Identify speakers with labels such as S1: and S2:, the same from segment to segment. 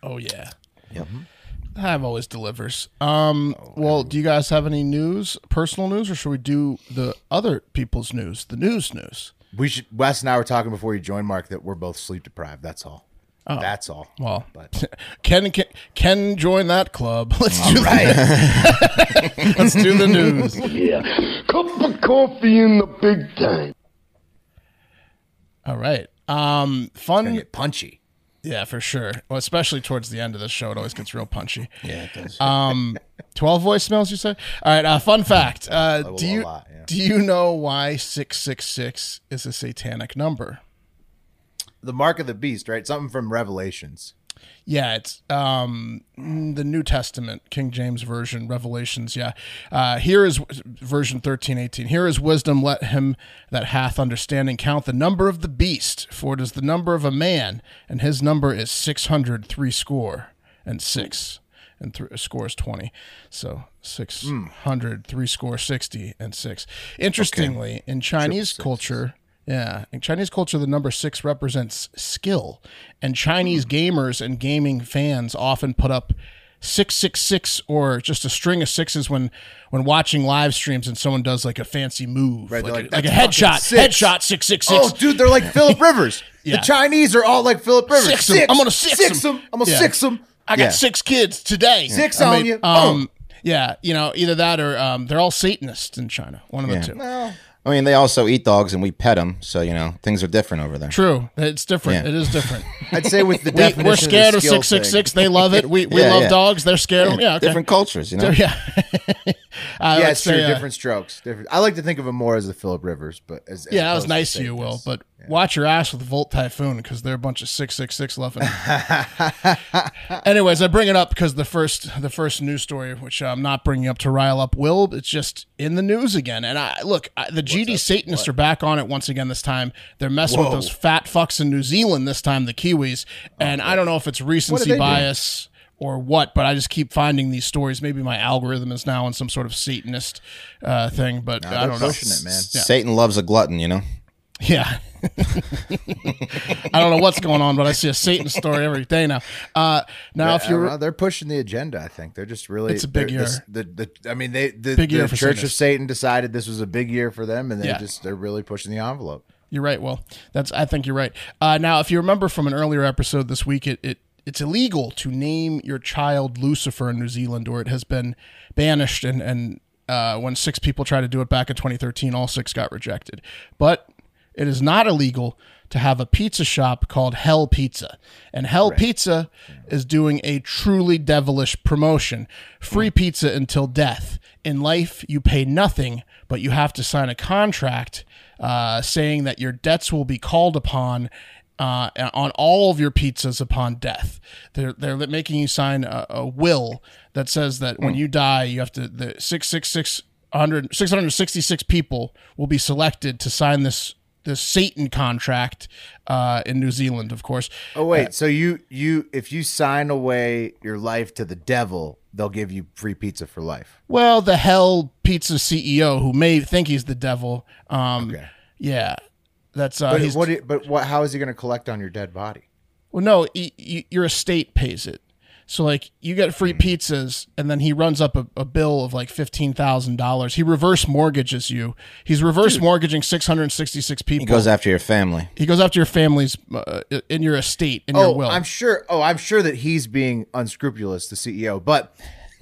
S1: Oh yeah.
S2: Mm-hmm.
S1: Yep. Hive always delivers. Um, well, do you guys have any news, personal news, or should we do the other people's news, the news news?
S2: We should. Wes and I were talking before you joined, Mark, that we're both sleep deprived. That's all.
S1: Oh.
S2: That's all.
S1: Well,
S2: But-
S1: Ken, Ken Ken join that club. Let's do the, Let's do the news.
S3: Yeah. Cup of coffee in the big time.
S1: All right. Um, fun.
S2: Gonna get punchy.
S1: yeah, for sure. Well, especially towards the end of the show, it always gets real punchy.
S4: Yeah, it does.
S1: 12 voicemails you say all right uh, fun fact uh,
S2: will
S1: do
S2: a
S1: you
S2: lot, yeah.
S1: do you know why 666 is a satanic number
S2: The mark of the beast, right? Something from Revelations.
S1: yeah it's um mm, the new testament king james version revelations yeah uh here is version 1318 here is wisdom let him that hath understanding count the number of the beast for it is the number of a man and his number is 600 three score and six and th- scores 20 so 600 three score 60 and 6 interestingly in chinese culture yeah in chinese culture the number 6 represents skill and
S2: Hmm.
S1: chinese gamers and gaming fans often put up 666 or just a string of sixes when when watching live streams and someone does like a fancy move
S2: Right, they're
S1: like, a,
S2: like,
S1: like a
S2: "That's fucking
S1: headshot
S2: six."
S1: headshot 666
S2: Oh, dude, they're like Philip Rivers.
S1: Yeah.
S2: The Chinese are all like Philip Rivers.
S1: Six 'em. I'm gonna six 'em.
S2: them. I'm gonna
S1: Yeah.
S2: six them.
S1: I got six kids today.
S2: Six
S1: I
S2: on
S1: made-
S2: you. Oh.
S1: Um, Yeah, you know, either that or um, they're all Satanists in China. One of the two.
S4: I mean, they also eat dogs and we pet them, so you know things are different over there.
S1: True. It's different.
S4: Yeah.
S1: It is different.
S2: I'd say with the
S1: we,
S2: definition
S1: we're scared
S2: of
S1: of
S2: the skill
S1: six six six. They love it. We we
S4: Yeah,
S1: love
S4: yeah.
S1: dogs. They're scared. of 'em. Yeah. Okay.
S4: Different cultures, you know.
S1: Yeah. I
S2: thing. Yeah,
S1: would
S2: it's true.
S1: say, uh,
S2: different strokes. Different. I like to think of him more as the Philip Rivers, but as, as
S1: Yeah, that was
S2: opposed
S1: nice of you,
S2: Sanchez.
S1: Will. But watch your ass with Volt Typhoon because they're a bunch of six six six loving. Anyways, I bring it up because the first the first news story, which I'm not bringing up to rile up Will, but it's just in the news again. And I look, I, the GD Satanists are back on it once again this time. They're messing with those fat fucks in New Zealand this time, the Kiwis.
S2: Oh,
S1: And I don't know if it's
S2: they
S1: recency
S2: do?
S1: bias. Or what, but I just keep finding these stories. Maybe my algorithm is now in some sort of Satanist uh, thing, but I don't know.
S2: pushing it, man.
S4: Satan loves a glutton, you know.
S1: Yeah. I don't know what's going on, but I see a Satan story every day now. Uh, now, if
S2: I don't
S1: you're
S2: know, they're pushing the agenda. I think they're just really
S1: It's a big
S2: they're-
S1: year.
S2: this- The, the, I mean, they the,
S1: Big year
S2: the
S1: for
S2: Church of
S1: Satanists.
S2: Satan decided this was a big year for them, and they
S1: Yeah.
S2: just they're really pushing the envelope.
S1: you're right, well, that's I think you're right. Uh, now, if you remember from an earlier episode this week, it, it it's illegal to name your child Lucifer in New Zealand, or it has been banished. And and uh, when six people tried to do it back in 2013, all six got rejected. But it is not illegal to have a pizza shop called Hell Pizza. And Hell Pizza is doing a truly devilish promotion free pizza until death. In life, you pay nothing, but you have to sign a contract uh, saying that your debts will be called upon. Uh, on all of your pizzas upon death, they're they're making you sign a, a will that says that
S2: Hmm.
S1: when you die, you have to the six six six 100 666 people will be selected to sign this this Satan contract uh, in New Zealand, of course.
S2: Oh wait,
S1: Uh,
S2: so you you if you sign away your life to the devil, they'll give you free pizza for life.
S1: Well, the hell pizza CEO who may think he's the devil. Um,
S2: Okay.
S1: Yeah, that's uh,
S2: But
S1: he's,
S2: what? do you- But what? How is he going to collect on your dead body?
S1: well, no, y- y- your estate pays it. So like you get free
S2: Mm-hmm.
S1: pizzas, and then he runs up a, a bill of like fifteen thousand dollars. He reverse mortgages you. He's reverse mortgaging six hundred sixty six people.
S4: He goes after your family.
S1: he goes after your family's uh, in your estate in your
S2: Oh,
S1: will.
S2: I'm sure. Oh, I'm sure that he's being unscrupulous, the CEO. But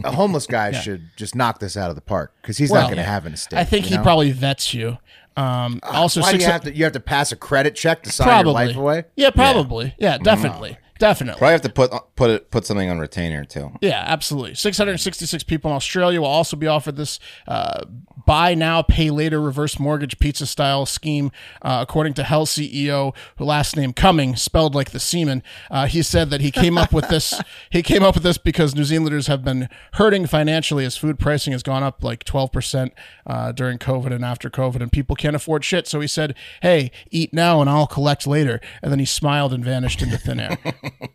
S2: a homeless guy should just knock this out of the park because he's not
S1: Well,
S2: going to have an estate.
S1: I think
S2: you
S1: he
S2: know?
S1: probably vets you. Um, also,
S2: Ah, Why do
S1: six,
S2: you have to? You have to pass a credit check to sign
S1: probably.
S2: your life away.
S1: Yeah, probably. Yeah,
S2: Mm. Mm-hmm.
S1: definitely. Definitely.
S4: Probably have to put uh, put it, put something on retainer too.
S1: Yeah, absolutely. 666 people in Australia will also be offered this uh, buy now, pay later reverse mortgage pizza style scheme. Uh, according to Hell CEO, who last name Cumming, spelled like the seaman, uh, he said that he came up with this. He came up with this because New Zealanders have been hurting financially as food pricing has gone up like 12% uh, during COVID and after COVID, and people can't afford shit. So he said, Hey, eat now and I'll collect later. And then he smiled and vanished into thin air.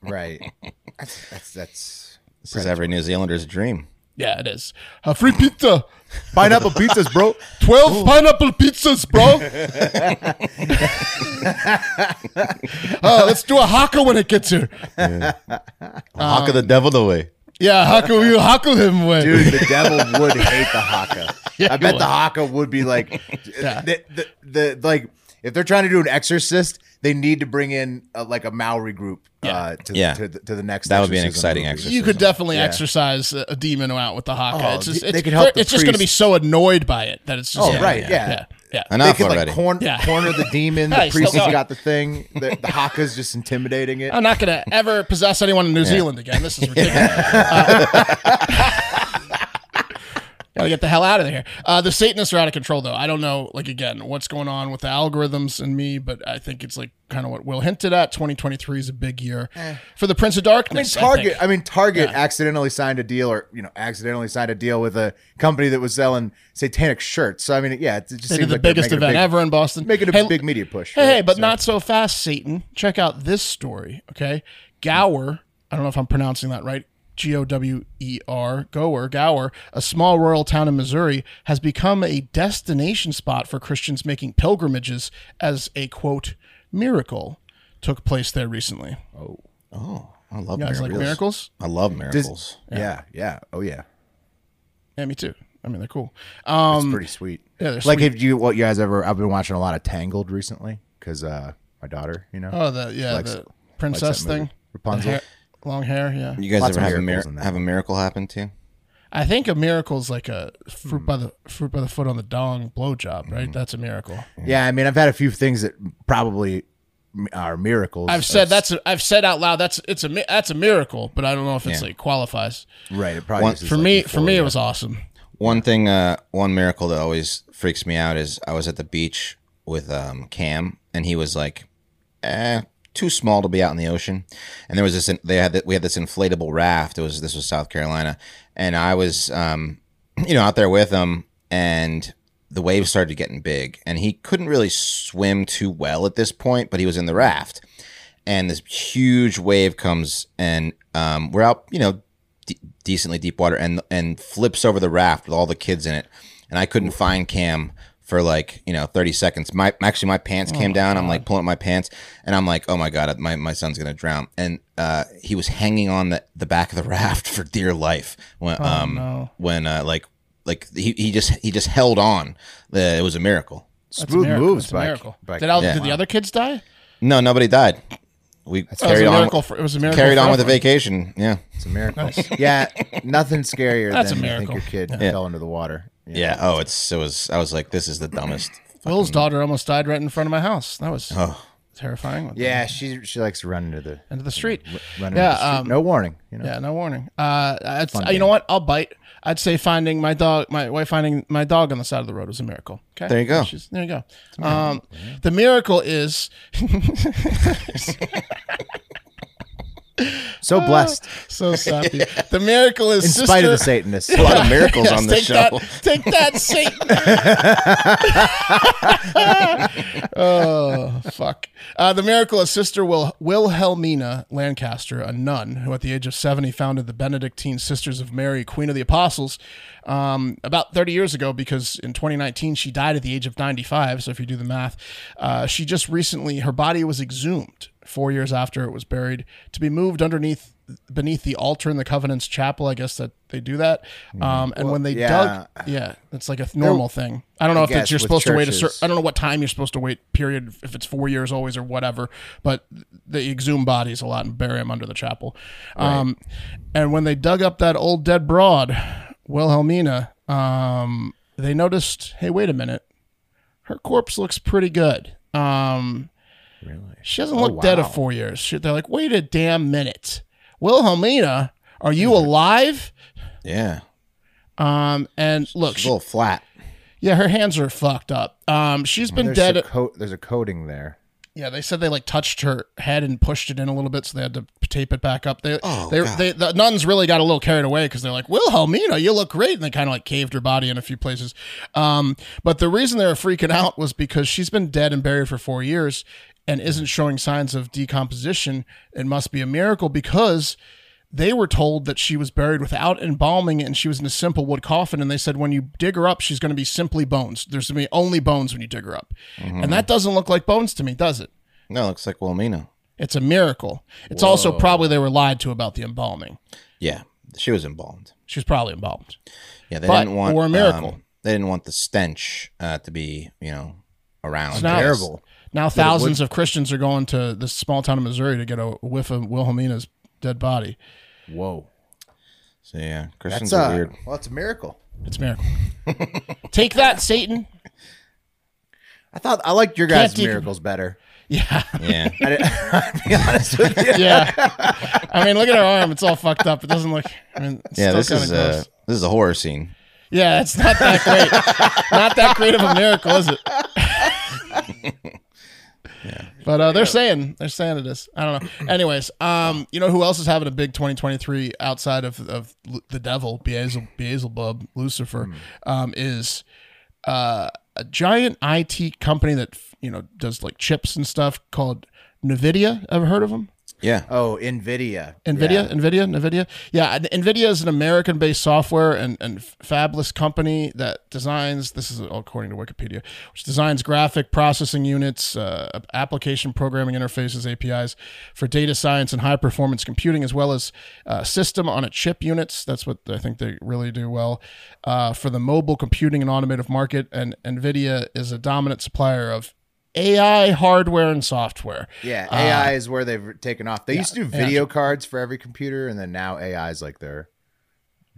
S2: Right. That's that's. that's
S4: This is every New Zealander's dream.
S1: yeah, it is. A free pizza.
S2: Pineapple pizzas, bro.
S1: 12 pineapple pizzas, bro. Uh, let's do a haka when it gets here.
S4: Hawk of the devil away.
S1: Um, Yeah, haka, you haka him away.
S2: Dude, the devil would hate the haka. I bet
S1: would.
S2: the haka would be like, the, the, the, like if they're trying to do an exorcist, they need to bring in uh like a Maori group uh, to,
S4: Yeah.
S2: to, the, to the next.
S4: That would be an
S2: exorcism
S4: exciting
S2: movie.
S4: exorcism.
S1: you could definitely exercise a a demon out with the haka.
S2: Oh,
S1: it's just,
S2: they-
S1: it's,
S2: they could help the
S1: it's just going to be
S2: priest.
S1: so annoyed by it that it's just.
S2: Oh, right, yeah.
S1: Yeah. yeah.
S2: They
S4: Enough
S2: could like
S4: already.
S2: corn,
S1: Yeah.
S2: corner the demon.
S1: Hey,
S2: The
S1: still
S2: priest has
S1: going.
S2: got the thing. The, the haka's just intimidating it.
S1: I'm not going to ever possess anyone in New Zealand again. This is ridiculous. Uh, Gotta get the hell out of here. Uh, the Satanists are out of control, though. I don't know, like, again, what's going on with the algorithms and me, but I think it's like kind of what Will hinted at. 2023 is a big year for the Prince of
S2: Eh. I mean,
S1: Darkness. I
S2: Target.
S1: think.
S2: I, mean, Target accidentally signed a deal, or you know, accidentally signed a deal with a company that was selling satanic shirts. So I mean, yeah, it just
S1: they
S2: seems
S1: did the
S2: like they're
S1: biggest
S2: making a
S1: event
S2: big-
S1: ever in Boston.
S2: making a
S1: Hey,
S2: big media push.
S1: Hey,
S2: right?
S1: hey, but not so fast, Satan. Check out this story, okay? Gower, I don't know if I'm pronouncing that right. G O W E R, Gower, Gower, a small rural town in Missouri, has become a destination spot for Christians making pilgrimages as a quote miracle took place there recently.
S4: Oh, I love
S1: You guys
S4: miracles.
S1: like miracles?
S4: I love miracles.
S2: yeah. yeah, Oh yeah,
S1: Yeah, me too. I mean, they're cool.
S2: it's
S1: Um,
S2: pretty sweet.
S1: yeah, they're
S2: like if you what you guys ever? I've been watching a lot of Tangled recently because uh, my daughter, you know,
S1: oh, the yeah,
S2: likes-
S1: the princess
S2: movie.
S1: thing, The
S2: Rapunzel.
S1: hair- long hair. Yeah,
S4: You guys
S2: Lots
S4: ever
S2: of
S4: have a,
S2: miracles
S4: mir-
S2: in that.
S4: have a miracle happen to you?
S1: I think a miracle is like a fruit
S2: Hmm.
S1: by the fruit by the foot on the dong blowjob, right?
S4: Hmm.
S1: That's a miracle.
S2: Yeah, I mean, I've had a few things that probably m- are miracles.
S1: I've said that's a, I've said out loud that's it's a mi- that's a miracle, but I don't know if it's like qualifies.
S2: right. It probably
S4: One-
S2: is
S1: For
S2: like
S1: me,
S2: before,
S1: for me,
S2: yeah.
S1: it was awesome.
S4: One thing, uh, one miracle that always freaks me out is I was at the beach with um, Cam, and he was like, "Eh, too small to be out in the ocean." And there was this, they had that we had this inflatable raft. It was this was South Carolina, and I was, um, you know, out there with him, and the waves started getting big, and he couldn't really swim too well at this point, but he was in the raft, and this huge wave comes, and um, we're out, you know, de- decently deep water and and flips over the raft with all the kids in it and i couldn't find cam for like you know 30 seconds my actually my pants came down i'm like pulling up my pants and i'm like oh my god my, my son's gonna drown and uh he was hanging on the, the back of the raft for dear life when
S1: Oh,
S4: um when uh like like he, he just he just held on Uh, it was a miracle
S1: That's a
S2: smooth
S1: miracle.
S2: moves
S1: That's a
S2: by,
S1: miracle.
S2: by
S1: Did, all,
S4: Yeah.
S1: did the other kids die?
S4: no nobody died
S1: Oh,
S4: we
S1: it was
S4: carried
S1: a
S4: on
S1: miracle. For, it was a miracle.
S4: carried on with
S1: forever.
S4: the vacation yeah
S2: It's a miracle. yeah, nothing scarier
S1: That's a
S2: than you think
S1: miracle.
S2: your kid fell into the water. Yeah.
S4: yeah oh it's it was i was like this is the dumbest
S1: Will's daughter almost died right in front of my house. That was terrifying.
S2: Yeah, she she likes to run into the
S1: into the street.
S2: run
S1: Yeah,
S2: into the street.
S1: um,
S2: no warning. You know,
S1: Yeah, no warning. Uh, that's, you know what? I'll bite. I'd say finding my dog, my wife finding my dog on the side of the road was a miracle. Okay,
S4: There you go.
S1: She's- there you go. Um, the miracle is
S2: so blessed
S1: so sappy. The miracle is
S2: in
S1: sister,
S2: spite of the Satanists.
S4: a lot of miracles
S1: Yes,
S4: on this
S1: take
S4: show
S1: That, take that, Satan. oh, fuck. Uh, the miracle is Sister Wil- Wilhelmina Lancaster, a nun who at the age of 70 founded the Benedictine Sisters of Mary, Queen of the Apostles, um, about 30 years ago because in 2019 she died at the age of 95. So if you do the math, uh, she just recently, her body was exhumed four years after it was buried to be moved underneath beneath the altar in the covenant's chapel i guess that they do that um and when they
S2: Mm-hmm. yeah.
S1: dug yeah it's like a th- normal thing i don't know if it's
S2: guess
S1: you're
S2: with
S1: supposed to wait a
S2: churches.
S1: certain i don't know what time you're supposed to wait period if it's four years always or whatever but they exhume bodies a lot and bury them under the chapel um and when they dug up that old dead broad wilhelmina um they noticed hey wait a minute her corpse looks pretty good um she hasn't looked dead in four years. She, they're like, wait a damn minute. Wilhelmina, are you alive?
S4: yeah
S1: Um, and look,
S4: It's
S1: she-
S4: a little flat
S1: yeah, her hands are fucked up. Um, she's been
S2: There's
S1: dead.
S2: a coat. There's a coating there.
S1: yeah, they said they like touched her head and pushed it in a little bit, so they had to tape it back up. They, they, they, the nuns really got a little carried away because they're like, Wilhelmina, you look great, and they kind of like caved her body in a few places. Um, but the reason they were freaking out was because she's been dead and buried for four years and isn't showing signs of decomposition. It must be a miracle because they were told that she was buried without embalming and she was in a simple wood coffin and they said when you dig her up she's going to be simply bones there's going to be only bones when you dig her up and that doesn't look like bones to me does it
S4: Mm-hmm. No, it looks like Wilhelmina.
S1: it's a miracle it's also probably they were lied to about the embalming
S4: Yeah, she was embalmed.
S1: she was probably embalmed
S4: Yeah, they
S1: But-
S4: didn't want
S1: or a miracle.
S4: um, they didn't want the stench uh, to be, you know, around.
S1: now,
S2: Terrible.
S1: now thousands of christians are going to this small town of missouri to get a whiff of wilhelmina's dead body
S2: Whoa,
S4: So yeah,
S2: that's uh,
S4: Christians
S2: a
S4: are weird.
S2: well, it's a miracle.
S1: it's a miracle take that satan
S2: I thought I liked your guys'
S1: Can't de-
S2: miracles better.
S1: yeah
S4: Yeah,
S2: I didn't, I'll be honest with you.
S1: yeah i mean look at her arm it's all fucked up it doesn't look i mean it's
S4: yeah.
S1: still
S4: This
S1: kinda
S4: is
S1: gross.
S4: uh, this is a horror scene.
S1: Yeah, it's not that great. not that great of a miracle, is it? But uh, they're saying they're saying it is. I don't know. Anyways, um, you know who else is having a big 2023 outside of of Lu- the devil, Beelze- Beelzebub, Lucifer, um, is uh, a giant IT company that you know does like chips and stuff called Nvidia. Ever heard of them?
S4: Yeah,
S2: Oh, Nvidia.
S1: Nvidia,
S2: Yeah.
S1: Nvidia, Nvidia. Yeah, and Nvidia is an American-based software and, and fabless company that designs. This is according to Wikipedia, which designs graphic processing units, uh, application programming interfaces (APIs) for data science and high-performance computing, as well as uh, system-on-a-chip units. That's what I think they really do well uh, for the mobile computing and automotive market. And Nvidia is a dominant supplier of AI hardware and software. Uh,
S2: Yeah,
S1: Ah.
S2: AI is where they've taken off. They used to do video cards for every computer, and then now AI is like their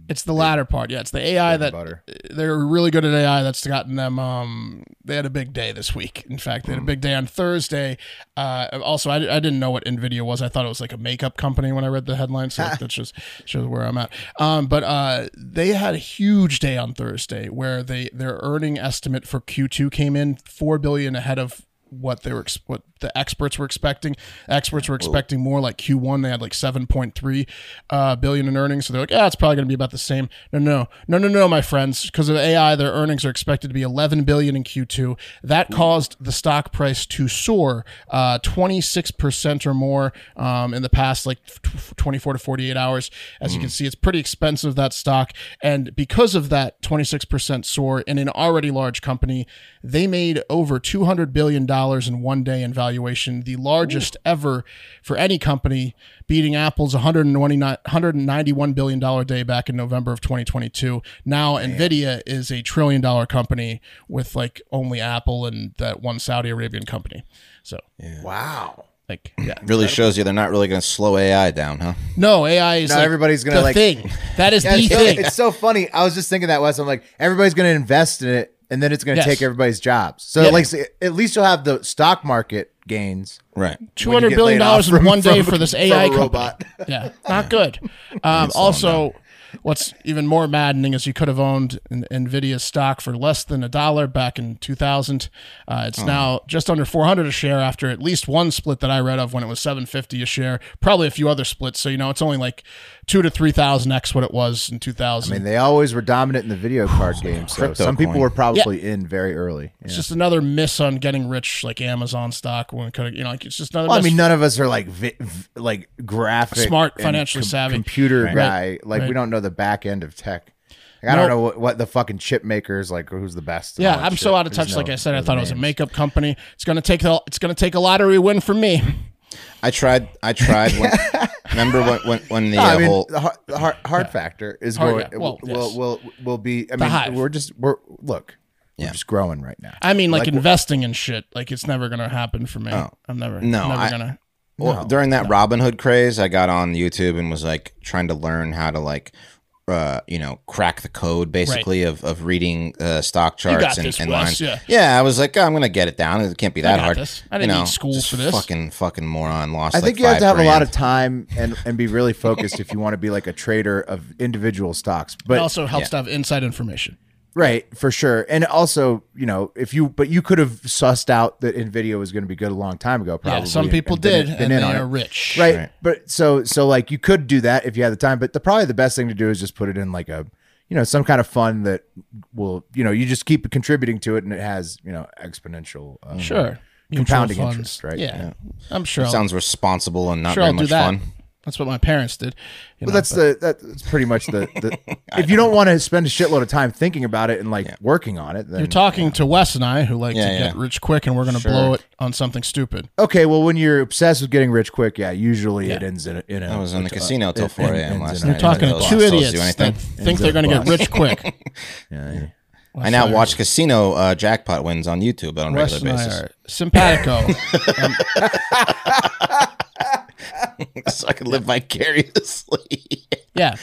S1: It's the latter part. Yeah, it's the AI that
S2: butter.
S1: they're really good at AI. That's gotten them. Um, they had a big day this week. In fact, they had a big day on Thursday. Uh, also, I, I didn't know what Nvidia was. I thought it was like a makeup company when I read the headline. So that's just shows where I'm at. Um, but uh, they had a huge day on Thursday where they their earning estimate for Q2 came in four billion ahead of what they were ex- what the experts were expecting. Experts were expecting more like Q1. They had like 7.3 uh, billion in earnings, so they're like, yeah, it's probably going to be about the same. No, no, no, no, no, my friends, because of AI, their earnings are expected to be 11 billion in Q2. That caused the stock price to soar uh, 26% or more um, in the past like tw- 24 to 48 hours. As you can see, it's pretty expensive that stock, and because of that 26% soar in an already large company, they made over 200 billion dollars in one day in valuation, the largest ever for any company, beating Apple's 129 191 billion dollar day back in November of 2022. Now Nvidia is a trillion dollar company with like only Apple and that one Saudi Arabian company. So,
S2: Wow.
S1: like yeah.
S4: Really shows you they're not really going to slow AI down, huh?
S1: No, AI is
S2: No,
S1: like,
S2: everybody's gonna,
S1: the
S2: like-
S1: thing. That is
S2: Yeah,
S1: the
S2: it's, so,
S1: thing.
S2: it's so funny. I was just thinking that Wes. I'm like, everybody's going to invest in it, and then it's going to
S1: Yes.
S2: take everybody's jobs. So
S1: Yeah.
S2: like, at least you'll have the stock market gains.
S4: Right.
S1: two
S2: when you
S1: hundred
S2: get
S1: billion
S2: laid off
S1: dollars in
S2: from-
S1: one day
S2: from-
S1: for this
S2: from a
S1: AI company.
S2: robot.
S1: Yeah, not good. Um, also, what's even more maddening is you could have owned N- Nvidia stock for less than a dollar back in two thousand. Uh, it's
S2: Hmm.
S1: now just under four hundred a share after at least one split that I read of when it was seven fifty a share. Probably a few other splits. So you know, it's only like two to three thousand x what it was in two thousand.
S2: I mean, they always were dominant in the video card game. So
S4: Crypto
S2: some people
S4: coin.
S2: were probably in very early. Yeah.
S1: it's just another miss on getting rich, like Amazon stock. When it could, you know, like it's just another.
S2: Well, I
S1: miss.
S2: mean, none of us are like vi- v- like graphic,
S1: Smart,
S2: and
S1: financially savvy.
S2: computer
S1: Right.
S2: guy. Like
S1: Right.
S2: we don't know the back end of tech. Like, I
S1: Nope.
S2: don't know what, what the fucking chip makers like. Who's the best? and all
S1: Yeah,
S2: that
S1: I'm so
S2: shit.
S1: out of
S2: There's
S1: touch.
S2: no-
S1: like I said, I
S2: no
S1: thought it was a
S2: names.
S1: makeup company. It's gonna take the, it's gonna take a lottery win for me.
S4: I tried. I tried. When, remember when when, when the
S2: No, I
S4: uh,
S2: mean,
S4: whole
S2: the hard, the hard, hard factor is
S1: Hard-
S2: going.
S1: yeah, well,
S2: will,
S1: yes.
S2: will, will, be. I
S1: hive.
S2: mean, we're just we're look. We're
S4: Yeah.
S2: just growing right now.
S1: I mean, like, investing in shit. Like it's never gonna happen for me. I'm never.
S4: Oh. No,
S1: never
S4: I-
S1: gonna.
S4: Well, during that Robin Hood craze, I got on YouTube and was like trying to learn how to like, uh, you know, crack the code basically of, of reading uh, stock charts
S1: got
S4: and,
S1: this,
S4: and
S1: Wes,
S4: lines.
S1: yeah.
S4: I was like, oh, I'm gonna get it down. It can't be that
S1: got
S4: hard.
S1: this. I didn't need school
S4: just
S1: for this.
S4: Fucking fucking moron lost.
S2: I
S4: like,
S2: think you have
S4: five
S2: to have a lot
S4: grand.
S2: of time and, and be really focused if you want to be like a trader of individual stocks. But
S1: It also helps to have inside information.
S2: Right, for sure. And also, you know, if you but you could have sussed out that Nvidia was going to be good a long time ago probably.
S1: Yeah, some
S2: and-
S1: people
S2: and
S1: did,
S2: been- been
S1: and
S2: in on
S1: they are
S2: it.
S1: rich.
S2: Right. But so so like you could do that if you had the time, but the probably the best thing to do is just put it in like a you know, some kind of fund that will, you know, you just keep contributing to it and it has, you know, exponential uh,
S1: Sure. Mutual
S2: compounding
S1: funds.
S2: interest, right?
S1: Yeah. I'm sure. I'll,
S4: Sounds responsible and not
S1: sure
S4: very
S1: I'll do
S4: much
S1: that.
S4: fun.
S1: That's what my parents did. You know,
S2: Well, that's the that's pretty much the, the if you don't want to spend a shitload of time thinking about it and like working on it, then
S1: you're talking to Wes and I, who like
S4: Yeah,
S1: to
S4: yeah.
S1: get rich quick, and we're gonna blow it on something stupid.
S2: Okay, well, when you're obsessed with getting rich quick, yeah, usually it ends in a, in a. uh,
S4: I was in the casino till
S2: it-
S4: 4
S2: it
S4: a.m.
S2: ends
S4: last
S2: in a-
S4: night.
S1: You're talking to
S4: Those
S1: two
S4: assholes do
S1: idiots
S4: anything.
S1: that think they're gonna get rich quick.
S4: I now watch casino uh, jackpot wins on YouTube on a
S1: Wes
S4: regular
S1: and I
S4: basis.
S1: are simpatico. Um,
S4: so I can live vicariously.
S1: Yeah.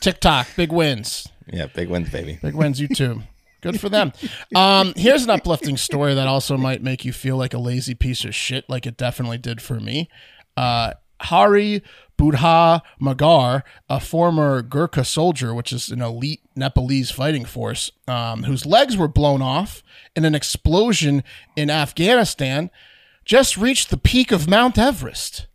S1: TikTok, big wins.
S4: yeah, big wins, baby.
S1: Big wins, YouTube. Good for them. Um, here's an uplifting story that also might make you feel like a lazy piece of shit, like it definitely did for me. Uh, Hari Budha Magar, a former Gurkha soldier, which is an elite Nepalese fighting force, um, whose legs were blown off in an explosion in Afghanistan, just reached the peak of Mount Everest.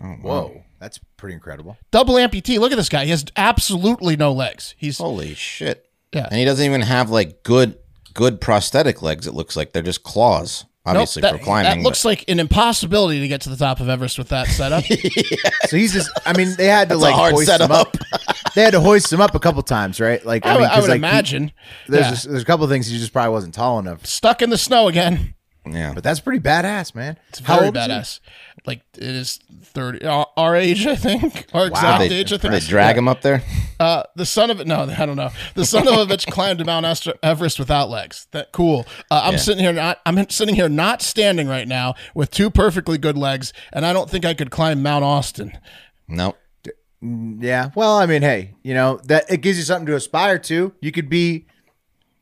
S2: Whoa, that's pretty incredible.
S1: Double amputee. Look at this guy. He has absolutely no legs. He's
S4: Holy shit.
S1: Yeah.
S4: And he doesn't even have like good good prosthetic legs, it looks like. They're just claws,
S1: Nope,
S4: obviously,
S1: that,
S4: for climbing.
S1: That looks like an impossibility to get to the top of Everest with that setup.
S2: So he's just. I mean, they had to like
S4: hard
S2: hoist him up. they had to hoist him up a couple times, right? Like
S1: I,
S2: mean,
S1: would- I
S2: 'cause,
S1: would
S2: like, he-
S1: imagine.
S2: there's
S1: Yeah.
S2: just, there's a couple things he just probably wasn't tall enough.
S1: Stuck in the snow again.
S4: but, yeah.
S2: But that's pretty badass, man. It's
S1: Very badass. Like it is thirty our, our age, I think, our exact
S4: they,
S1: age. I think
S4: they drag him up there.
S1: Uh, the son of it. No, I don't know. The son of a bitch climbed to Mount Est- Everest without legs. That cool. Uh, I'm sitting here not. I'm sitting here not standing right now with two perfectly good legs, and I don't think I could climb Mount Austin.
S4: Nope.
S2: mm, Yeah. Well, I mean, hey, you know, that it gives you something to aspire to. You could be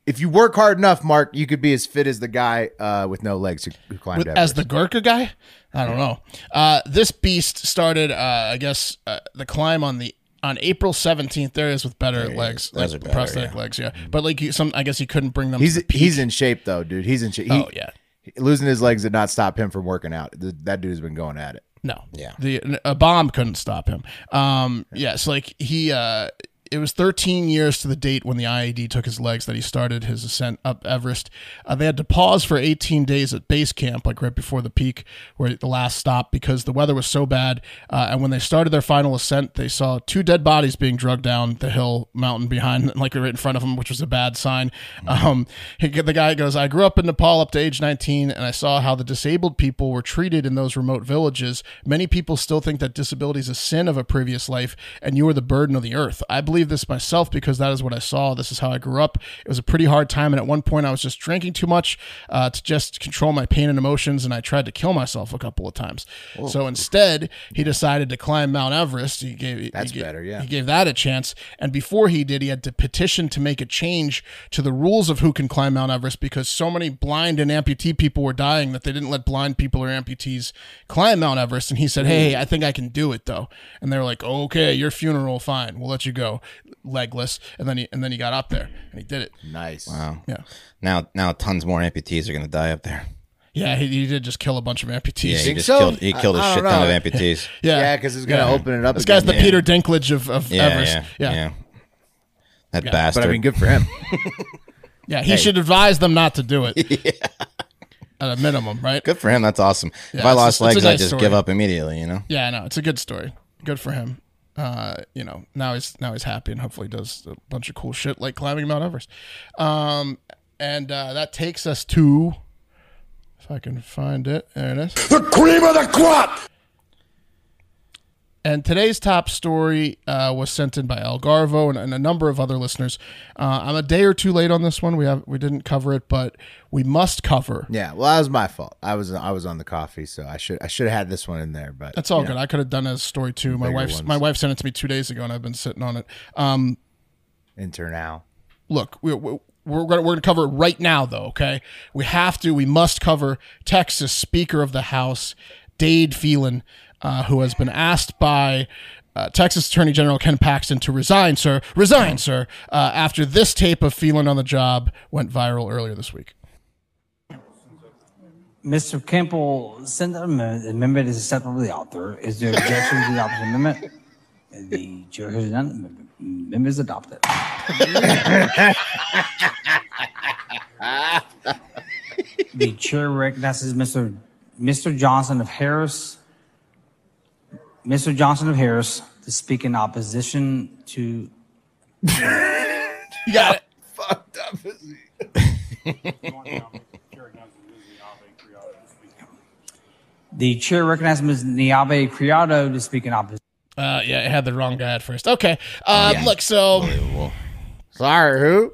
S2: if you work hard enough, Mark, you could be as fit as the guy uh, with no legs who, who climbed
S1: With-
S2: Everest.
S1: as the Gurkha guy? I don't know. Uh, this beast started, uh, I guess, uh, the climb on the on April seventeenth. There it is with better legs,
S4: Those
S1: like
S4: are better,
S1: prosthetic legs, yeah. But like you, some, I guess you couldn't bring them.
S2: he's
S1: to the peak.
S2: he's in shape though, dude. He's in shape. He-
S1: oh yeah,
S2: Losing his legs did not stop him from working out. Th- That dude's been going at it.
S1: No.
S4: Yeah.
S1: The a bomb couldn't stop him. Um yes, like he uh it was 13 years to the date when the IED took his legs that he started his ascent up Everest. Uh, they had to pause for 18 days at base camp, like right before the peak, where the last stop, because the weather was so bad. Uh, and when they started their final ascent, they saw two dead bodies being dragged down the hill mountain behind, like right in front of him, which was a bad sign. Um, he- the guy goes, I grew up in Nepal up to age 19, and I saw how the disabled people were treated in those remote villages. Many people still think that disability is a sin of a previous life, and you are the burden of the earth. I believe this myself because that is what I saw. This is how I grew up. It was a pretty hard time, and at one point, I was just drinking too much uh, to just control my pain and emotions, and I tried to kill myself a couple of times. So instead, he decided to climb Mount Everest. He gave he
S2: That's
S1: gave-
S2: better, yeah.
S1: he gave that a chance. And before he did, he had to petition to make a change to the rules of who can climb Mount Everest because so many blind and amputee people were dying that they didn't let blind people or amputees climb Mount Everest. And he said, Hey, I think I can do it though. And they were like, Okay, your funeral, fine. We'll let you go. Legless. And then he and then he got up there and he did it.
S2: Nice.
S1: Yeah.
S4: Now, now, tons more amputees are going to die up there.
S1: Yeah, he, he did just kill a bunch of amputees.
S4: Yeah, he
S2: think
S4: just
S2: so?
S4: killed. He killed a
S2: I- I
S4: shit
S2: don't
S4: ton of
S2: know.
S4: amputees.
S2: Yeah, because it's gonna
S1: Yeah.
S2: open it up.
S1: This guy's
S2: again.
S1: the Peter Dinklage of, of
S4: Yeah,
S1: Everest.
S4: yeah,
S1: Yeah.
S4: yeah,
S1: yeah.
S4: That
S1: Yeah.
S4: bastard.
S2: but I mean, good for him.
S1: He should advise them not to do it. At a minimum, right?
S4: Good for him. That's awesome. if I
S1: it's-
S4: lost
S1: it's a
S4: legs, I'd
S1: nice
S4: just
S1: story.
S4: give up immediately. You know.
S1: Yeah, I know. It's a good story. Good for him. Uh, you know, now he's now he's happy and hopefully does a bunch of cool shit like climbing Mount Everest. Um, and uh, that takes us to if I can find it. There it is.
S3: The cream of the crop!
S1: And today's top story uh, was sent in by El Garvo and, and a number of other listeners. Uh, I'm a day or two late on this one. We have we didn't cover it, but we must cover.
S2: Yeah. Well, that was my fault. I was I was on the coffee, so I should I should have had this one in there. But
S1: That's all good. I could have done a story too. My wife my wife sent it to me two days ago, and I've been sitting on it. Um,
S2: enter now.
S1: look, we, we, we're going we're gonna cover it right now, though, okay? We have to, we must cover Texas Speaker of the House, Dade Phelan, uh, who has been asked by uh, Texas Attorney General Ken Paxton to resign, sir, resign, sir, uh, after this tape of Phelan on the job went viral earlier this week.
S5: Mr. Campbell, send an amendment. The amendment is acceptable to the author. Is there objection to the opposite amendment? The chair hears none. Amendment- Amendment is adopted. The chair recognizes Mr. Mr. Johnson of Harris. Mr. Johnson of Harris to speak in opposition to
S1: You got it.
S5: the chair recognizes Ms. Niabe Criado to speak in opposition.
S1: Uh, yeah, I had the wrong guy at first. Okay.
S2: Oh,
S1: Um, Look, so
S2: Sorry, who?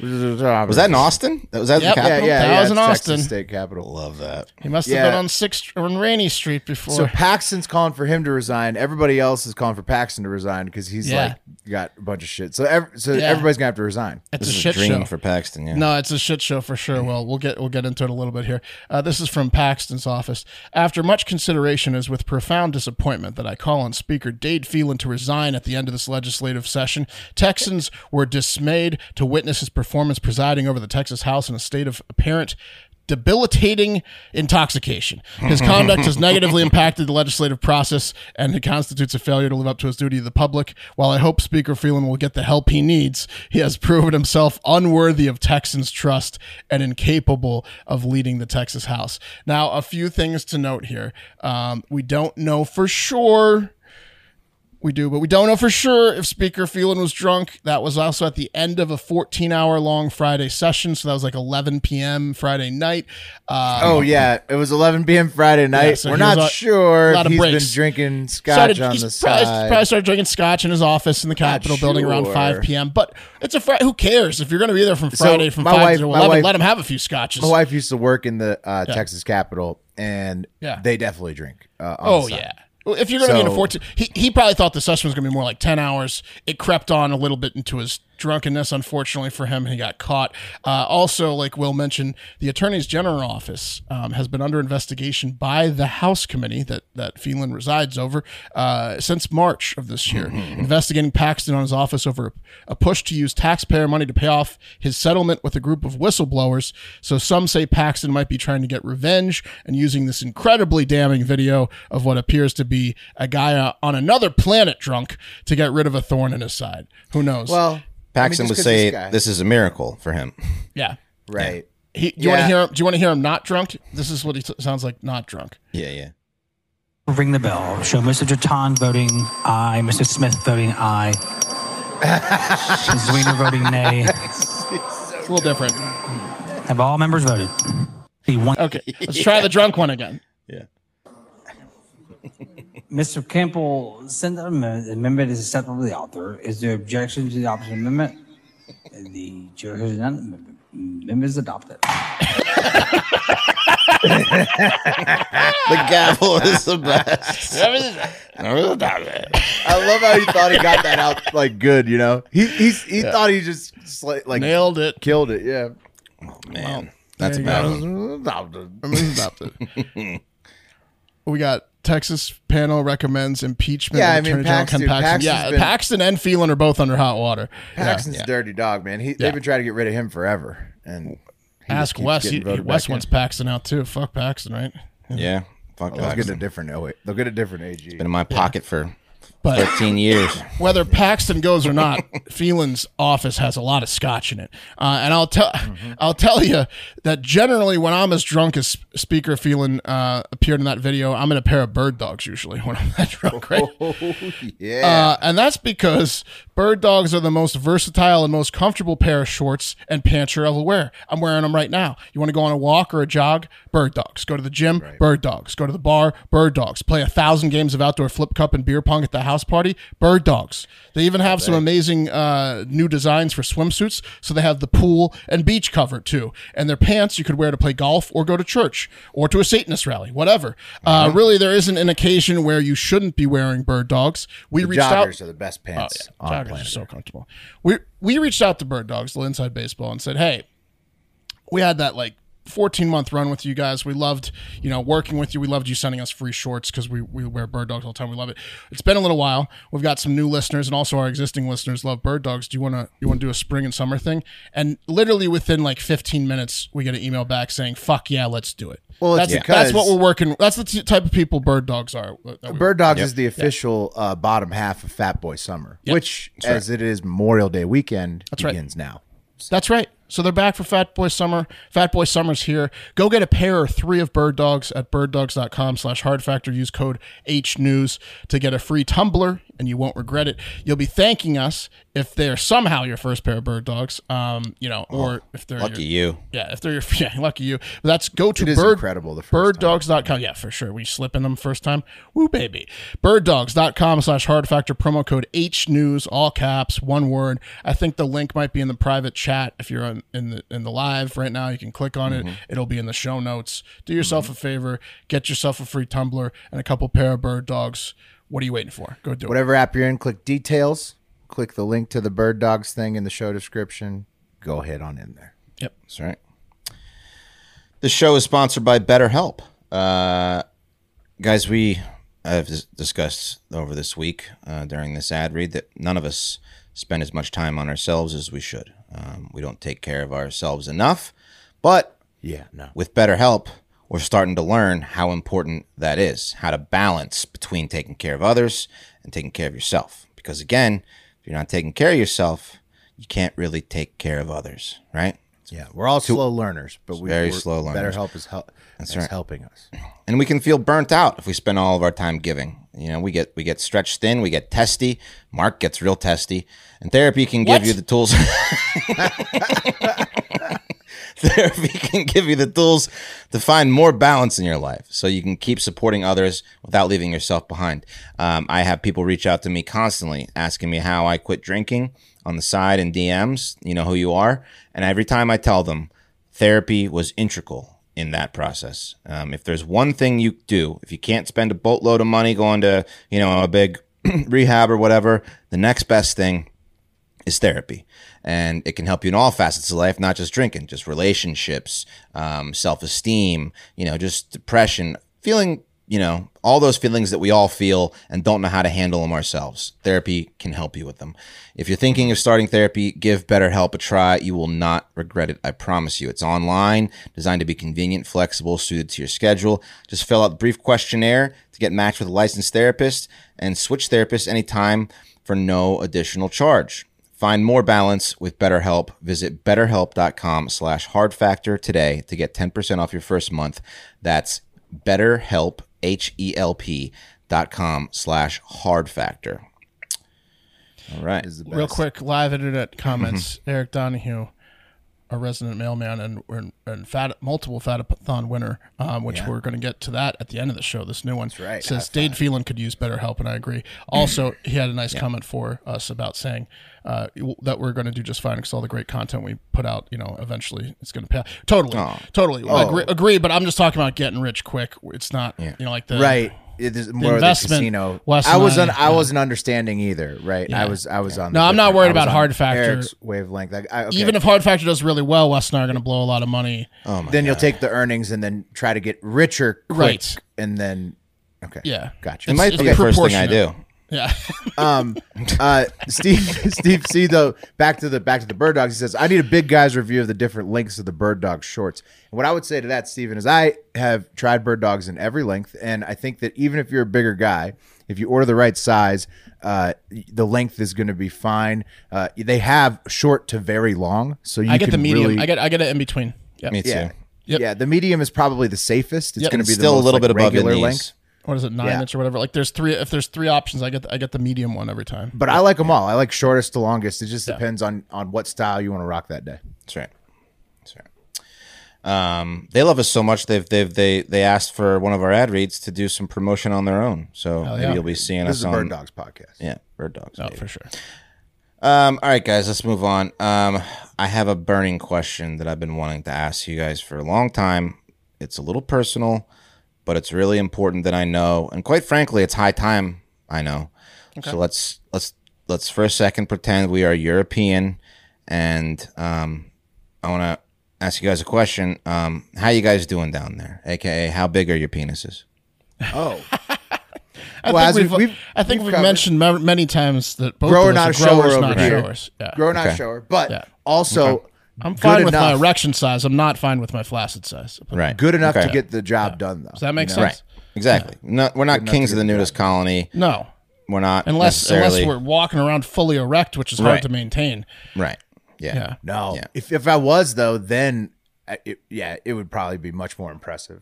S4: Was that in Austin? That was that
S1: Yep.
S4: the
S2: Yeah, yeah,
S4: capital?
S2: yeah.
S1: That
S2: it's
S1: was in
S2: Texas
S1: Austin.
S2: State Capitol.
S4: Love that.
S1: he must have
S2: Yeah.
S1: been on Sixth or on Rainy Street before.
S2: So Paxton's calling for him to resign. Everybody else is calling for Paxton to resign because he's
S1: Yeah.
S2: like got a bunch of shit. So ev- so
S1: Yeah.
S2: everybody's gonna have to resign.
S1: it's a
S4: This is
S1: shit
S4: a dream
S1: show.
S4: for Paxton. Yeah.
S1: No, it's a shit show for sure. Well, we'll get we'll get into it a little bit here. Uh, this is from Paxton's office. After much consideration, it is with profound disappointment that I call on Speaker Dade Phelan to resign at the end of this legislative session. Texans were dismayed to witness his performance presiding over the Texas House in a state of apparent debilitating intoxication. His conduct has negatively impacted the legislative process and it constitutes a failure to live up to his duty to the public. While I hope Speaker Phelan will get the help he needs, he has proven himself unworthy of Texans' trust and incapable of leading the Texas House. Now, a few things to note here. Um, we don't know for sure we do, but we don't know for sure if Speaker Phelan was drunk. That was also at the end of a 14 hour long Friday session. So that was like 11 p.m. Friday night. Uh,
S2: Oh yeah, it was 11 p.m. Friday night.
S1: so
S2: We're
S1: he was
S2: not
S1: on-
S2: sure.
S1: lot
S2: if
S1: of
S2: He's
S1: breaks.
S2: been drinking
S1: started-
S2: scotch on
S1: he's
S2: the
S1: probably,
S2: side.
S1: probably started drinking scotch in his office in the Capitol building around
S2: sure.
S1: 5 p.m. But it's a Friday. Who cares? If you're going to be there from Friday from
S2: my
S1: 5
S2: wife-
S1: to
S2: my
S1: 11,
S2: wife-
S1: let him have a few scotches.
S2: My wife used to work in the uh, Texas Capitol, and
S1: Yeah.
S2: they definitely drink. Uh, on
S1: oh,
S2: the side.
S1: yeah. If you're going to be in a
S4: So-
S1: 14, he, he probably thought the session was going to be more like 10 hours. It crept on a little bit into his drunkenness, unfortunately for him, and he got caught. Uh, also, like Will mentioned, the Attorney's General Office um, has been under investigation by the House Committee that, that Phelan resides over uh, since March of this year,
S2: Mm-hmm.
S1: investigating Paxton on his office over a push to use taxpayer money to pay off his settlement with a group of whistleblowers. So some say Paxton might be trying to get revenge and using this incredibly damning video of what appears to be a guy uh, on another planet drunk to get rid of a thorn in his side. Who knows?
S2: Well,
S4: Paxton
S2: just
S4: would
S2: 'cause
S4: say
S2: this guy-
S4: this, is a miracle for him.
S1: yeah.
S2: right.
S1: He, do you want to
S2: Yeah.
S1: hear? Do you want to hear him not drunk? This is what he t- sounds like not drunk.
S4: Yeah, yeah.
S5: Ring the bell. Show Mr. Jatan voting aye, Mr. Smith voting aye, Mrs. Wiener voting nay.
S1: It's a little different.
S5: Have all members voted? The one.
S1: Okay, let's try the drunk one again.
S5: Mr. Campbell, send an amendment. The amendment is acceptable to the author. Is there objection to the opposite amendment? The chair hears none. Amendment- Amendment is adopted.
S4: The gavel is the best.
S2: I love how he thought he got that out like good. You know, he he's, he thought he just sli- like
S1: Nailed it.
S2: killed it. Yeah.
S4: Oh, Man, that's a bad one.
S1: We got Texas panel recommends impeachment.
S2: Yeah,
S1: of
S2: I mean,
S1: Attorney General
S2: Paxton-
S1: Ken Paxton.
S2: Paxton's
S1: Yeah,
S2: been-
S1: Paxton and Phelan are both under hot water.
S2: Paxton's a dirty dog, man. He, They've been trying to get rid of him forever. And he just
S1: Ask
S2: keeps
S1: Wes.
S2: getting
S1: He,
S2: voted
S1: Wes
S2: back in.
S1: wants Paxton out too. Fuck Paxton, right?
S4: Yeah. Fuck
S2: They'll
S4: Paxton.
S2: get a different. Oh, wait, they'll get a different AG.
S4: Been in my pocket for
S1: But
S4: 13 years.
S1: whether Paxton goes or not, Phelan's office has a lot of scotch in it. Uh, and I'll tell
S2: Mm-hmm.
S1: I'll tell you that generally when I'm as drunk as Speaker Phelan uh, appeared in that video, I'm in a pair of bird dogs usually when I'm that drunk, right?
S2: yeah.
S1: Uh, and that's because bird dogs are the most versatile and most comfortable pair of shorts and pants you're ever wear. I'm wearing them right now. You want to go on a walk or a jog? Bird dogs. Go to the gym? Bird dogs. Go to the bar? Bird dogs. Play a thousand games of outdoor flip cup and beer pong at the house party? Bird dogs. They even have some amazing uh, new designs for swimsuits. So they have the pool and beach cover too. And their pants you could wear to play golf or go to church or to a Satanist rally, whatever. Uh, really, there isn't an occasion where you shouldn't be wearing bird dogs. We reached out.
S2: Joggers are the best pants
S1: Oh,
S2: on
S1: yeah.
S2: the
S1: Joggers are
S2: planet.
S1: so comfortable. We we reached out to Bird Dogs, the Inside Baseball, and said, "Hey, we had that like 14 month run with you guys. We loved, you know, working with you. We loved you sending us free shorts because we, we wear bird dogs all the time. We love it. It's been a little while. We've got some new listeners and also our existing listeners love bird dogs. Do you want to, you want to do a spring and summer thing? And literally within like 15 minutes, we get an email back saying, fuck yeah, let's do it.
S2: Well, it's
S1: that's,
S2: because-
S1: that's what we're working. That's the t- type of people bird dogs are. uh, that we-
S2: Bird Dogs is the official uh, bottom half of Fat Boy Summer, which, as it is Memorial Day weekend,
S1: right.
S2: begins now.
S1: That's right. So they're back for Fat Boy Summer. Fat Boy Summer's here. Go get a pair or three of Bird Dogs at birddogs.com slash hard factor. Use code HNews to get a free tumbler, and you won't regret it. You'll be thanking us if they're somehow your first pair of Bird Dogs, um, you know, or if they're
S4: Lucky
S1: your,
S4: you.
S1: yeah, if they're your yeah, lucky you. But that's go to
S2: It is
S1: bird
S2: incredible the first time.
S1: birddogs.com. Yeah, for sure. We slip in them first time. Woo baby. Birddogs.com slash hard factor promo code H news, all caps, one word. I think the link might be in the private chat. If you're on in the in the live right now, you can click on
S2: Mm-hmm.
S1: it. It'll be in the show notes. Do yourself a favor, get yourself a free tumbler and a couple pair of bird dogs. What are you waiting for? Go do it.
S2: Whatever app you're in, click details, click the link to the Bird Dogs thing in the show description. Go ahead on in there.
S4: That's right. The show is sponsored by BetterHelp. Uh, guys, we have dis- discussed over this week uh, during this ad read that none of us spend as much time on ourselves as we should. Um, we don't take care of ourselves enough, but
S2: Yeah, no.
S4: with BetterHelp, we're starting to learn how important that is, how to balance between taking care of others and taking care of yourself. Because again, if you're not taking care of yourself, you can't really take care of others, right?
S2: Yeah, we're all slow learners, but we,
S4: very
S2: we're-
S4: slow learners.
S2: BetterHelp is, hel- is
S4: right.
S2: helping us.
S4: and we can feel burnt out if we spend all of our time giving. You know, we get we get stretched thin, we get testy. Mark gets real testy, and therapy can give
S1: What?
S4: you the tools. therapy can give you the tools to find more balance in your life, so you can keep supporting others without leaving yourself behind. Um, I have people reach out to me constantly asking me how I quit drinking on the side in DMs. You know who you are, and every time I tell them, therapy was integral in that process. Um, if there's one thing you do, if you can't spend a boatload of money going to you know a big rehab or whatever, the next best thing is therapy. And it can help you in all facets of life, not just drinking, just relationships, um, self esteem, you know, just depression, feeling, you know, all those feelings that we all feel and don't know how to handle them ourselves. Therapy can help you with them. If you're thinking of starting therapy, give BetterHelp a try. You will not regret it. I promise you. It's online, designed to be convenient, flexible, suited to your schedule. Just fill out the brief questionnaire to get matched with a licensed therapist and switch therapists anytime for no additional charge. Find more balance with BetterHelp. Visit betterhelp.com slash hardfactor today to get 10% off your first month. That's betterhelp, H-E-L-P dot com slash hardfactor. All right.
S2: Is the best.
S1: Real quick, live internet comments. Eric Donahue, a resident mailman and and, and fat, multiple Fatathon winner, um, which we're going to get to that at the end of the show. This new one
S2: right,
S1: says Dade Phelan could use better help, and I agree. Also, he had a nice comment for us about saying uh, w- that we're going to do just fine because all the great content we put out, you know, eventually it's going to pay. Out. Totally, totally agree,
S2: Oh.
S1: agree. But I'm just talking about getting rich quick. It's not you know like the
S2: Right. It is more of the
S1: investment,
S2: casino.
S1: less
S2: I was
S1: money,
S2: un, I
S1: yeah.
S2: wasn't understanding either. Right. I was I was on.
S1: No,
S2: the
S1: I'm not
S2: different-
S1: worried
S2: I was
S1: about
S2: on
S1: hard factor.
S2: Eric's wavelength. Like, I, okay.
S1: Even if Hard Factor does really well, Wes and I are going to blow a lot of money.
S4: Oh
S2: then you'll take the earnings and then try to get richer, quick,
S1: Right.
S2: And then okay,
S1: Yeah.
S2: gotcha.
S4: It might
S1: it's
S4: be the first thing I do.
S1: proportionate. Yeah.
S2: um, uh, Steve Steve C though back to the back to the bird dogs. He says I need a big guy's review of the different lengths of the bird dog shorts. And what I would say to that, Steven, is I have tried bird dogs in every length, and I think that even if you're a bigger guy, if you order the right size, uh, the length is going to be fine. Uh, they have short to very long, so you
S1: I get
S2: can
S1: the medium.
S2: really-
S1: I get I get it in between. Yep.
S4: Me too.
S2: yeah.
S1: Yep.
S2: Yeah, the medium is probably the safest. It's
S1: Yep.
S2: going to be the
S4: Still
S2: most,
S4: a little
S2: like,
S4: bit above your
S2: regular
S4: knees.
S2: length.
S1: What is it? Nine
S2: Yeah.
S1: inch or whatever. Like there's three. If there's three options, I get the, I get the medium one every time.
S2: But I like them all. I like shortest to longest. It just depends on on what style you want to rock that day.
S4: That's right. That's right. Um, they love us so much they've they've they they asked for one of our ad reads to do some promotion on their own. So
S1: yeah.
S4: maybe you'll be seeing
S2: This
S4: us
S2: is a
S4: on
S2: Bird Dogs podcast.
S4: Yeah, bird dogs.
S1: Oh,
S4: baby.
S1: for sure.
S4: Um, all right, guys, let's move on. Um, I have a burning question that I've been wanting to ask you guys for a long time. It's a little personal, but it's really important that I know, and quite frankly, it's high time I know. So let's let's let's for a second pretend we are European, and um, I want to ask you guys a question. Um, how you guys doing down there? AKA, how big are your penises?
S2: Oh,
S1: I
S2: Well, as
S1: think we've,
S2: we've- we've-
S1: I think
S2: we've
S1: we've,
S2: covered-
S1: mentioned ma- many times that both
S2: Grower,
S1: of us
S2: not a
S1: are growers,
S2: shower
S1: not
S2: over here.
S1: showers. Yeah.
S2: grow not shower, but
S1: Yeah.
S2: also
S1: I'm fine
S2: good
S1: with
S2: enough,
S1: my erection size. I'm not fine with my flaccid size. But
S4: Right.
S2: good enough to
S4: Okay.
S2: get the job done though.
S1: Does that make
S2: you know?
S1: sense?
S4: right. Exactly. No, we're not kings of the nudist colony.
S1: No.
S4: We're not
S1: Unless
S4: necessarily
S1: unless we're walking around fully erect, which is hard
S4: Right.
S1: to maintain.
S4: right.
S1: Yeah.
S2: No,
S4: Yeah.
S2: if if I was though, then I- it, yeah, it would probably be much more impressive.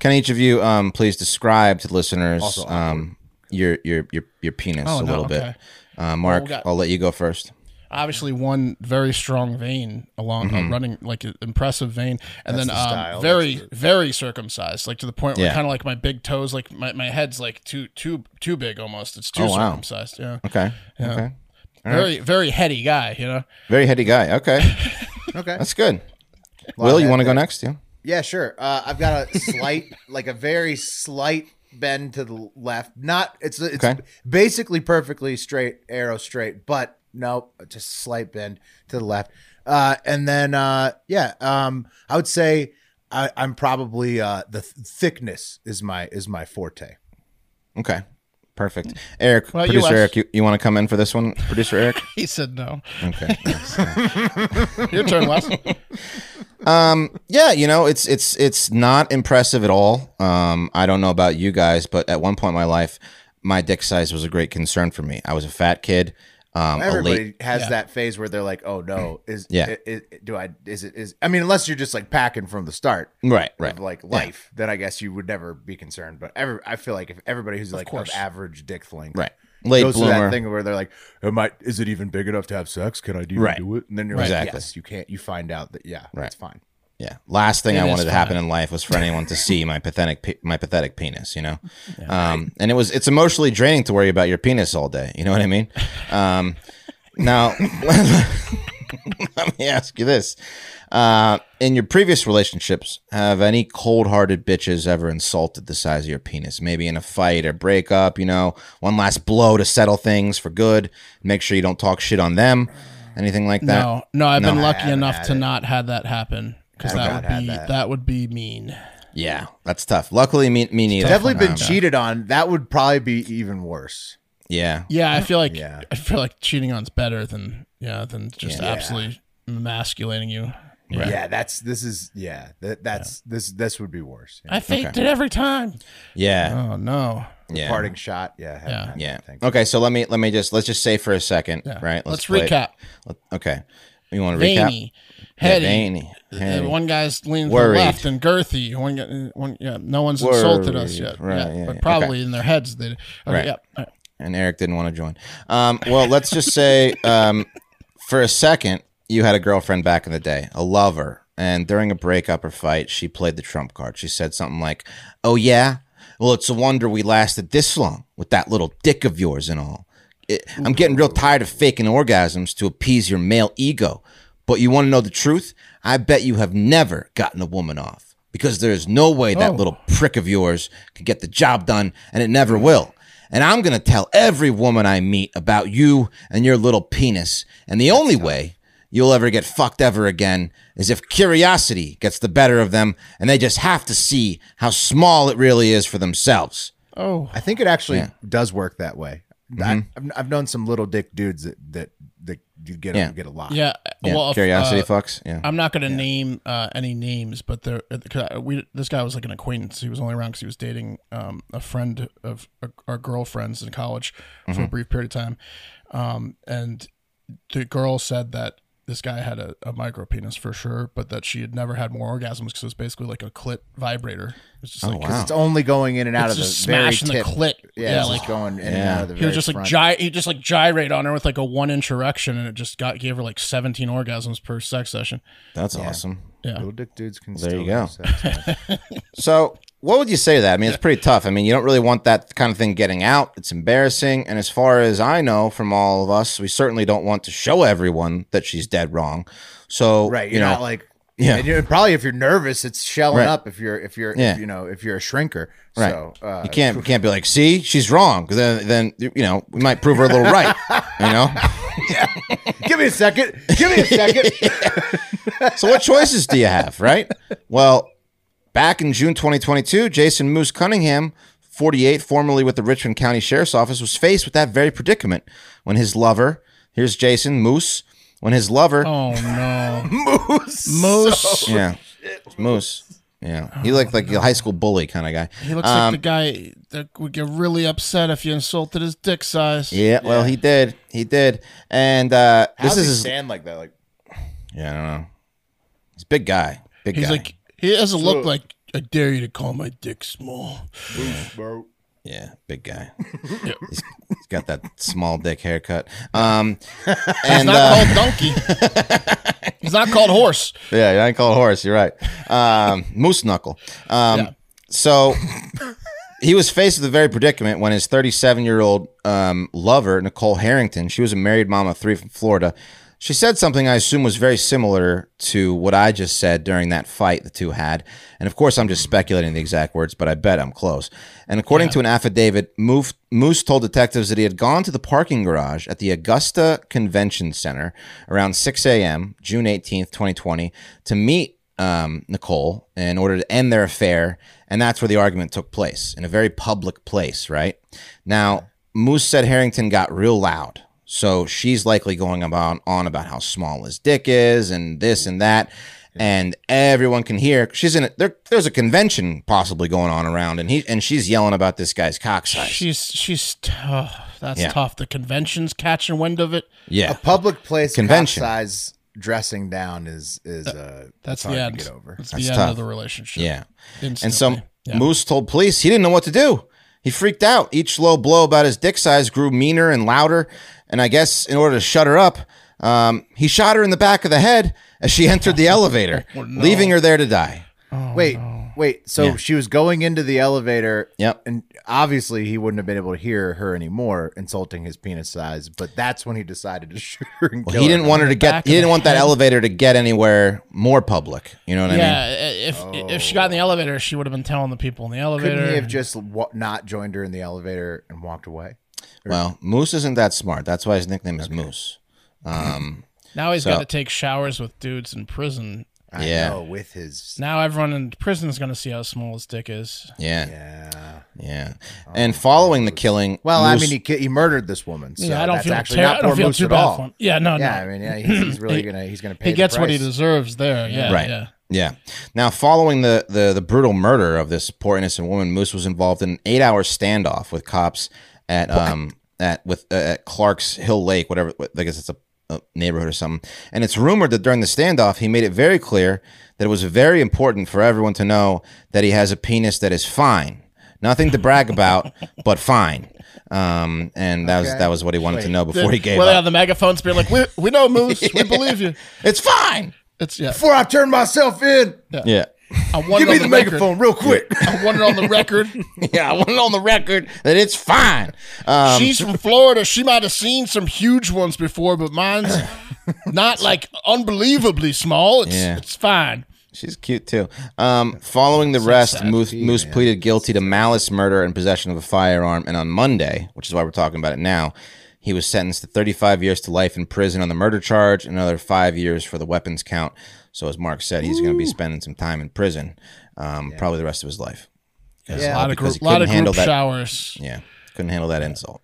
S4: Can each of you um, please describe to listeners um, your, your your your penis
S1: Oh,
S4: a
S1: no,
S4: little
S1: okay.
S4: bit? Uh, Mark,
S1: we got-
S4: I'll let you go first.
S1: obviously one very strong vein along
S4: Mm-hmm.
S1: a running like an impressive vein and then
S2: the
S1: um,
S2: style,
S1: very very circumcised like to the point where
S4: Yeah.
S1: kind of like my big toes like my, my head's like too too too big almost it's too
S4: Oh, wow.
S1: circumcised yeah
S4: Okay. Okay.
S1: very very heady guy you know
S4: Very heady guy. Okay,
S2: Okay.
S4: that's good. Will, you
S2: that-
S4: want to go next? Yeah.
S2: Yeah, sure. Uh, I've got a slight, like a very slight bend to the left. Not it's it's
S4: Okay.
S2: basically perfectly straight, arrow straight, but no, just slight bend to the left. Uh, and then uh, yeah, um, I would say I, I'm probably uh, the th- thickness is my is my forte.
S4: Okay. Perfect. Eric,
S1: Mm. Well, you
S4: producer
S1: asked-
S4: Eric, you, you want to come in for this one, producer Eric?
S1: he said no
S4: Okay.
S1: your turn Wes
S4: Um, yeah, you know, it's it's it's not impressive at all. Um, I don't know about you guys, but at one point in my life, my dick size was a great concern for me. I was a fat kid. Um, a late,
S2: Everybody has that phase where they're like, "Oh no, is
S4: Yeah.
S2: i- i- do I is it is I mean, unless you're just like packing from the start,
S4: Right, right.
S2: of like life, then I guess you would never be concerned. But every, I feel like if everybody who's like of
S1: course.
S2: average dick length,
S4: Right. Late
S2: goes through that
S4: bloomer.
S2: thing where they're like, "Am I? Is it even big enough to have sex? Can I even
S4: Right.
S2: do it?" And then you're like,
S4: Exactly.
S2: "Yes, you can't." You find out that yeah,
S4: Right.
S2: that's fine.
S4: Yeah. Last thing I
S1: is
S4: wanted to happen in life was for anyone to see my pathetic pe- my pathetic penis, you know. um, and it was it's emotionally draining to worry about your penis all day. You know what I mean? Um, now, Let me ask you this: uh, In your previous relationships, have any cold-hearted bitches ever insulted the size of your penis? Maybe in a fight or breakup, you know, one last blow to settle things for good. Make sure you don't talk shit on them. Anything like that?
S1: No, no, I've been lucky
S2: haven't
S1: enough
S2: had
S1: to
S2: it.
S1: not have that happen because
S4: Oh,
S2: I've
S1: that
S2: not
S1: would
S2: had
S1: be that.
S2: that.
S1: would be mean.
S4: Yeah, that's tough. Luckily, me, me neither.
S2: Definitely been
S4: Um,
S2: cheated on. That would probably be even worse.
S4: Yeah,
S1: Yeah, I feel like
S2: Yeah.
S1: I feel like cheating on's better than yeah than just absolutely emasculating you. Yeah.
S2: Yeah, that's this is yeah. That, that's this this would be worse. Yeah.
S1: I faked it every time.
S4: yeah,
S1: Oh no.
S4: yeah.
S2: Parting shot. Yeah. haven't
S1: Yeah.
S2: had
S4: Yeah.
S2: that, thank you.
S4: Okay, so let me let me just let's just say for a second,
S1: Yeah.
S4: right?
S1: Let's,
S4: play-
S1: recap.
S4: let- Okay, you want to recap?
S1: Veiny, heady.
S4: Yeah, veiny.
S1: Uh,
S4: heady.
S1: one guy's leaning
S4: Worried.
S1: to the left and girthy. One, guy- uh, one, yeah, no one's insulted us
S4: Worried.
S1: yet.
S4: Right,
S1: yeah,
S4: yeah,
S1: but
S4: yeah.
S1: probably in their heads they. Okay,
S4: Right.
S1: yep. All right.
S4: and Eric didn't want to join. Um, well, let's just say um, for a second, you had a girlfriend back in the day, a lover, and during a breakup or fight, she played the trump card. She said something like, "Oh yeah, well it's a wonder we lasted this long with that little dick of yours and all. It, I'm getting real tired of faking orgasms to appease your male ego. But you want to know the truth? I bet you have never gotten a woman off." Because there is no way
S1: Oh.
S4: that little prick of yours can get the job done, and it never will. And I'm going to tell every woman I meet about you and your little penis. And the only way you'll ever get fucked ever again is if curiosity gets the better of them and they just have to see how small it really is for themselves.
S1: Oh,
S2: I think it actually does work that way.
S4: Mm-hmm.
S2: I, I've, I've known some little dick dudes that that that you get
S4: Yeah.
S2: get a lot.
S1: yeah.
S4: Yeah.
S1: Well, if,
S4: curiosity
S1: uh,
S4: fucks. Yeah.
S1: I'm not going to name uh, any names, but there, uh, 'cause I- we this guy was like an acquaintance. He was only around because he was dating um, a friend of uh, our girlfriends in college for
S4: Mm-hmm.
S1: a brief period of time, um, and the girl said that this guy had a, a micro penis for sure, but that she had never had more orgasms because it was basically like a clit vibrator. It's just like
S4: Oh, wow.
S2: It's only going in and out
S1: It's
S2: of the
S1: just
S2: very
S1: smashing the
S2: tip.
S1: clit.
S2: Yeah,
S1: Yeah,
S2: it's
S1: like-
S2: just going in and
S4: Yeah.
S2: out of the.
S1: He
S2: very
S1: was just like
S2: front.
S1: gy- he just like gyrate on her with like a one inch erection, and it just got gave her like 17 orgasms per sex session.
S4: That's awesome.
S1: Yeah,
S2: Little dick dudes can.
S4: There
S2: still
S4: you go.
S2: have sex, man.
S4: So, what would you say to that? I mean, it's pretty tough. I mean, you don't really want that kind of thing getting out. It's embarrassing. And as far as I know from all of us, we certainly don't want to show everyone that she's dead wrong. So,
S2: right.
S4: you
S2: You're
S4: know,
S2: not like.
S4: Yeah.
S2: And you're, probably if you're nervous, it's shelling
S4: Right.
S2: up. If you're if you're
S4: Yeah.
S2: if, you know if you're a shrinker,
S4: Right.
S2: So, uh,
S4: you can't you can't be like, see, she's wrong. 'Cause Then then you know we might prove her a little right. You know.
S2: give me a second. Give me a second.
S4: So what choices do you have, right? Well, back in June 2022, Jason Moose Cunningham, 48, formerly with the Richmond County Sheriff's Office, was faced with that very predicament when his lover, here's Jason Moose, when his lover,
S1: Oh no, moose, moose.
S4: yeah, Moose, yeah, he looked like a high school bully kind of guy. Um,
S1: He looks like the guy that would get really upset if you insulted his dick size.
S4: Yeah, well, he did, he did, and uh,
S2: How
S4: this
S2: does
S4: is
S2: he
S4: his,
S2: stand like that? Like
S4: yeah, I don't know, he's a big guy, big
S1: He's
S4: guy.
S1: like, he doesn't look like, I dare you to call my dick small.
S4: Yeah, big guy. He's- he's got that small dick haircut. Um, and
S1: Not
S4: uh,
S1: called donkey. He's not called horse.
S4: yeah, I ain't called horse. You're right. Um, moose knuckle. Um,
S1: Yeah.
S4: So he was faced with a very predicament when his 37 year old um, lover Nicole Harrington, she was a married mom of three from Florida. She said something I assume was very similar to what I just said during that fight the two had. And of course, I'm just speculating the exact words, but I bet I'm close. And according to an affidavit, Moof- Moose told detectives that he had gone to the parking garage at the Augusta Convention Center around 6 a.m., June 18th, 2020, to meet um, Nicole in order to end their affair. And that's where the argument took place in a very public place, right? Now, Moose said Harrington got real loud. So she's likely going about on about how small his dick is and this and that. And everyone can hear she's in a, there, there's a convention possibly going on around and he and she's yelling about this guy's cock size.
S1: She's, she's, t- oh, that's
S4: Yeah.
S1: tough. The convention's catching wind of it.
S4: yeah.
S2: public place
S4: Convention.
S2: convention size dressing down is is uh
S1: That's
S2: hard
S1: the
S2: to
S1: end.
S2: get over.
S1: That's, the
S4: That's
S1: end
S4: tough.
S1: of the relationship.
S4: Yeah.
S1: Instantly.
S4: And so
S1: Yeah.
S4: Moose told police he didn't know what to do. He freaked out. Each low blow about his dick size grew meaner and louder. And I guess in order to shut her up, um, he
S1: Oh,
S4: shot her in the back of the head as she entered the elevator, leaving her there to die.
S2: Wait, Wait, so
S4: Yeah.
S2: she was going into the elevator.
S4: Yep.
S2: And obviously he wouldn't have been able to hear her anymore insulting his penis size, but that's when he decided to shoot her and
S4: Well,
S2: kill
S4: he
S2: her.
S4: didn't want her to
S1: back
S4: get. He
S1: of the
S4: didn't want that
S1: head.
S4: elevator to get anywhere more public. You know what I mean?
S1: yeah, if if she got in the elevator, she would have been telling the people in the elevator.
S2: Couldn't he have just wa- not joined her in the elevator and walked away?
S4: Well, Moose isn't that smart. That's why his nickname is Moose. Um,
S1: now he's
S4: so-
S1: got to take showers with dudes in prison.
S2: I
S4: Yeah.
S2: know, with his.
S1: Now everyone in prison is going to see how small his dick is.
S4: Yeah, yeah.
S2: Yeah.
S4: and following the killing,
S2: Well, I
S4: Moose-
S2: mean, he ki- he murdered this woman. So
S1: yeah, I don't
S2: that's
S1: feel
S2: actually
S1: ter-
S2: not
S1: I
S2: poor
S1: don't feel
S2: Moose
S1: too
S2: at
S1: bad
S2: all.
S1: for him. Yeah, no,
S2: yeah, I
S1: no.
S2: mean, yeah, he's, he's really
S1: He-
S2: gonna he's gonna pay.
S1: he
S2: the
S1: gets what he
S2: price.
S1: deserves there. Yeah,
S4: right.
S1: Yeah.
S4: yeah. Now, following the, the the brutal murder of this poor innocent woman, Moose was involved in an eight hour standoff with cops at um at with uh, at Clark's Hill Lake, whatever. I guess it's a, a neighborhood or something. And it's rumored that during the standoff, he made it very clear that it was very important for everyone to know that he has a penis that is fine, nothing to brag about, but fine. Um, and that was that was what he wanted to know before he gave
S1: Well, yeah,
S4: up.
S1: the megaphones being like, we, we know Moose, we believe you.
S4: it's fine.
S1: It's yeah.
S2: Before I turn myself in,
S4: Yeah.
S1: I want
S2: give
S1: it
S2: me
S1: on
S2: the
S1: record.
S2: megaphone real quick.
S1: I want it on the record.
S4: Yeah, I want it on the record that it's fine. Um,
S1: She's from Florida. She might have seen some huge ones before, but mine's not like unbelievably small. It's
S4: Yeah.
S1: it's fine.
S4: She's cute too. Um, following the rest, Moose, Moose pleaded guilty to malice murder and possession of a firearm, and on Monday, which is why we're talking about it now, he was sentenced to 35 years to life in prison on the murder charge, and another five years for the weapons count. So, as Mark said, he's going to be spending some time in prison, um, probably the rest of his life.
S1: A lot of
S4: because
S1: group,
S4: he
S1: lot of
S4: couldn't handle
S1: group
S4: that-
S1: showers.
S4: Yeah, couldn't handle that insult.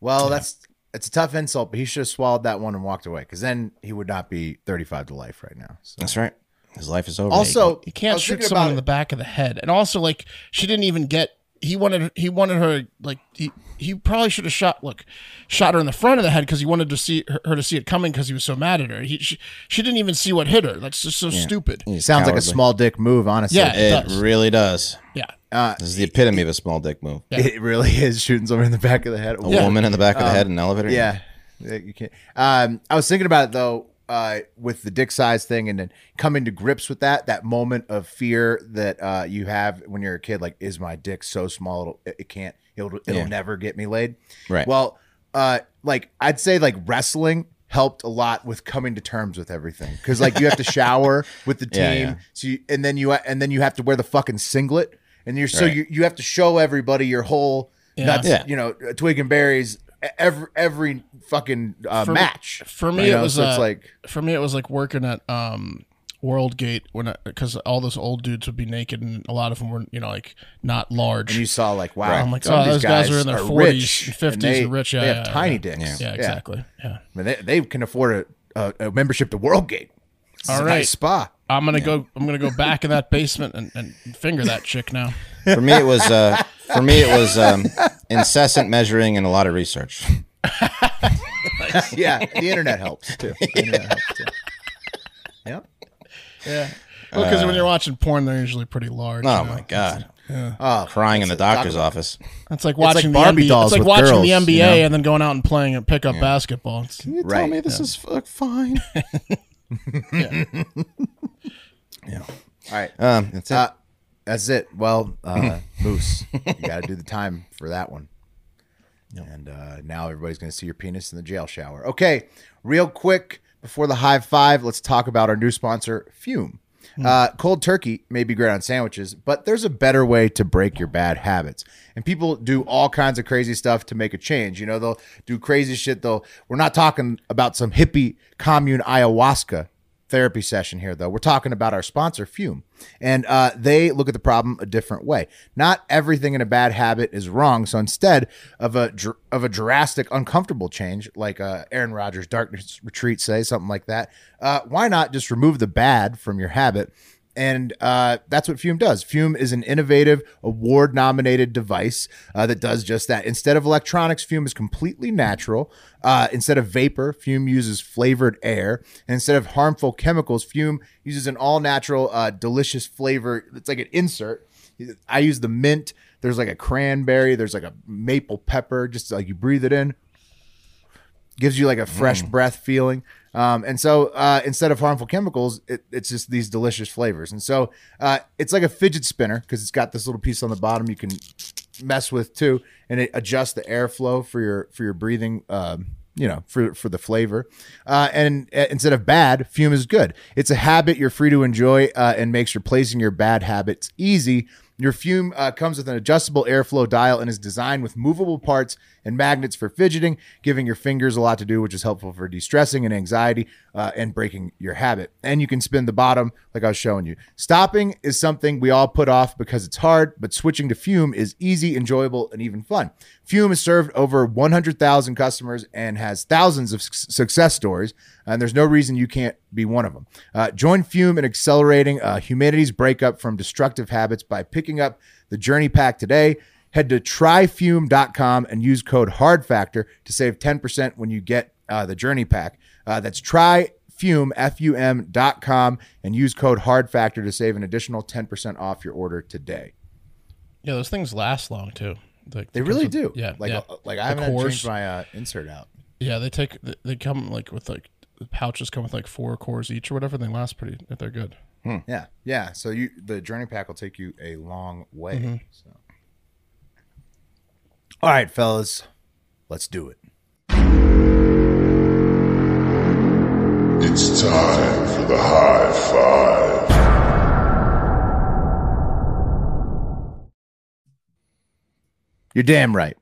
S2: Well, that's it's a tough insult, but he should have swallowed that one and walked away because then he would not be 35 to life right now. So.
S4: That's right. His life is over.
S2: Also,
S1: You
S2: Oh, I
S1: can't
S2: was
S1: shoot
S2: thinking
S1: someone
S2: about
S1: in
S2: it.
S1: the back of the head. And also, like, she didn't even get. He wanted. He wanted her. Like, he he probably should have shot. Look, shot her in the front of the head because he wanted to see her, her to see it coming because he was so mad at her. He she, she didn't even see what hit her. That's just so stupid.
S4: He's
S2: Sounds like a
S4: cowardly.
S2: small dick move, honestly.
S1: Yeah.
S2: it,
S4: It
S1: does.
S4: really does.
S1: Yeah.
S4: This is the epitome of a small dick move.
S2: it really is shooting someone in the back of the head.
S4: A woman in the back of the head
S1: Um,
S4: in an elevator.
S2: Um, Yeah, Yeah, you can't. Um, I was thinking about it though, uh, with the dick size thing, and then coming to grips with that—that moment of fear that uh, you have when you're a kid. Like, is my dick so small it'll, it it can't? It'll it'll
S4: Yeah.
S2: never get me laid.
S4: Right.
S2: Well, uh, like I'd say, like wrestling helped a lot with coming to terms with everything because like you have to shower with the team,
S4: Yeah, yeah.
S2: so you, and then you and then you have to wear the fucking singlet, and you're so
S4: Right.
S2: you you have to show everybody your whole nuts,
S4: Yeah.
S2: you know, uh, twig and berries e-, every every fucking uh,
S1: For me-
S2: match.
S1: for me,
S2: You
S1: it was,
S2: so it's
S1: uh,
S2: like
S1: for me it was like working at um world gate when because all those old dudes would be naked and a lot of them were you know like not large
S2: you saw like wow,
S1: I'm like,
S2: some of
S1: oh,
S2: these
S1: those guys are in their 40s,
S2: rich,
S1: 50s
S2: they,
S1: and rich. Yeah,
S2: they have
S1: yeah,
S2: tiny
S1: yeah.
S2: dicks.
S1: yeah exactly yeah
S2: I mean, they, they can afford a, a, a membership to Worldgate. It's
S1: All
S2: a
S1: right.
S2: nice spa.
S1: i'm gonna go i'm gonna go back in that basement and, and finger that chick now
S4: For me, it was uh, for me it was um, incessant measuring and a lot of research.
S2: Yeah, the internet helps too. The internet helps too. Yep.
S1: yeah well because
S2: uh,
S1: when you're watching porn they're usually pretty large
S4: Uh, Oh
S1: you know?
S4: my god!
S2: Oh,
S4: Crying in the doctor's office.
S1: it's like watching
S2: like Barbie
S1: the NBA,
S2: dolls
S1: it's like
S2: with
S1: watching
S2: girls,
S1: the
S2: you
S1: nba
S2: know?
S1: and then going out and playing and pick up basketball It's-
S4: You
S2: Right. me
S4: this is uh, fine.
S2: all right.
S4: Um, that's it.
S2: Uh, that's it. Well, uh, Moose, you got to do the time for that one. And uh, now everybody's going to see your penis in the jail shower. Okay, real quick before the high five, let's talk about our new sponsor, Fume. Uh, cold turkey may be great on sandwiches, but there's a better way to break your bad habits. And people do all kinds of crazy stuff to make a change. You know, they'll do crazy shit. Though we're not talking about some hippie commune ayahuasca therapy session here though we're talking about our sponsor fume and uh, they look at the problem a different way not everything in a bad habit is wrong so instead of a dr- of a drastic uncomfortable change like uh, aaron rodgers darkness retreat say something like that uh, why not just remove the bad from your habit and uh, that's what Fume does. Fume is an innovative, award nominated device uh, that does just that. Instead of electronics, Fume is completely natural. Uh, instead of vapor, Fume uses flavored air. And instead of harmful chemicals, Fume uses an all natural, uh, delicious flavor. It's like an insert. I use the mint. There's like a cranberry. There's like a maple pepper. Just like you breathe it in gives you like a fresh breath feeling. Um, and so uh, instead of harmful chemicals, it, it's just these delicious flavors. And so uh, it's like a fidget spinner because it's got this little piece on the bottom you can mess with too, and it adjusts the airflow for your for your breathing. Um, you know, for for the flavor, uh, and uh, instead of bad, fume is good. It's a habit you're free to enjoy, uh, and makes replacing your bad habits easy. Your fume uh, comes with an adjustable airflow dial and is designed with movable parts and magnets for fidgeting, giving your fingers a lot to do, which is helpful for de stressing and anxiety uh, and breaking your habit. And you can spin the bottom, like I was showing you. Stopping is something we all put off because it's hard, but switching to Fume is easy, enjoyable, and even fun. Fume has served over 100,000 customers and has thousands of suc- success stories, and there's no reason you can't be one of them. Uh, join Fume in accelerating uh, humanity's breakup from destructive habits by picking up the Journey Pack today. Head to tryfume.com and use code HARDFACTOR to save 10% when you get uh, the Journey Pack. Uh, that's tryfume, F-U-M dot com, and use code HARDFACTOR to save an additional 10% off your order today.
S1: Yeah, those things last long too. Like,
S2: They really
S1: because
S2: do.
S1: of- Yeah,
S2: Like,
S1: yeah.
S2: uh, like I
S1: The
S2: haven't had to
S1: cores-
S2: change my uh, insert out.
S1: Yeah, they take they- they come like with like the pouches come with like four cores each or whatever. and They last pretty. if They're good.
S2: Yeah. Yeah. So you, the Journey Pack will take you a long way. So. All right, fellas, let's do it.
S3: It's time for the high five.
S2: You're damn right.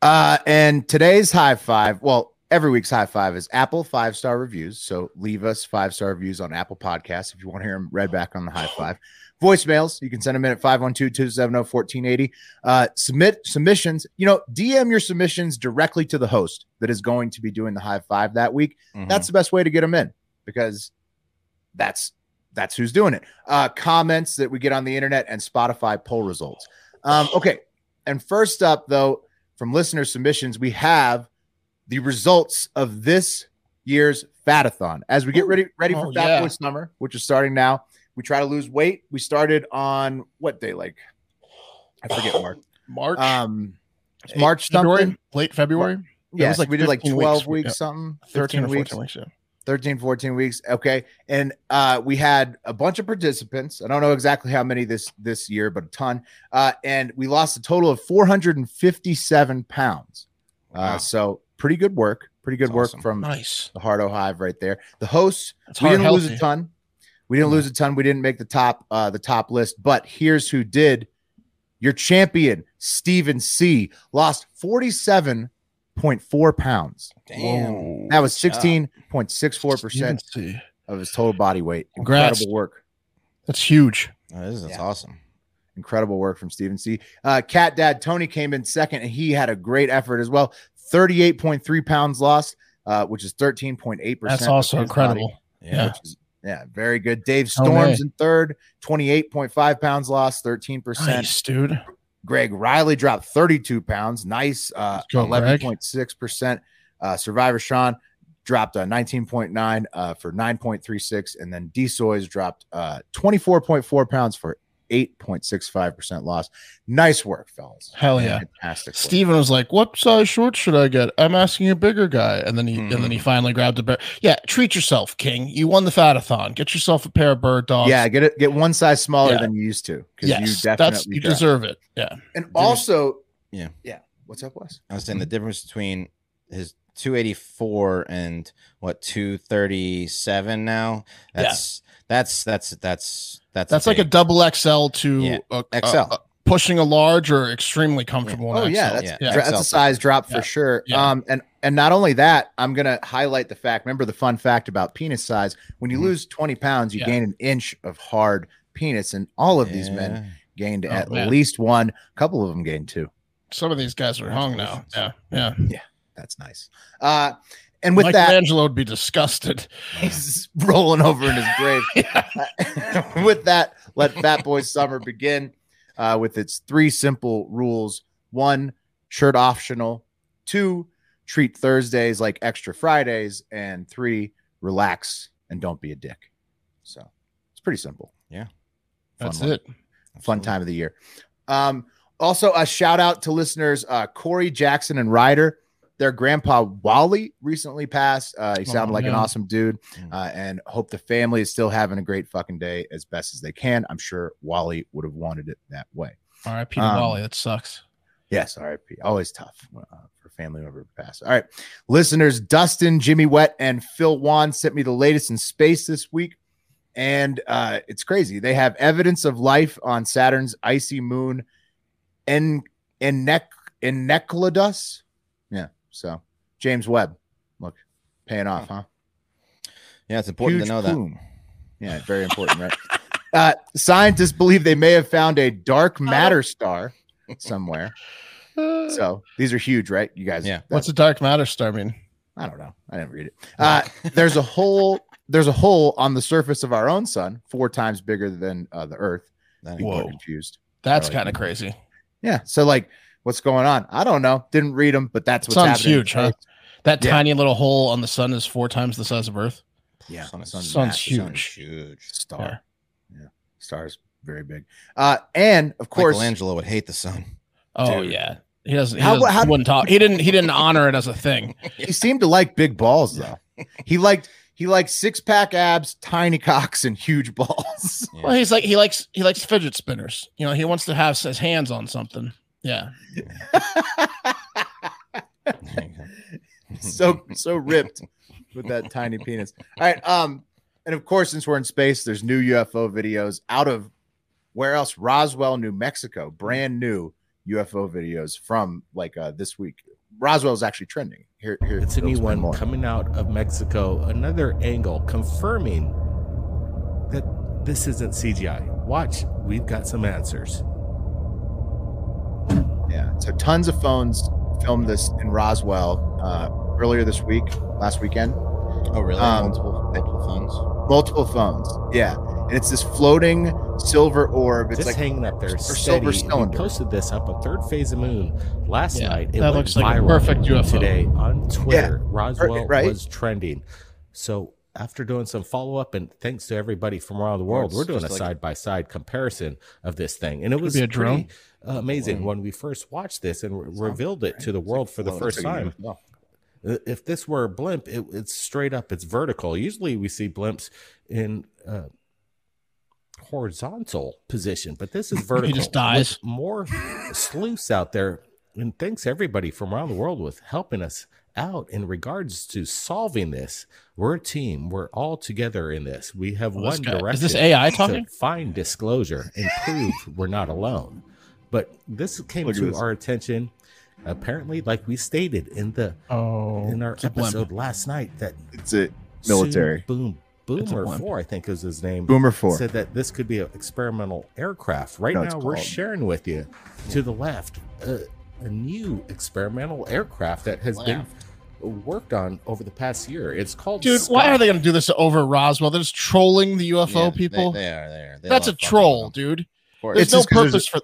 S2: Uh, and today's high five, well, every week's high five is Apple five star reviews. So leave us five star reviews on Apple Podcasts if you want to hear them read back on the high five. Voicemails, you can send them in at 512 270 1480. oh, Uh, submit submissions, you know, DM your submissions directly to the host that is going to be doing the high five that week.
S4: Mhm.
S2: that's the best way to get them in because that's that's who's doing it uh comments that we get on the internet and spotify poll results um okay and first up though from listener submissions we have the results of this year's fatathon as we get ready ready for
S1: Oh,
S2: fat
S1: yeah.
S2: boy summer which is starting now we try to lose weight we started on what day like i forget mark
S1: March, Eh,
S2: um it's march something
S1: February, late February,
S2: yes
S1: was like
S2: we did like
S1: 15 weeks.
S2: 12 weeks,
S1: Yeah.
S2: something
S1: 13
S2: 13
S1: or
S2: weeks
S1: 14 weeks. Yeah.
S2: 13 14 weeks okay and uh we had a bunch of participants i don't know exactly how many this this year but a ton uh and we lost a total of 457 pounds
S4: Wow.
S2: uh so pretty good work pretty good
S4: That's
S2: work
S4: awesome.
S2: from
S1: Nice.
S2: the hardo hive right there the hosts
S1: It's
S2: we
S1: hard
S2: didn't lose a
S1: healthy.
S2: ton we
S4: Mm-hmm.
S2: didn't lose a ton we didn't make the top uh the top list but here's who did your champion steven c lost 47.4 pounds
S4: Damn.
S2: that was
S4: Good job.
S2: 16.64 percent
S1: Consistency.
S2: of his total body weight.
S1: Congrats.
S2: Incredible work.
S1: That's huge.
S4: That is, that's
S2: Yeah.
S4: awesome.
S2: Incredible work from Steven C. Uh, Cat Dad Tony came in second, and he had a great effort as well. 38.3 pounds lost, uh, which is 13.8%.
S1: That's
S2: of
S1: also
S2: his body,
S1: incredible.
S4: Yeah.
S2: which is- yeah, very good. Dave
S1: Tony.
S2: Storms in third, 28.5 pounds lost, 13%.
S1: Nice, dude.
S2: Greg Riley dropped 32 pounds. Nice. Uh,
S1: go, Greg.
S2: 11.6%. Uh, Survivor Sean dropped uh, 19.9 uh, for 9.36. And then DSoys dropped uh, 24.4 pounds for 8.65% loss. Nice work, fellas.
S1: Hell yeah.
S2: Fantastic. work.
S1: Steven was like, "What size shorts should I get? I'm asking a bigger guy." And then he and
S2: Mm-hmm.
S1: then he finally grabbed a bear. Yeah, treat yourself, King. You won the fatathon. Get yourself a pair of bird dogs.
S2: Yeah, get it. Get one size smaller
S1: Yeah.
S2: than you used to because
S1: yes,
S2: you definitely
S1: that's you
S2: dropped.
S1: deserve it. Yeah,
S2: And also,
S4: Yeah.
S2: yeah. What's up, Wes?
S4: I was saying the difference between his 284 and what 237 now.
S1: Yeah.
S4: That's that's that's that's that's
S1: that's like a
S4: big-
S1: double XL to
S4: Yeah,
S1: a- a-
S4: XL.
S1: a- pushing a large or extremely comfortable. in
S2: Oh yeah,
S1: XL.
S2: that's,
S4: yeah.
S2: dra- that's
S4: Excel.
S2: a size drop for
S1: Yeah.
S2: sure.
S1: Yeah.
S2: Um, and and not only that, I'm gonna highlight the fact. Remember the fun fact about penis size: when
S4: Mm-hmm.
S2: you lose 20 pounds, you
S1: Yeah.
S2: gain an inch of hard penis, and all of these men
S4: Yeah.
S2: gained
S1: Oh,
S2: at
S1: man.
S2: least one. A couple of them gained two.
S1: some of these guys are hung now. Yeah, yeah.
S2: That's nice. Uh, and with that,
S1: Michelangelo would be disgusted.
S2: he's rolling over in his grave. with that, let Fat Boy Summer begin uh, with its three simple rules one, shirt optional, two, treat Thursdays like extra Fridays, and three, relax and don't be a dick. So it's pretty simple.
S4: Yeah.
S2: Fun
S1: That's
S2: one
S1: it.
S2: fun time of the year. Um, also, a shout out to listeners uh, Corey Jackson and Ryder. Their grandpa Wally recently passed. Uh, he sounded like an
S1: no.
S2: awesome dude, uh, and hope the family is still having a great fucking day as best as they can. I'm sure Wally would have wanted it that way.
S1: R.I.P.
S2: Um,
S1: Wally. That sucks.
S2: Yes, RIP. Always tough uh, for family member to pass. All right, listeners, Dustin, Jimmy Wet, and Phil Wan sent me the latest in space this week, and uh, it's crazy. They have evidence of life on Saturn's icy moon, en Ennec Enceladus. Yeah. So James Webb, look, paying off, huh?
S4: Yeah, it's important
S2: Huge
S4: to know that.
S2: plume. Yeah, very important, right? Uh, scientists believe they may have found a dark matter star somewhere. So these are huge, right? You guys,
S4: Yeah.
S1: What's a dark matter star mean?
S2: I don't know. I didn't read it. Uh, there's a hole. There's a hole on the surface of our own sun, four times bigger than uh, the Earth.
S4: That-
S2: People are
S1: Whoa.
S2: confused.
S1: That's
S2: Really?
S1: kind of crazy.
S2: Yeah. So like, what's going on? I don't know. Didn't read them, but that's what's
S1: Sun's
S2: happening.
S1: huge, huh? That
S2: Yeah.
S1: tiny little hole on the sun is four times the size of Earth.
S2: Yeah.
S4: Sun is-
S2: sun's
S1: sun's
S2: massive.
S4: the sun is
S1: huge.
S4: huge.
S2: Star. Yeah. Star's very big. Uh, and of course,
S4: Michelangelo would hate the sun.
S1: Oh
S2: Dude.
S1: yeah, he doesn't. He,
S2: How-
S1: doesn't-
S2: how-
S1: he wouldn't talk. He didn't. He didn't honor it as a thing.
S2: he seemed to like big balls though. He liked he liked six pack abs, tiny cocks, and huge balls.
S4: Yeah.
S1: Well, he's like he likes he likes fidget spinners. You know, he wants to have his hands on something. Yeah,
S4: There you go.
S2: so so ripped with that tiny penis. All right. Um, and of course, since we're in space, there's new UFO videos out of where else? Roswell, New Mexico. Brand new UFO videos from like uh this week. Roswell is actually trending. Here, here
S6: It's a new
S2: Phil's been
S6: one
S2: more.
S6: coming out of Mexico, another angle confirming that this isn't CGI. Watch, we've got some answers.
S2: Yeah. So tons of phones filmed this in Roswell uh, earlier this week, last weekend.
S4: Oh, really?
S2: Um,
S4: multiple, multiple phones?
S2: Multiple phones. Yeah. And it's this floating silver orb. It's
S6: Just
S2: like
S6: hanging up there
S2: or
S6: steady.
S2: silver
S6: We
S2: cylinder.
S6: posted this up a third phase of moon last
S1: Yeah,
S6: night.
S1: that
S6: went
S1: looks like a
S6: viral
S1: perfect UFO.
S6: today on Twitter. Roswell
S2: right?
S6: was trending. So after doing some follow up and thanks to everybody from around the world,
S4: it's
S6: we're doing a
S4: just like-
S6: side by side comparison of this thing, and it was
S1: be a
S6: pretty,
S1: drone.
S6: uh, amazing when we first watched this and re- revealed it to the world for the first time. Uh, if this were a blimp, it, it's straight up, it's vertical. Usually we see blimps in uh, horizontal position, but this is vertical.
S1: just
S6: with
S1: dies.
S6: More sleuths out there. And thanks everybody from around the world with helping us out in regards to solving this. We're a team. We're all together in this. We have
S1: Well, this
S6: one
S1: guy- is
S6: direction.
S1: this AI talking?
S6: To find disclosure and prove we're not alone. But this came
S2: Look at
S6: to
S2: this.
S6: our attention. Apparently, like we stated in the
S1: Oh,
S6: in our
S1: it's a blimp.
S6: episode last night that
S2: it's a military.
S6: Sue Boom
S1: It's a
S6: Boomer
S1: blimp.
S6: Four, I think is his name.
S2: Boomer four.
S6: said that this could be an experimental aircraft. Right
S2: No, it's
S6: now, we're
S2: called-
S6: sharing with you to the left a, a new experimental aircraft that has been worked on over the past year. It's called
S1: dude, why
S6: Scott.
S1: are they going to do this over Roswell? They're just trolling the UFO
S4: Yeah,
S1: people.
S4: They, they are there. They
S1: That's a
S4: love fucking
S1: troll,
S4: with them.
S1: dude.
S4: Of course.
S1: There's
S2: It's
S1: no
S2: just 'cause there's
S1: purpose for.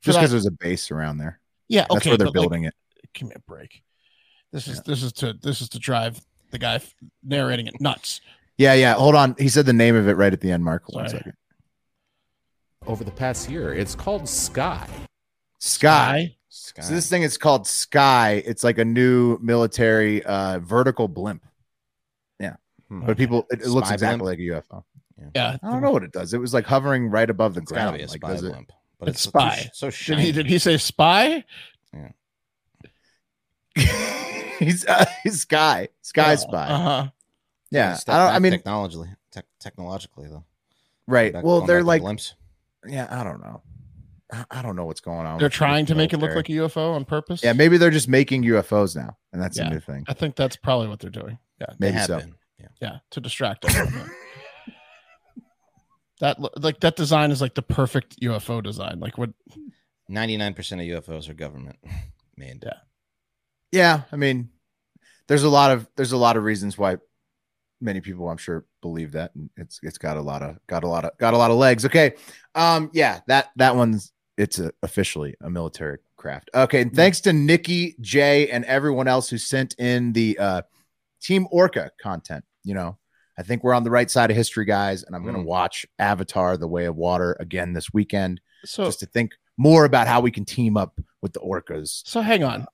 S1: for
S2: Just
S1: that.
S2: because there's a base around there.
S1: Yeah,
S2: That's
S1: okay,
S2: where they're
S1: but, like,
S2: building it.
S1: give me a break. This is this is to this is to drive the guy f- narrating it nuts.
S2: Yeah, yeah. Hold on. He said the name of it right at the end, Mark. One
S1: Sorry.
S2: second.
S6: over the past year? It's called Sky.
S2: Sky.
S4: Sky.
S2: So this thing is called Sky. It's like a new military uh, vertical blimp. Yeah,
S4: Hmm.
S2: but people, it, it looks
S4: Spy
S2: exactly
S4: blimp?
S2: like a UFO.
S1: Yeah,
S2: I don't know what it does. It was like hovering right above the
S4: It's gotta
S2: ground.
S4: be a
S2: like,
S4: spy
S2: does it-
S4: blimp. But
S1: It's
S4: it's, so-
S1: spy.
S4: So
S1: Did
S4: shiny.
S1: he, did he say spy?
S2: he's, uh, he's Sky. Sky spy.
S1: Uh huh.
S2: yeah,
S4: Step
S2: I don't. I
S4: back
S2: mean,
S4: technologically, tech technologally though.
S2: right?
S4: Back-
S2: well,
S4: going
S2: they're
S4: back
S2: like,
S4: to blimps.
S2: yeah, I don't know. I, I don't know what's going on.
S1: They're
S2: with-
S1: trying
S2: with
S1: to make it look
S2: military.
S1: like a UFO on purpose.
S2: Yeah, maybe they're just making UFOs now, and that's
S1: Yeah.
S2: a new thing.
S1: I think that's probably what they're doing. Yeah,
S4: They
S2: Maybe
S4: have
S2: so.
S4: been. Yeah.
S1: yeah, to distract us. Yeah. that lo- like that design is like the perfect UFO design. Like what?
S4: Ninety-nine percent of UFOs are government made.
S1: Yeah.
S2: yeah i mean there's a lot of there's a lot of reasons why many people i'm sure believe that and it's it's got a lot of got a lot of got a lot of legs okay um yeah that that one's it's a, officially a military craft okay and thanks to nikki jay and everyone else who sent in the uh team orca content you know i think we're on the right side of history guys and i'm gonna
S4: Mm.
S2: watch avatar the way of water again this weekend
S1: So
S2: just to think more about how we can team up with the orcas
S1: so hang on,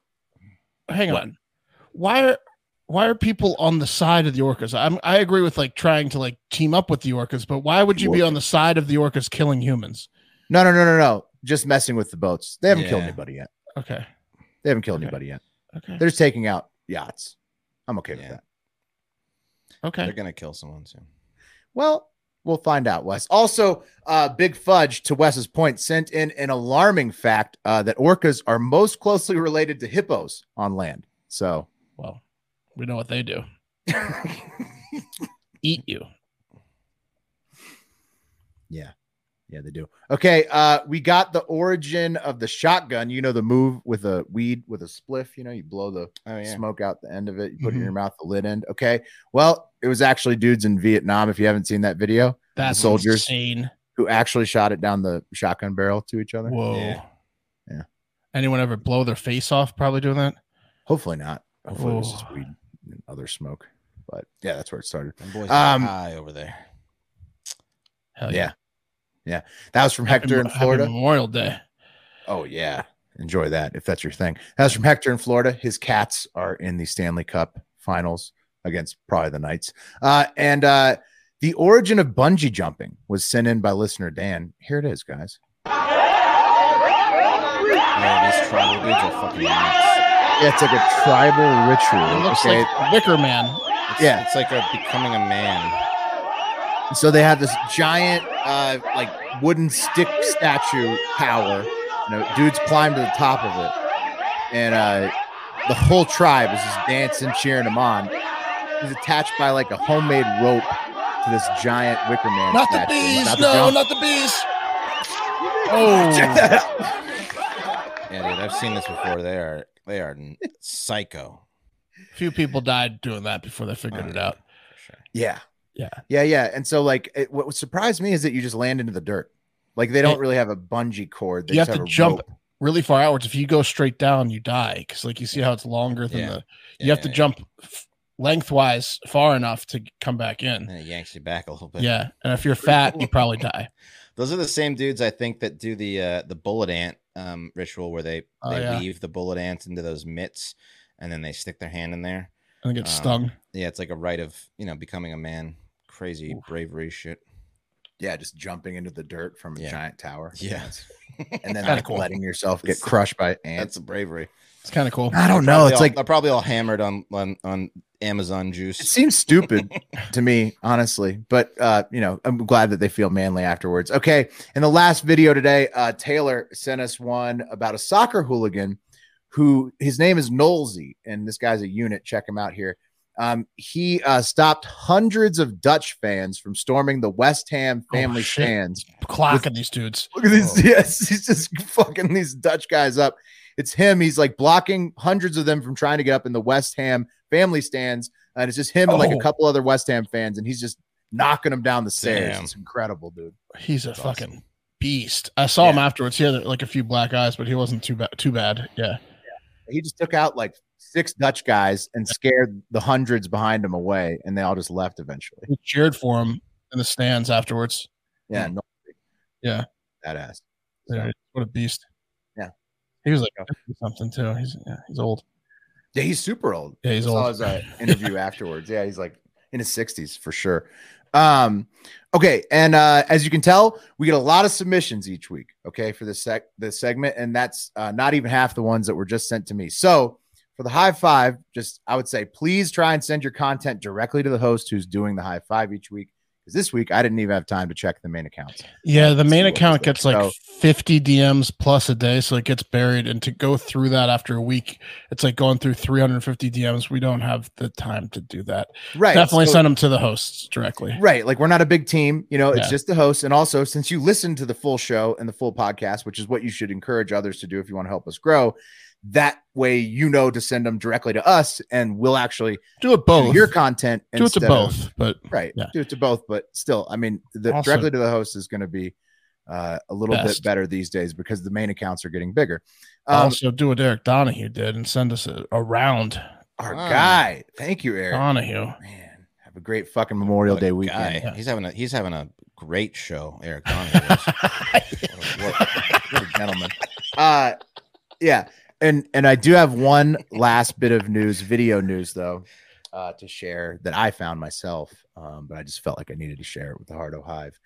S1: hang on. why are why are people on the side of the orcas? I'm, I agree with like trying to like team up with the orcas, but why would you be on the side of the orcas killing humans?
S2: No, no, no, no, no. Just messing with the boats. They haven't killed
S4: Yeah.
S2: anybody yet.
S1: Okay.
S2: They haven't killed
S1: Okay.
S2: anybody yet.
S1: Okay.
S2: They're just taking out yachts. I'm okay with
S4: Yeah.
S2: that.
S1: Okay.
S4: They're gonna kill someone soon.
S2: Well, we'll find out, Wes. Also, uh, Big Fudge, to Wes's point, sent in an alarming fact uh, that orcas are most closely related to hippos on land. So,
S1: Well, we know what they do. Eat you.
S2: yeah, they do. Okay, uh, we got the origin of the shotgun. You know the move with a weed with a spliff. You know, you blow the
S4: Oh yeah. Mm-hmm.
S2: smoke out the end of it. You put it in
S1: Mhm.
S2: your mouth, the lid end. Okay. Well, it was actually dudes in Vietnam. If you haven't seen that video,
S1: That's
S2: soldiers.
S1: insane.
S2: who actually shot it down the shotgun barrel to each other.
S1: Whoa.
S4: Yeah.
S2: Yeah.
S1: Anyone ever blow their face off? Probably doing that.
S2: Hopefully not. Hopefully it was just
S1: Oh.
S2: weed and other smoke. But yeah, that's where it started.
S4: Them boys
S2: Um,
S4: are high over there.
S1: Hell
S2: Yeah. Yeah. That was from Hector in
S1: Happy- happy
S2: Florida.
S1: Memorial Day.
S2: Oh yeah. Enjoy that if that's your thing. That's from Hector in Florida. His cats are in the Stanley Cup finals against probably the Knights. Uh, and uh, the origin of bungee jumping was sent in by listener Dan. Here it is, guys.
S4: Yeah, Oh, these tribal dudes are fucking nuts.
S2: Yeah, it's like a tribal ritual.
S1: It looks
S2: okay?
S1: like Wicker Man.
S4: It's,
S2: Yeah.
S4: it's like a becoming a man.
S2: So they have this giant, uh, like wooden stick statue tower. You know, dudes climb to the top of it, and uh, the whole tribe is just dancing, cheering him on. He's attached by like a homemade rope to this giant wicker man.
S1: Not the
S2: statue.
S1: bees.
S2: Not the
S1: no,
S2: jump.
S1: not the bees. Oh,
S4: Yeah, dude, I've seen this before. They are they are n- psycho.
S1: few people died doing that before they figured it out.
S4: For sure.
S2: Yeah,
S1: Yeah.
S2: yeah, yeah. And so, like, it, what surprised me is that you just land into the dirt. Like, they don't
S1: It-
S2: really have a bungee cord. They
S1: you
S2: just
S1: have to
S2: a
S1: jump
S2: rope.
S1: really far outwards. If you go straight down, you die because, like, you see how it's longer than
S4: Yeah.
S1: the. You
S4: Yeah,
S1: have to
S4: yeah, yeah.
S1: jump f- lengthwise far enough to come back in.
S4: And it yanks you back a little bit.
S1: Yeah, and if you're fat, you probably die.
S4: Those are the same dudes I think that do the uh the bullet ant um ritual where they,
S1: Oh,
S4: they
S1: yeah.
S4: weave the bullet ants into those mitts and then they stick their hand in there.
S1: And then get
S4: Um,
S1: stung.
S4: Yeah, it's like a rite of, you know, becoming a man. Crazy
S1: Oof.
S4: bravery shit.
S2: Yeah, just jumping into the dirt from a
S4: Yeah.
S2: giant tower.
S4: Yeah.
S2: That's- and then
S1: Kinda
S2: like
S1: cool.
S2: letting yourself get
S4: It's-
S2: crushed by ants.
S4: That's a bravery.
S1: It's kind of cool.
S2: I don't know.
S4: They
S2: It's
S4: all-
S2: like
S4: they're probably all hammered on on, on Amazon juice.
S2: it seems stupid to me, honestly. But uh, you know, I'm glad that they feel manly afterwards. Okay, in the last video today, uh, Taylor sent us one about a soccer hooligan who his name is Nolsey, and this guy's a unit. Check him out here. Um, he uh, stopped hundreds of Dutch fans from storming the West Ham
S1: Oh,
S2: family
S1: shit.
S2: stands
S1: Clocking these dudes.
S2: Look at these. Yes, he's just fucking these Dutch guys up. It's him. He's like blocking hundreds of them from trying to get up in the West Ham family stands. And it's just him and like
S1: Oh.
S2: a couple other West Ham fans. And he's just knocking them down the stairs.
S4: Damn.
S2: It's incredible, dude.
S1: He's a
S4: That's
S1: fucking
S4: awesome.
S1: beast. I saw him afterwards. He had like a few black eyes, but he wasn't too bad. Too bad. Yeah.
S2: He just took out like six Dutch guys and scared the hundreds behind him away. And they all just left eventually.
S1: We cheered for him in the stands afterwards.
S2: Yeah. No,
S1: Yeah.
S2: Badass.
S1: Yeah, What a beast.
S2: Yeah.
S1: He was like 50 something too. He's yeah, he's old.
S2: Yeah, he's super old.
S1: Yeah, he's
S2: I saw
S1: old.
S2: his uh, interview afterwards. Yeah, he's like in his 60s for sure. Um, okay, and uh, as you can tell, we get a lot of submissions each week. Okay, for this sec this segment, and that's uh, not even half the ones that were just sent to me. So for the high five, just I would say please try and send your content directly to the host who's doing the high five each week. Because this week I didn't even have time to check the main accounts.
S1: Yeah, the main
S2: see what
S1: account
S2: was
S1: gets
S2: it.
S1: like
S2: So-
S1: 50 DMs plus a day, so it gets buried. And to go through that after a week, it's like going through 350 DMs. We don't have the time to do that.
S2: Right,
S1: Definitely
S2: so-
S1: send them to the hosts directly.
S2: Right. Like we're not a big team, you know, it's
S1: Yeah.
S2: just the host. And also, since you listen to the full show and the full podcast, which is what you should encourage others to do if you want to help us grow, that way you know to send them directly to us and we'll actually
S1: Do it
S2: do
S1: both.
S2: your content.
S1: do it to
S2: instead of-
S1: both, but
S2: right.
S1: Yeah.
S2: Do it to both. But still, I mean, the
S1: Also-
S2: directly to the host is going to be uh, a little
S1: Best.
S2: bit better these days because the main accounts are getting bigger. Um,
S1: also do what Eric Donahue did and send us a, a round.
S2: our
S4: Wow.
S2: guy. Thank you, Eric.
S1: Donahue.
S2: Man, have a great fucking Memorial
S4: What a
S2: Day weekend.
S4: guy. He's having a he's having a great show, Eric Donahue. is. What a- what-
S2: What a gentleman. Uh, yeah. and and I do have one last bit of news, video news though, uh, to share that I found myself, um, but I just felt like I needed to share it with the Hardo Hive,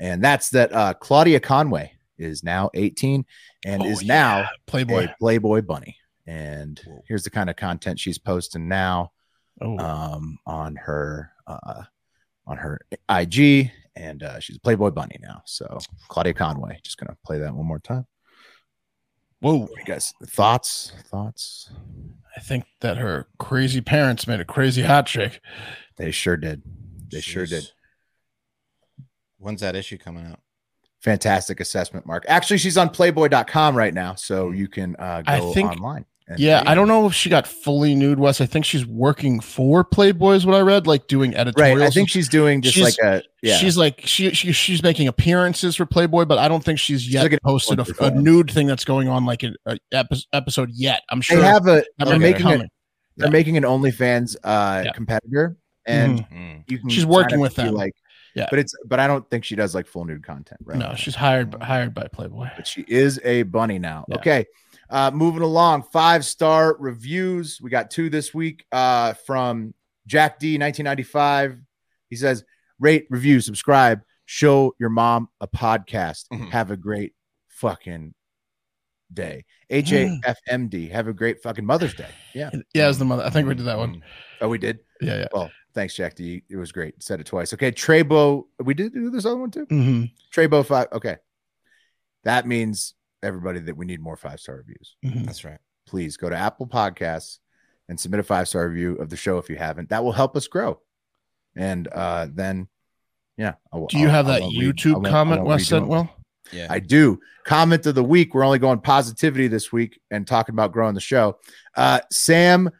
S2: and that's that uh, Claudia Conway is now 18 and
S1: Oh,
S2: is
S1: yeah.
S2: now
S1: Playboy.
S2: a Playboy bunny. And here's the kind of content she's posting now
S6: Oh,
S2: um, on her uh, on her IG, and uh, she's a Playboy bunny now. So Claudia Conway, just gonna play that one more time.
S1: Whoa.
S2: You guys, thoughts, thoughts.
S1: I think that her crazy parents made a crazy hot trick.
S2: They sure did. They sure
S4: Jeez.
S2: did.
S4: When's that issue coming out?
S2: Fantastic assessment, Mark. Actually, she's on Playboy.com right now, so you can uh, go
S1: Mm. I think-
S2: online. and-
S1: Yeah, I don't know if she got fully nude, Wes. I think she's working for Playboy, is what I read, like doing editorials.
S2: Right, I think
S1: and
S2: she's doing just
S1: She's-
S2: like a yeah.
S1: she's like she, she she's making appearances for Playboy, but I don't think she's yet
S2: like an
S1: posted a, a
S2: influencer.
S1: nude thing that's going on like an a epi- episode yet. I'm
S2: they
S1: sure
S2: have a
S1: I'm
S2: they're
S1: gonna
S2: making
S1: comment.
S2: it, they're making an OnlyFans uh,
S1: Yeah. Mm-hmm.
S2: competitor, and
S4: Mm.
S2: you can
S1: She's
S2: sign
S1: working
S2: up
S1: with
S2: to be
S1: them.
S2: Like,
S1: Yeah.
S2: but it's but I don't think she does like full nude content. Right Mm.
S1: no, she's hired b- hired by Playboy.
S2: but she is a bunny now.
S1: Yeah.
S2: Okay. Uh, moving along, five star reviews. We got two this week uh, from Jack D, 1995. He says, rate, review, subscribe, show your mom a podcast.
S1: Mm-hmm.
S4: Mhm.
S2: Have a great fucking day.
S1: Mm.
S2: HAFMD, have a great fucking Mother's Day. Yeah.
S1: Yeah, as the mother. I think we did that one.
S2: Oh, we did.
S1: Yeah, yeah.
S2: Well, thanks, Jack D. It was great. Said it twice. Okay. Trebo, we did do this other one too.
S1: hmm
S2: Trebo five. Okay. That means everybody that we need more five star reviews
S4: That's right.
S2: please go to Apple Podcasts and submit a five star review of the show if you haven't. That will help us grow. And uh, then, yeah. I'll-
S1: Do you
S2: I'll-
S1: have
S2: I
S1: that
S2: won't read- I
S1: YouTube
S2: won't- I
S1: comment
S2: won't
S1: Wes
S2: redo
S1: sent?
S2: it.
S1: Well,
S4: Yeah.
S2: I do. Comment of the week. We're only going positivity this week and talking about growing the show. Uh, Sam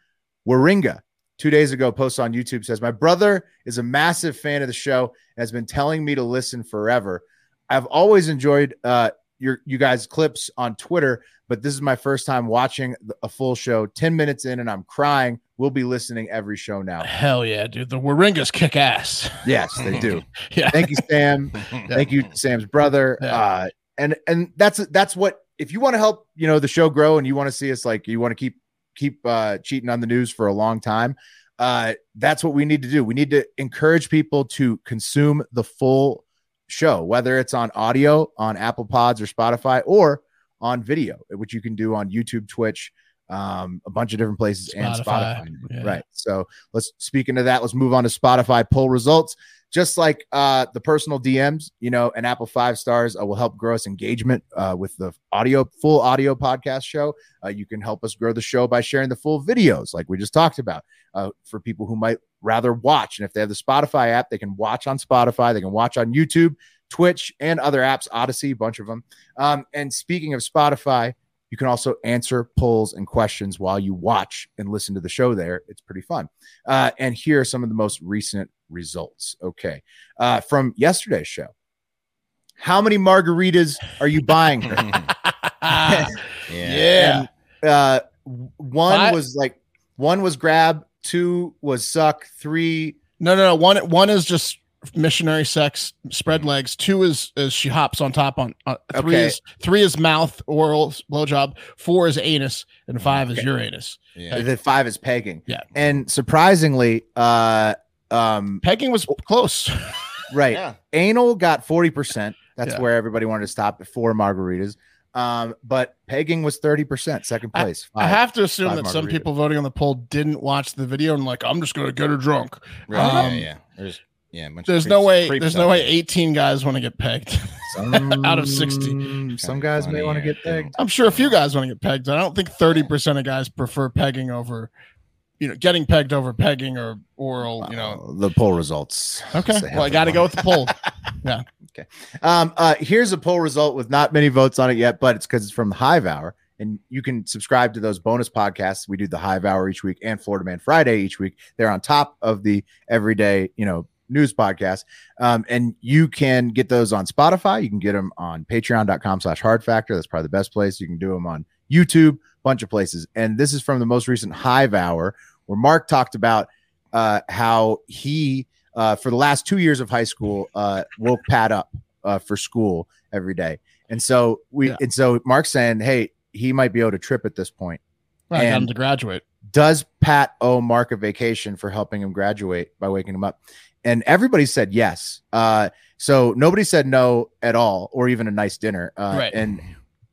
S2: Waringa, two days ago, posts on YouTube says, My brother is a massive fan of the show and has been telling me to listen forever. I've always enjoyed uh, your you guys' clips on Twitter, but this is my first time watching th- a full show. 10 minutes in and I'm crying. We'll be listening every show now.
S1: hell yeah, dude. The Waringas kick ass.
S2: Yes, they do.
S1: Yeah.
S2: Thank you, Sam thank you sam's brother
S1: Yeah.
S2: uh and and that's that's what if you want to help you know the show grow and you want to see us like you want to keep keep uh cheating on the news for a long time uh that's what we need to do we need to encourage people to consume the full show whether it's on audio on apple pods or spotify or on video which you can do on youtube twitch um a bunch of different places and
S1: Spotify,
S2: spotify
S1: yeah.
S2: right so let's speaking of that let's move on to spotify poll results just like uh, the personal DMs, you know, an Apple five stars uh, will help grow us engagement uh, with the audio, full audio podcast show. Uh, you can help us grow the show by sharing the full videos, like we just talked about, uh, for people who might rather watch. And if they have the Spotify app, they can watch on Spotify, they can watch on YouTube, Twitch, and other apps, Odyssey, a bunch of them. Um, and speaking of Spotify, you can also answer polls and questions while you watch and listen to the show there. It's pretty fun. Uh, and here are some of the most recent results. Okay. Uh, from yesterday's show. How many margaritas are you buying? Her?
S1: Ah,
S4: yeah.
S1: yeah.
S2: uh, w- one
S1: Five-
S2: was like, one was grab, two was suck, three.
S1: No, no, no. One one is just missionary sex, spread legs. Two is is she hops on top on. on three
S2: Mm-hmm. Okay.
S1: is three is mouth, oral, blowjob. Four is anus, and five is your anus.
S4: Yeah.
S2: Mm, The five is pegging.
S1: Yeah.
S2: And surprisingly, uh, um,
S1: Pegging was close.
S2: right.
S4: Yeah.
S2: Anal got 40%. That's
S1: Yeah.
S2: where everybody wanted to stop at four margaritas. Um, but pegging was 30%, second place.
S1: I
S2: Five.
S1: have to assume
S2: five
S1: that some
S2: margaritas.
S1: people voting on the poll didn't watch the video and like, I'm just gonna get her drunk.
S4: Right,
S1: Um,
S4: yeah, yeah. There's yeah. a bunch of
S1: There's
S4: creeps-
S1: no way.
S4: creeps
S1: There's
S4: out
S1: no way
S4: there.
S1: 18 guys want to get pegged.
S2: Some-
S1: Out of 60.
S2: Some guys may
S4: funny
S2: want to
S4: here.
S2: get pegged.
S1: I'm sure a few guys want to get pegged. I don't think 30% of guys prefer pegging over, you know, getting pegged over pegging or oral, you know.
S2: Uh, the poll results.
S1: Okay.
S2: Say
S1: Well, I
S2: hello.
S1: got to go with the poll.
S2: Um, uh, here's a poll result with not many votes on it yet, but it's because it's from the Hive Hour, and you can subscribe to those bonus podcasts. We do the Hive Hour each week and Florida Man Friday each week. They're on top of the everyday, you know, news podcast. Um, and you can get those on Spotify. You can get them on patreon.com slash hard factor. That's probably the best place. You can do them on YouTube, bunch of places. And this is from the most recent Hive Hour where Mark talked about uh, how he, uh, for the last two years of high school, uh, woke Pat up uh, for school every day. And so we,
S1: Yeah.
S2: and so Mark's saying, hey, he might be able to trip at this point.
S1: Right, I got him
S2: And-
S1: to graduate.
S2: Does Pat owe Mark a vacation for helping him graduate by waking him up? And everybody said yes. Uh, so nobody said no at all, or even a nice dinner. Uh,
S1: Right.
S2: And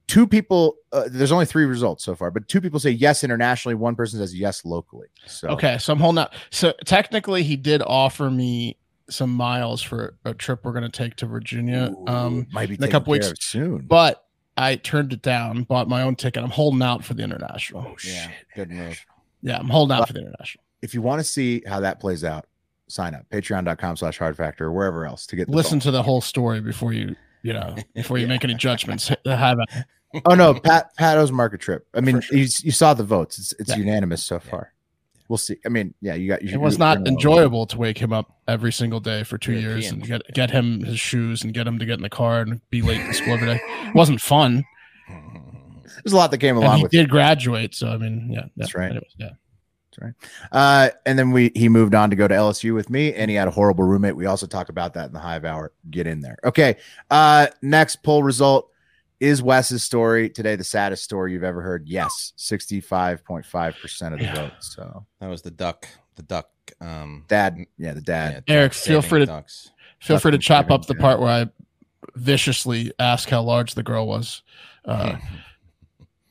S2: two people, uh, there's only three results so far, but two people say yes internationally. One person says yes locally. So
S1: Okay, so I'm holding out. So technically, he did offer me some miles for a trip we're going to take to Virginia. Um,
S2: might be
S1: in a
S2: taken
S1: couple
S2: care
S1: weeks.
S2: of soon.
S1: but I turned it down, bought my own ticket. I'm holding out for the international.
S2: yeah, good move.
S1: Yeah, I'm holding out for the international.
S2: If you want to see how that plays out, sign up patreon.com slash hard factor or wherever else to get the
S1: Listen to the whole story before you, you know, before you make any judgments. Have a-
S2: oh no, Pat Pat owes Mark a trip. I mean, you, you saw the votes; it's, it's
S1: Yeah.
S2: unanimous so far. We'll see. I mean, yeah, you got. You,
S1: It was
S2: you're
S1: not
S2: gonna-
S1: enjoyable to wake him up every single day for two
S4: Yeah,
S1: years
S4: PM.
S1: and get get him his shoes and get him to get in the car and be late to school every day. It wasn't fun.
S2: There's a lot that came
S1: And
S2: along
S1: he
S2: with. It.
S1: did graduate, so I mean, yeah, yeah,
S2: That's right.
S1: anyways, yeah.
S2: Uh, and then we he moved on to go to LSU with me, and he had a horrible roommate. We also talk about that in the Hive Hour. Get in there, okay? Uh, next poll result is Wes's story today. The saddest story you've ever heard. Yes, sixty-five point five percent of the
S1: Yeah.
S2: vote. So
S4: That was the duck. The duck. Um,
S2: dad, yeah, the dad.
S4: yeah,
S1: Eric,
S4: duck
S1: feel
S4: saving
S1: free to-
S4: ducks.
S1: Feel free to
S2: Fucking
S1: chop up the
S2: kidding,
S1: part where I viciously ask how large the girl was. Uh,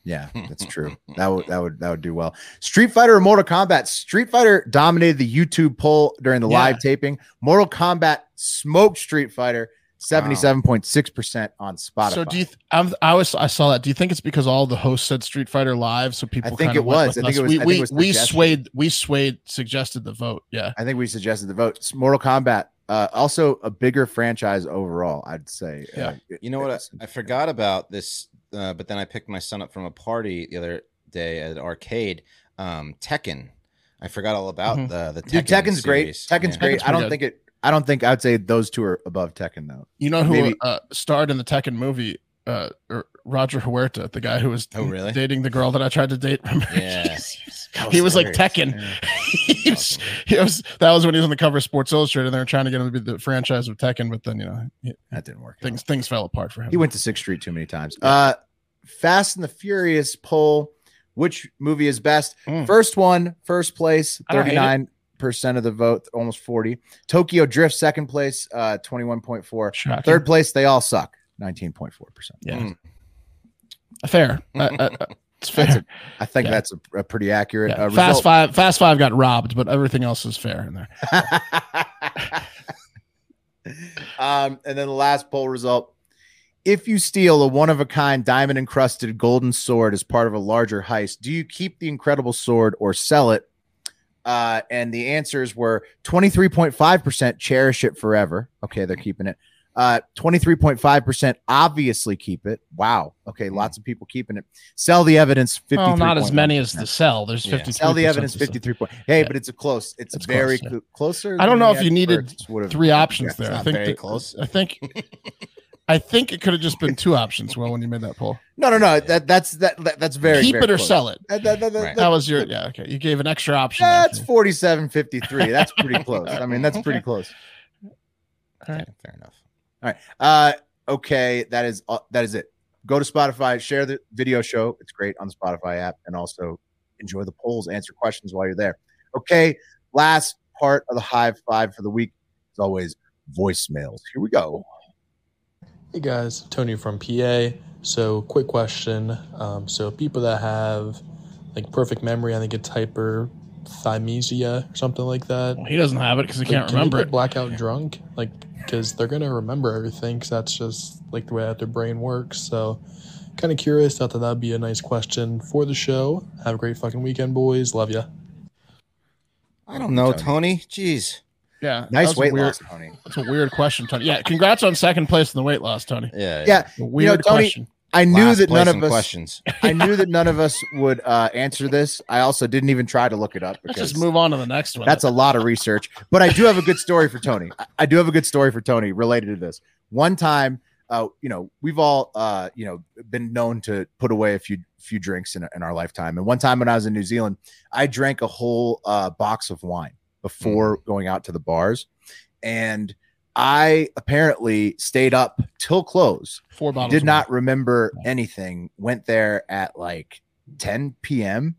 S2: Yeah, that's true. that would that would that would do well. Street Fighter or Mortal Kombat? Street Fighter dominated the YouTube poll during the
S1: Yeah.
S2: live taping. Mortal Kombat smoked Street Fighter seventy-seven point six percent on Spotify.
S1: so do you? Th- I'm, I was I saw that. Do you think it's because all the hosts said Street Fighter live, so people?
S2: think
S1: kinda
S2: it
S1: went
S2: was.
S1: with
S2: I think
S1: us?
S2: it was-
S1: We
S2: I think
S1: we,
S2: it was
S1: we
S2: suggested.
S1: swayed. We swayed. Suggested the vote. Yeah.
S2: I think we suggested the votes. Mortal Kombat, uh, also a bigger franchise overall, I'd say.
S1: Yeah.
S2: Uh, it-
S4: You know what?
S2: it's-
S4: I, I forgot about this, uh, but then I picked my son up from a party the other day at an arcade. Um, Tekken. I forgot all about
S1: Mhm.
S4: the the Tekken
S2: Dude, Tekken's great.
S4: series.
S2: Tekken's
S4: Yeah.
S2: great.
S1: Tekken's
S2: I don't
S1: pretty
S2: think it. I don't think I'd say those two are above Tekken though.
S1: You know who
S2: Maybe-
S1: uh, starred in the Tekken movie? Uh, er, Roger Huerta, the guy who was
S4: Oh, really?
S1: dating the girl that I tried to date. Remember?
S4: Yeah.
S1: he was like Tekken. he was, he was, that was when he was on the cover of Sports Illustrated. And they were trying to get him to be the franchise of Tekken, but then you know he-
S2: That didn't work. out.
S1: things things fell apart for him.
S2: He went to Sixth Street too many times. Uh, Fast and the Furious poll: Which movie is best?
S1: Mm.
S2: First one, first place,
S1: I don't hate it.
S2: thirty-nine percent of the vote, almost forty. Tokyo Drift, second place, uh, twenty-one point four.
S1: Shocking.
S2: Third place, they all suck, nineteen point four percent.
S1: yeah,
S4: Mm.
S1: fair. Uh, uh, uh, it's
S2: That's
S1: fair.
S2: I think
S1: Yeah.
S2: that's a, a pretty accurate
S1: Yeah.
S2: uh,
S1: Fast
S2: result.
S1: Five, Fast Five got robbed, but everything else is fair in there.
S2: um, and then the last poll result. If you steal a one of a kind diamond encrusted golden sword as part of a larger heist, do you keep the incredible sword or sell it? Uh, and the answers were 23.5% cherish it forever. Okay, they're keeping it. Uh, 23.5% obviously keep it. Wow. Okay, lots of people keeping it. Sell the evidence. 53.
S1: Hmm. Well, not as many as the cell. There's
S4: Yeah.
S1: fifty.
S2: Sell the evidence 53 point. Hey,
S1: Yeah.
S2: but it's a close. It's,
S1: It's
S2: very
S1: close,
S2: cl- closer.
S1: I don't
S2: than
S1: know
S2: the
S1: if you needed
S2: experts would've-
S1: three options
S2: Yeah.
S1: there. I
S4: not
S1: think
S4: very
S1: that-
S4: close.
S1: I think I think it could have just been two options. Well, when you made that poll,
S2: No, no, no. That that's that, that that's very
S1: keep
S2: very
S1: it or
S2: close.
S1: sell it.
S2: That, that, that, that-
S4: Right.
S1: That was your yeah. Okay, you gave an extra option. there.
S2: that's 47.53. That's pretty close. I mean, that's pretty close.
S1: All
S4: Yeah,
S1: right.
S4: fair enough.
S2: All right. Uh, okay. That is uh, that is it. Go to Spotify, share the video show. It's great on the Spotify app, and also enjoy the polls, answer questions while you're there. Okay. Last part of the Hive Five for the week, as always, voicemails. Here we go.
S7: Hey guys, Tony from PA. So, quick question. Um, so, people that have like perfect memory, I think it's hyperthymesia or something like that.
S1: Well, he doesn't have it because he
S7: Like,
S1: can't
S7: can they
S1: remember
S7: get
S1: it.
S7: Blackout drunk, like because they're gonna remember everything. Cause that's just like the way that their brain works. So, kind of curious. Thought that that'd be a nice question for the show. Have a great fucking weekend, boys. Love ya.
S4: I don't know, oh, Tony. Jeez.
S1: Yeah, that
S2: Nice
S1: was a
S2: weight
S1: weird,
S2: loss, Tony.
S1: That's a weird question, Tony. Yeah, congrats on second place in the weight loss, Tony.
S4: Yeah.
S2: Yeah,
S1: A weird
S2: Tony,
S1: question.
S2: I knew
S4: Last
S2: that
S4: place
S2: none of
S4: in
S2: us.
S4: questions.
S2: I knew that none of us would uh, answer this. I also didn't even try to look it up
S1: Let's
S2: because
S1: just move on to the next one.
S2: that's a lot of research. But I do have a good story for Tony. I- I do have a good story for Tony related to this. One time, uh, you know, we've all, uh, you know, been known to put away a few few drinks in, in our lifetime. And one time when I was in New Zealand, I
S4: Mm.
S2: drank a whole uh, box of wine before going out to the bars, and I apparently stayed up till close.
S1: Four bottles.
S2: Did
S1: of
S2: not remember anything. Went there at like 10 p.m.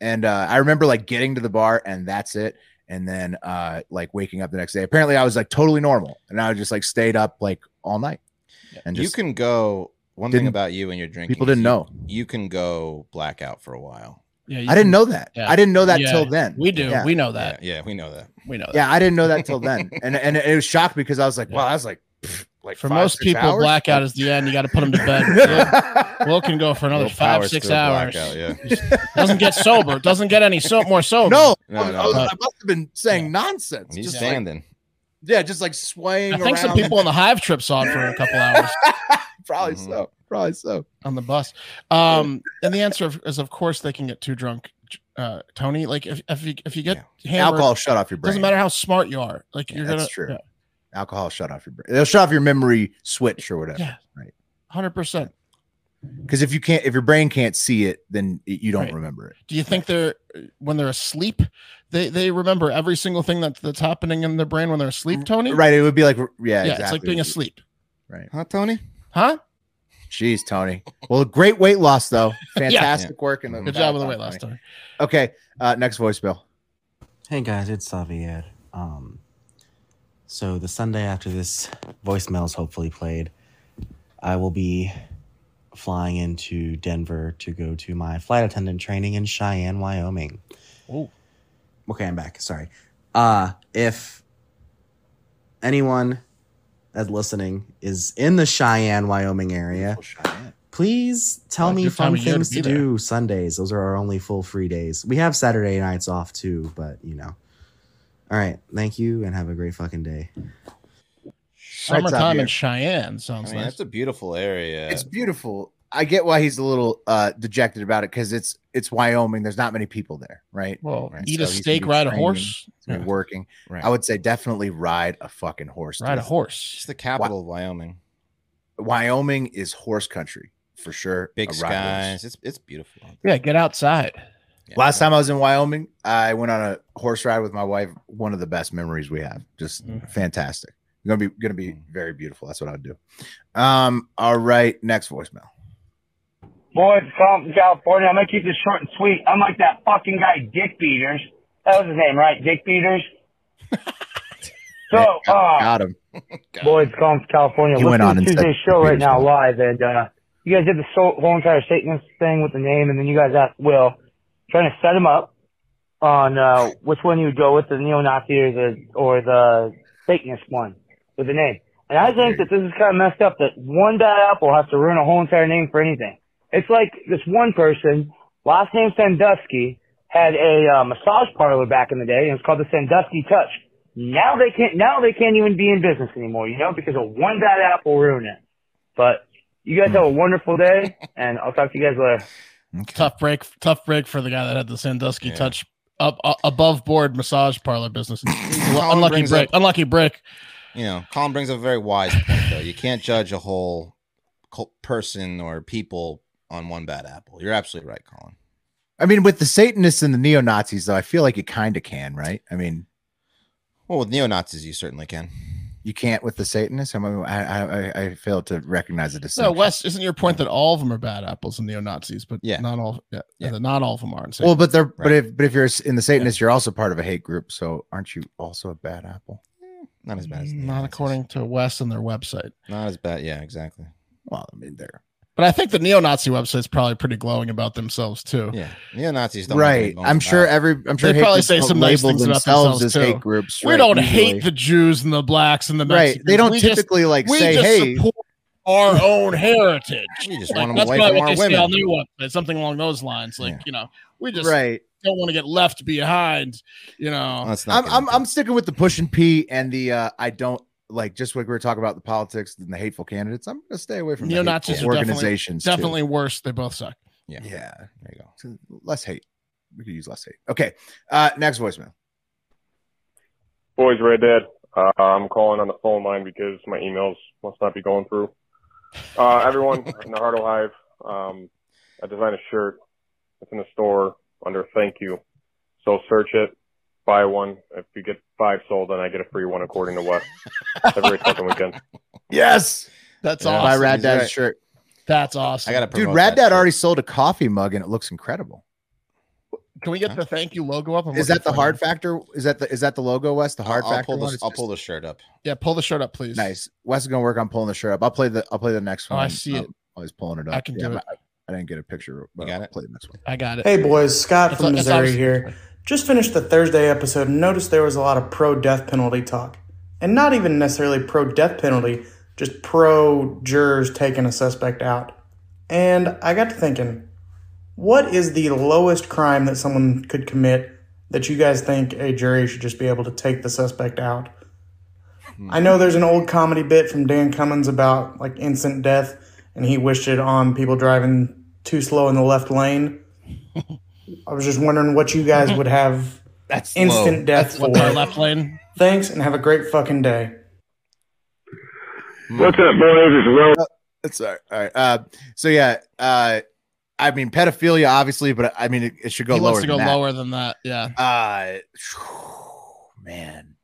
S2: And uh, I remember like getting to the bar and that's it. And then uh, like waking up the next day. Apparently, I was like totally normal, and I just like stayed up like all night. And
S4: you
S2: just
S4: can go. One thing
S2: Didn't-
S4: about you and your drinking,
S2: people
S4: is
S2: didn't
S4: you-
S2: know.
S4: You can go blackout for a while.
S1: Yeah, you
S2: I didn't
S1: can-
S2: know that.
S1: yeah.
S2: I didn't know that
S1: Yeah,
S2: till then.
S1: We do.
S2: Yeah.
S1: We know that.
S4: yeah, yeah, we know that.
S1: We know that.
S2: yeah, I didn't know that till then, and and it was shocked because I was like, wow, that's like pfft, like
S1: For
S2: five,
S1: most
S2: six
S1: people,
S2: hours?
S1: blackout is the end. You got to put them to bed. Will can go for another
S4: Little
S1: five,
S4: powers
S1: six
S4: through a
S1: hours.
S4: blackout, yeah.
S1: Doesn't get sober. Doesn't get any so- more sober.
S2: No,
S4: No,
S2: I, was-
S4: no,
S2: I was-
S4: no.
S2: I must have been saying nonsense.
S4: He's
S2: Just like,
S4: standing.
S2: yeah, just like swaying
S1: I think some
S2: around.
S1: people on the Hive trip saw it for a couple hours
S2: probably
S4: Mhm.
S2: so. Probably so.
S1: on the bus. Um, and the answer of- is, of course, they can get too drunk. Uh, Tony, like if, if you if you get hammered,
S2: Alcohol shut off your brain.
S1: doesn't matter how smart you are. Like
S2: Yeah,
S1: you're
S2: that's
S1: gonna
S2: true. Alcohol shut off your brain. It'll shut off your memory switch or whatever.
S1: Yeah.
S2: Right.
S1: Hundred percent.
S2: Because if you can't, if your brain can't see it, then it, you don't
S1: Right.
S2: remember it.
S1: Do you think they're when they're asleep, they they remember every single thing that that's happening in their brain when they're asleep, Tony?
S2: Right. It would be like, yeah,
S1: Yeah,
S2: exactly.
S1: it's like being asleep.
S4: Huh, Tony?
S1: Huh?
S2: Jeez, Tony. Well, great weight loss though. Fantastic work and
S1: Good job with the weight loss, Tony.
S2: Okay. Uh, next voicemail.
S8: Hey guys, it's Xavier. Um, so the Sunday after this voicemail is hopefully played, I will be flying into Denver to go to my flight attendant training in Cheyenne, Wyoming. Oh. Okay, I'm back. Sorry. Uh, if anyone that's listening is in the Cheyenne, Wyoming area, please tell
S1: Well,
S8: me
S1: good time
S8: fun
S1: of year to
S8: things
S1: be
S8: to,
S1: there.
S8: do Sundays. Those are our only full free days. We have Saturday nights off too, but you know. All right. Thank you and have a great fucking day.
S1: Summertime
S2: Xavier.
S1: in Cheyenne sounds
S4: I mean,
S1: nice.
S4: that's a beautiful area.
S2: It's beautiful. I get why he's a little uh, dejected about it because it's it's Wyoming. There's not many people there, right?
S1: Well,
S2: Right,
S1: eat
S2: so
S1: a
S2: he's gonna
S1: steak,
S2: be
S1: ride a
S2: training.
S1: horse.
S2: It's been
S1: Yeah.
S2: working.
S4: Right.
S2: I would say definitely ride a fucking horse.
S1: Ride a
S2: dude.
S4: it's
S1: horse.
S4: the capital of Wyoming.
S2: Wyoming is horse country for sure.
S4: Big
S2: A ride horse.
S4: skies. It's it's beautiful. out there.
S1: Yeah, get outside.
S4: Yeah.
S2: Last time I was in Wyoming, I went on a horse ride with my wife. One of the best memories we have. Just
S1: Mm.
S2: fantastic. Gonna be gonna be
S4: Mm.
S2: very beautiful. That's what I would do. Um. All right. Next voicemail.
S9: Boys, from California. I'm gonna keep this short and sweet. I'm like that fucking guy, Dick Beaters. That was his name, right? Dick Beaters. so, uh,
S2: Got him.
S9: boys, from California.
S2: He
S9: Listen
S2: went on
S9: to
S2: and said
S9: Tuesday's show
S2: Dick
S9: right now
S2: Beaters.
S9: live, and uh, you guys did the so- whole entire statements thing with the name, and then you guys asked Will, trying to set him up on uh, which one you would go with, the neo-Nazi or the or the Satanist one with the name. And I think that this is kind of messed up that one bad apple has to ruin a whole entire name for anything. It's like this one person, last name Sandusky, had a uh, massage parlor back in the day, and it's called the Sandusky Touch. Now they can't. Now they can't even be in business anymore, you know, because of one bad apple ruined it. But you guys have a wonderful day, and I'll talk to you guys later.
S1: Tough break. Tough break for the guy that had the Sandusky
S4: Yeah.
S1: touch up uh, above board massage parlor business.
S4: Colin
S1: unlucky
S4: brings
S1: break.
S4: up-
S1: Unlucky break.
S4: you know, Colin brings up a very wise point though. You can't judge a whole cult person or people on one bad apple. You're absolutely right, Colin.
S2: I mean, with the Satanists and the neo Nazis, though, I feel like you kind of can, right? I mean,
S4: Well, with neo Nazis, you certainly can.
S2: you can't with the Satanists. I mean, I, I, I- I failed to recognize the
S1: So,
S2: distinction.
S1: Wes, isn't your point that all of them are bad apples and neo Nazis? But
S4: Yeah.
S1: not all. Yeah,
S4: Yeah.
S1: that not all of them are. And so-
S2: well, but they're but
S4: Right.
S2: if but if you're in the Satanists, you're also part of a hate group. So aren't you also a bad apple?
S4: Not as bad as the
S1: not
S4: neo-Nazis.
S1: according to Wes and their website.
S4: Not as bad. Yeah, exactly.
S2: Well, I mean, they're
S1: But I think the neo-Nazi website's probably pretty glowing about themselves too.
S4: Yeah, neo Nazis don't. have any
S2: right.
S4: bones
S2: I'm sure
S4: about it. Uh,
S2: every I'm sure
S1: They probably
S2: groups
S1: say
S2: don't
S1: some nice things about themselves,
S2: as
S1: too.
S2: hate groups.
S1: we
S2: right,
S1: don't
S2: usually.
S1: hate the Jews and the blacks and the
S2: right.
S1: Mexicans.
S2: They don't
S1: We just-
S2: typically like
S1: we
S2: say,
S1: just
S2: "Hey,
S1: support our own heritage."
S4: We just
S1: Like,
S4: want them
S1: that's
S4: away
S1: probably
S4: from
S1: what
S4: our
S1: they say on
S4: women.
S1: their website, something along those lines. Like
S4: Yeah.
S1: you know, we just
S2: right."
S1: don't want to get left behind. You know,
S4: Let's not
S2: Uh, I'm,
S4: get
S2: I'm,
S4: into
S2: I'm sticking with the push and pee and the uh, I don't like just like we were talking about the politics and the hateful candidates. I'm gonna stay away from the
S1: Neo-Nazis
S2: hateful
S1: are definitely-
S2: organizations. too.
S1: definitely worse. They both suck.
S4: it. Yeah.
S2: yeah.
S4: There you go.
S2: So less hate. We could use less hate. Okay. Uh, next voicemail.
S10: Boys, Red Dead. Uh, I'm calling on the phone line because my emails must not be going through. Uh, everyone in the Hardo Hive, um, I designed a shirt. It's in the store under thank you. So search it. buy one. If you get five sold, then I get a free one, according to Wes. Every fucking weekend.
S2: Yes,
S1: that's
S2: Yeah.
S1: awesome.
S2: Buy Rad Dad's shirt.
S1: That's awesome.
S2: dude. Rad Dad already sold a coffee mug and it looks incredible.
S1: Can we get the thank you logo up? I'm
S2: Is
S1: looking
S2: that the
S1: for
S2: hard
S1: it.
S2: factor? Is that the is that the logo, Wes? The hard
S4: I'll
S2: factor.
S4: pull the-
S2: one? It's
S4: I'll
S2: just-
S4: pull the shirt up.
S1: Yeah, pull the shirt up, please.
S2: Nice. Wes is gonna work on pulling the shirt up. I'll play the I'll play the next
S1: Oh,
S2: one.
S1: I see
S2: Um,
S1: it.
S2: while he's pulling it up.
S1: I can do
S2: but
S1: it.
S2: I, I didn't get a picture, but I'll play the next one.
S1: I got it.
S11: Hey boys, Scott
S1: It's
S11: from
S1: o- it's
S11: Missouri
S1: obvious-
S11: here. Just finished the Thursday episode and noticed there was a lot of pro death penalty talk. And not even necessarily pro death penalty, just pro jurors taking a suspect out. And I got to thinking, what is the lowest crime that someone could commit that you guys think a jury should just be able to take the suspect out? I know there's an old comedy bit from Dan Cummins about like instant death, and he wished it on people driving too slow in the left lane. I was just wondering what you guys would have
S1: That's
S11: instant
S1: low.
S11: death
S1: That's
S11: for.
S1: what our left lane.
S11: Thanks, and have a great fucking day.
S10: What's up, boys? It's Will.
S2: That's all right. Uh, All right. Uh, so yeah, uh, I mean pedophilia, obviously, but I mean it, it should go
S1: he
S2: lower.
S1: wants to go
S2: than that.
S1: lower than that. Yeah.
S2: Uh, man,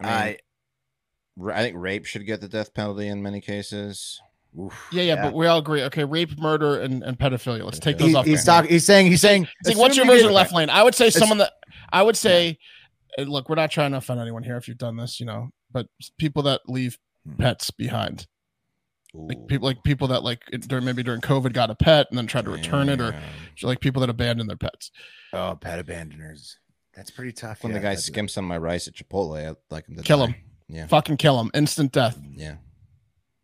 S4: I, ra- I think rape should get the death penalty in many cases.
S1: Yeah, yeah, but we all agree. Okay, rape, murder, and, and pedophilia. Let's take those
S2: He-
S1: off.
S2: he's
S1: there.
S2: talking. He's saying. He's saying.
S1: It's like, what's your
S2: assuming you
S1: version of
S2: did-
S1: left lane? I would say
S2: It's-
S1: someone that I would say, and look, we're not trying to offend anyone here if you've done this, you know, but people that leave
S2: Hmm.
S1: pets behind, like people like people that like it- during maybe during COVID got a pet and then tried to return it, or like people that abandon their pets.
S2: Oh, pet abandoners. That's pretty tough.
S4: When the
S2: yeah,
S4: guy
S2: that'd be-
S4: skimps on my rice at Chipotle, I'd like him to
S1: Kill
S4: die.
S1: him.
S4: Yeah.
S1: Fucking kill him. Instant death.
S4: Yeah.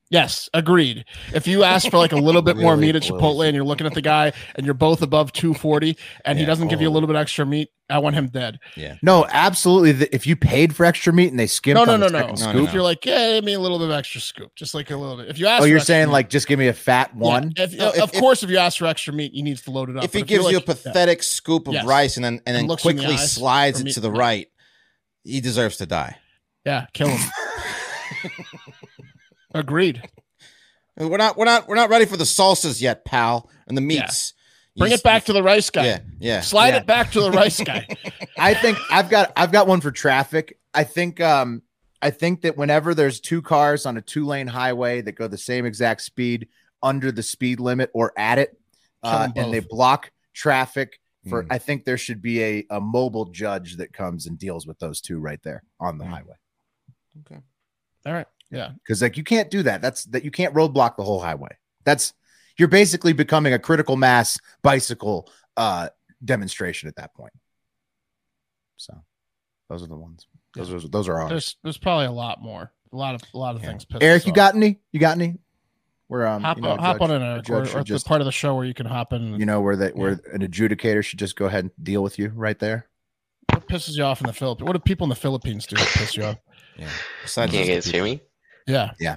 S1: Yes, agreed. If you ask for like a little bit more
S4: Really
S1: meat at Chipotle and you're looking at the guy and you're both above 240 and he
S4: Yeah.
S1: doesn't give you a
S4: Oh.
S1: little bit extra meat, I want him dead.
S4: Yeah.
S2: No, absolutely. th- If you paid for extra meat and they skimped
S1: No, no,
S2: on
S1: no,
S2: the
S1: no.
S2: second
S1: no.
S2: scoop,
S1: If you're like, yeah, give me a little bit of extra scoop, just like a little bit. If you ask,
S2: oh,
S1: for
S2: you're
S1: extra
S2: saying
S1: meat-
S2: like just give me a fat one.
S1: Yeah, if-
S4: No, if-
S1: of
S4: if-
S1: course, if you ask for extra meat, you need to load it up.
S4: If he
S1: But you're
S4: gives you a
S1: like- yeah.
S4: pathetic scoop of
S1: Yes.
S4: rice and then and then
S1: And looks you in the
S4: quickly
S1: eyes
S4: slides
S1: for
S4: it
S1: me-
S4: to the right, he deserves to die.
S1: yeah, kill him. Agreed.
S4: We're not we're not we're not ready for the salsas yet, pal, and the meats. You
S1: Bring
S4: s-
S1: it back to the rice guy.
S4: Yeah, yeah.
S1: Slide
S2: yeah.
S1: it back to the rice guy.
S2: I think I've got I've got one for traffic. I think um I think that whenever there's two cars on a two lane highway that go the same exact speed under the speed limit or at it,
S1: Kill
S2: uh,
S1: 'em
S2: and they
S1: both. Hmm.
S2: block traffic for,
S4: Mm.
S2: I think there should be a a mobile judge that comes and deals with those two right there on the
S1: Hmm.
S2: highway
S1: All right. Yeah.
S2: because like you can't do that. That's that you can't roadblock the whole highway. That's you're basically becoming a critical mass bicycle uh demonstration at that point. So those are the ones. Those are those are ours.
S1: There's there's probably a lot more. A lot of a lot of things. piss
S2: Eric,
S1: us
S2: you
S1: off.
S2: got any? You got any? Where um,
S1: hop
S2: you know,
S1: on,
S2: a
S1: hop
S2: judge-
S1: on in,
S2: a
S1: Eric,
S2: judge
S1: or,
S2: should
S1: or
S2: just
S1: the part of the show where you can hop in. And
S2: you know where that where an adjudicator should just go ahead and deal with you right there.
S1: what pisses you off in the Philippines? What do people in the Philippines do that piss you off?
S4: Yeah. Besides
S12: Can you
S4: those
S12: guys hear me?
S1: Yeah.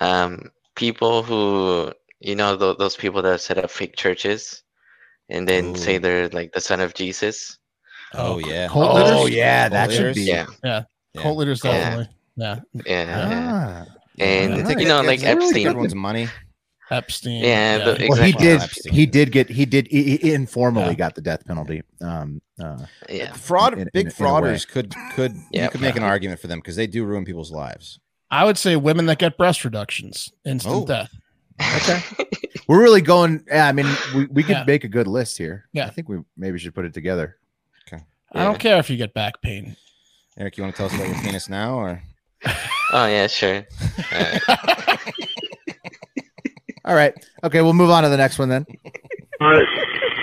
S12: Um, people who, you know, tho- those people that set up fake churches and then say
S4: Ooh.
S12: they're like the son of Jesus.
S4: Oh yeah.
S1: Cult leaders?
S2: Oh, yeah, that
S4: Cult
S2: should
S4: leaders?
S2: be-
S12: Yeah,
S1: Yeah.
S4: Yeah.
S1: Cult leaders
S12: Yeah.
S1: definitely. Yeah. Uh,
S12: yeah, yeah.
S2: Ah,
S12: And
S4: They
S12: you
S4: get
S12: know, like
S4: everyone-
S12: Epstein.
S4: everyone's money.
S1: Epstein.
S12: Yeah, the-
S2: well, he
S12: Exactly.
S2: did.
S4: Epstein.
S2: He did get. He did. He, he informally
S1: Yeah.
S2: got the death penalty. Um, uh,
S12: Yeah.
S4: Fraud,
S2: In- in-
S4: big
S2: in a way.
S4: frauders could could
S12: Yeah.
S4: you could make an argument for them because they do ruin people's lives.
S1: I would say women that get breast reductions, instant
S4: Oh.
S1: death.
S2: we're really going. Yeah, I mean, we, we could
S1: Yeah.
S2: make a good list here.
S1: Yeah.
S2: I think we maybe should put it together.
S1: I
S12: Yeah.
S1: don't care if you get back pain.
S4: Eric, you want to tell us about your penis now, or
S12: Oh yeah, sure. Uh,
S2: All right. Okay, we'll move on to the next one then.
S10: Alright.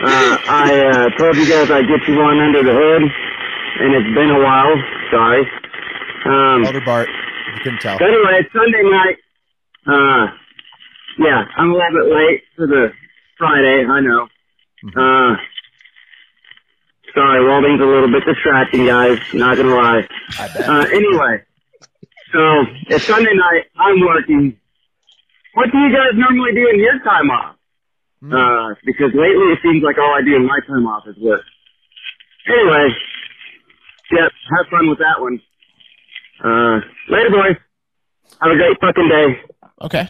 S3: Uh, I uh, told you guys I'd get you one under the hood, and it's been a while. Sorry. Um,
S2: Elder Bart, if you couldn't tell.
S3: so anyway, it's Sunday night. Uh, yeah, I'm a little bit late for the Friday. I know.
S2: Mm-hmm.
S3: Uh, sorry, welding's a little bit distracting, guys. Not gonna lie. Uh, anyway, so it's Sunday night. I'm working. What do you guys normally do in your time off? Uh, because lately it seems like all I do in my time off is work. Anyway, yep, have fun with that one. Uh, later, boys. Have a great fucking day.
S1: Okay.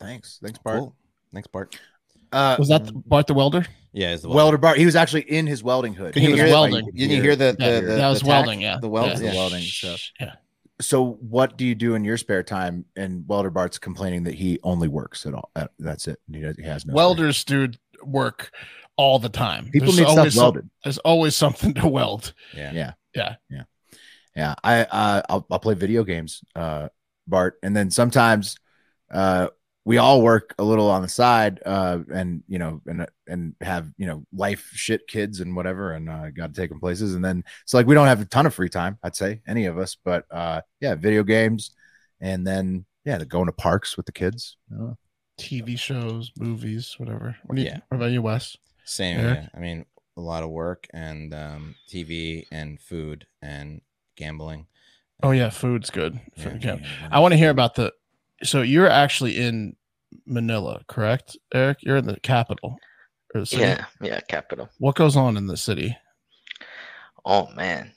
S2: Thanks. Thanks, Bart.
S4: Cool. Thanks, Bart.
S2: Uh,
S1: was that the- Bart the welder?
S4: Yeah, is
S1: the
S2: welder. bar. He was actually in his
S4: Mm-hmm.
S2: welding hood.
S1: He was
S2: hear that?
S1: welding.
S2: Didn't you hear the, the,
S1: Yeah,
S2: the
S1: that was
S2: the tack?
S1: welding, yeah.
S2: the weld,
S1: Yeah.
S2: the welding. So.
S1: Yeah.
S2: So what do you do in your spare time? And welder Bart's complaining that he only works at all. That- That's it. He does- he has no.
S1: Welders do work all the time.
S2: People need stuff
S1: always some-
S2: welded.
S1: there's always something to weld.
S4: Yeah.
S2: Yeah.
S1: Yeah.
S2: Yeah. Yeah. I, uh, I'll, I'll play video games, uh, Bart. And then sometimes, uh, we all work a little on the side, uh, and you know, and and have you know life shit kids and whatever, and uh, got to take them places. And then it's like we don't have a ton of free time, I'd say, any of us. But uh, yeah, video games, and then yeah, the going to parks with the kids. I don't know.
S1: TV shows, movies, whatever. What, do you,
S4: Yeah.
S1: what about you, Wes?
S4: Same.
S1: Yeah.
S4: Yeah. I mean, a lot of work and um, TV and food and gambling.
S1: Oh yeah, food's good. Food-
S4: Yeah.
S1: yeah. I want to hear about the. So you're actually in Manila, correct, Eric? You're in the capital. or the city?
S12: Yeah, yeah, capital.
S1: What goes on in the city?
S12: Oh man,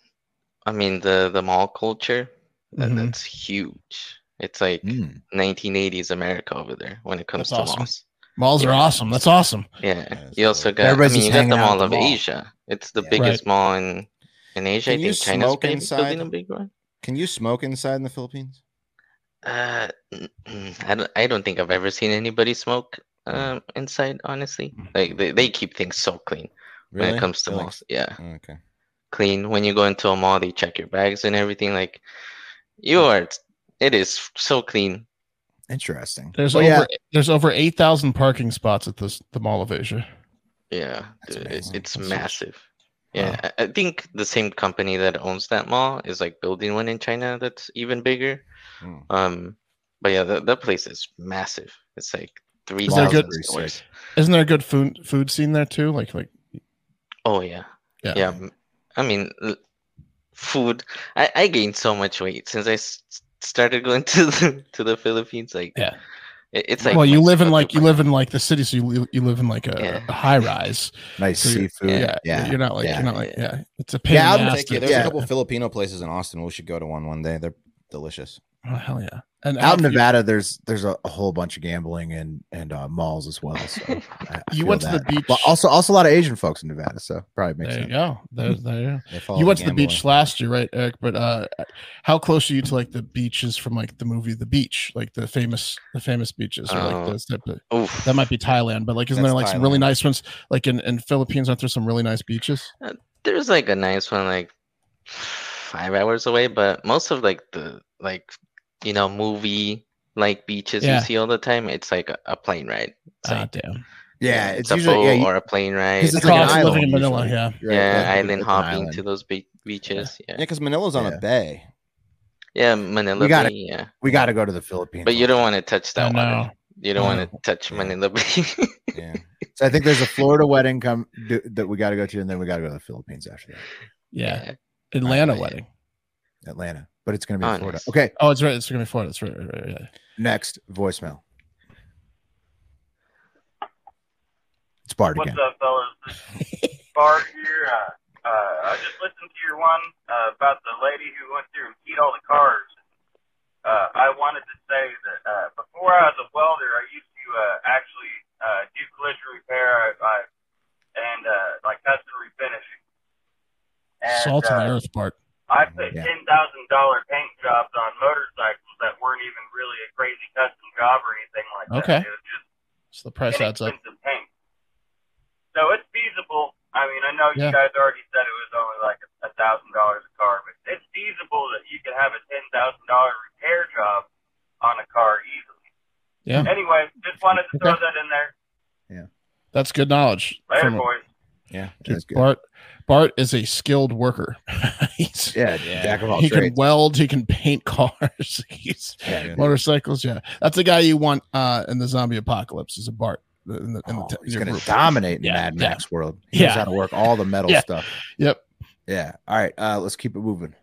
S12: I mean the the mall culture that,
S1: Mhm.
S12: that's huge. It's like
S4: Hmm.
S12: 1980s America over there when it comes
S1: That's
S12: to
S1: awesome.
S12: malls.
S1: Malls are awesome. That's awesome.
S12: Yeah, you also got.
S1: Everybody's
S12: I mean,
S1: just
S12: you got
S1: hanging
S12: the
S1: out at
S12: Mall
S1: the
S12: of
S1: mall.
S12: Asia. It's the
S1: Yeah.
S12: biggest
S1: Right.
S12: mall in in Asia. I think China's maybe building a big one.
S4: Can you smoke inside in the Philippines?
S12: Uh, n- n- I don't. I don't think I've ever seen anybody smoke um inside. Honestly, like they, they keep things so clean when
S4: Really?
S12: it comes to
S4: Really?
S12: malls. Yeah.
S4: Okay.
S12: clean. When you go into a mall, they check your bags and everything. Like you are, it is so clean.
S2: Interesting.
S1: There's
S12: Well,
S1: over
S12: yeah.
S1: there's over eight thousand parking spots at this the Mall of Asia.
S12: Yeah, dude, it- it's
S1: That's huge.
S12: massive. Yeah, I, I think the same company that owns that mall is like building one in China that's even bigger.
S1: Hmm.
S12: Um, but yeah, that, that place is massive. It's like three
S1: Is there good?
S12: thousand stores.
S1: Isn't there a good food food scene there too? Like like
S12: Oh yeah.
S1: Yeah.
S12: m- I mean, l- food. I I gained so much weight since I s- started going to the to the Philippines. Like,
S1: yeah,
S12: it's like
S1: well, you
S12: my
S1: live in
S12: stomach-
S1: like you live in like the city, so you li- you live in like a,
S12: Yeah.
S1: a high rise.
S2: Nice
S1: So you're-
S2: seafood.
S1: Yeah,
S4: Yeah.
S1: uh, you're not like
S4: Yeah.
S1: you're not like yeah. It's a pain.
S4: Yeah,
S1: in the
S4: I'll
S1: ass
S4: take you.
S1: to-
S4: There's
S1: yeah.
S4: a couple Filipino places in Austin. We should go to one one day. They're delicious.
S1: Oh, hell yeah! And
S2: out in
S1: Alf, you-
S2: Nevada, there's there's a, a whole bunch of gambling and and uh, malls as well. So I, I
S1: You
S2: feel
S1: went to the
S2: that.
S1: beach-
S2: But also also a lot of Asian folks in Nevada, so probably makes
S1: There
S2: sense.
S1: you
S2: Hmm.
S1: go. There, there you
S4: They
S1: go.
S4: follow
S1: You went
S4: the
S1: to the beach last year, right, Eric? But uh, how close are you to like the beaches from like the movie The Beach, like the famous the famous beaches, or like
S12: Oh.
S1: those type of,
S12: Oof.
S1: that might be Thailand, but like isn't
S12: That's
S1: there like some really
S12: Thailand.
S1: nice ones? Like in, in Philippines, aren't there some really nice beaches?
S12: Uh, there's like a nice one like five hours away, but most of like the like you know movie like beaches
S1: Yeah.
S12: you see all the time, it's like a, a plane ride. It's
S1: Ah,
S12: like,
S1: damn.
S2: Yeah, it's
S12: a
S2: usually- yeah,
S12: boat
S2: you-
S12: or a plane ride.
S2: 'cause it's like an Cost of living island in Manila, usually. yeah. Right,
S12: Yeah,
S2: yeah, it's
S12: island
S2: an
S12: hopping
S2: island.
S12: to those be- beaches. Yeah,
S4: Yeah, because Manila's on a bay.
S12: yeah, Manila
S2: We gotta
S12: Bay. Yeah,
S2: we gotta go to the Philippines.
S12: but you don't want to touch that
S1: water.
S12: You don't
S2: I
S12: want to touch Manila Bay.
S4: yeah.
S2: So I think there's a Florida wedding come do, that we gotta go to, and then we gotta go to the Philippines after that,
S1: Yeah, Atlanta wedding.
S2: Atlanta. But it's gonna be
S1: Oh,
S2: Florida.
S1: nice.
S2: Okay,
S1: Oh, it's right. It's gonna be Florida. That's right. Right. Right. right.
S2: next voicemail. It's Bart again.
S13: What's up, fellas? This is Bart here. Uh, uh, I just listened to your one uh, about the lady who went through and keyed all the cars. Uh, I wanted to say that uh, before I was a welder, I used to uh, actually uh, do collision repair I, I, and uh, like custom refinishing. And,
S1: Salt of the
S13: uh,
S1: earth part.
S13: I put
S1: Oh, Yeah.
S13: ten thousand dollar paint jobs on motorcycles that weren't even really a crazy custom job or anything like
S1: Okay.
S13: that. It was just
S1: So the price adds up.
S13: inexpensive paint. So it's feasible. I mean, I know you
S1: Yeah.
S13: guys already said it was only like a thousand dollars a car, but it's feasible that you could have a ten thousand dollar repair job on a car easily.
S1: Yeah.
S13: Anyway, just wanted to throw
S1: Okay.
S13: that in there.
S1: That's good knowledge.
S13: Later,
S1: from a-
S13: boys.
S4: Yeah,
S1: Dude, Bart Bart is a skilled worker. He's,
S2: yeah, jack of all
S1: he can
S2: trades.
S1: weld, he can paint cars, he's
S2: Yeah, dude.
S1: motorcycles. Yeah, that's the guy you want uh, in the zombie apocalypse. Is a Bart in the, in the,
S2: Oh,
S1: in
S2: he's
S1: your
S2: going to
S1: group.
S2: dominate in
S1: Yeah,
S2: Mad
S1: yeah.
S2: Max world. He knows
S1: Yeah.
S2: how to work all the metal
S1: Yeah.
S2: stuff.
S1: Yep.
S2: Yeah. All right. Uh, let's keep it moving.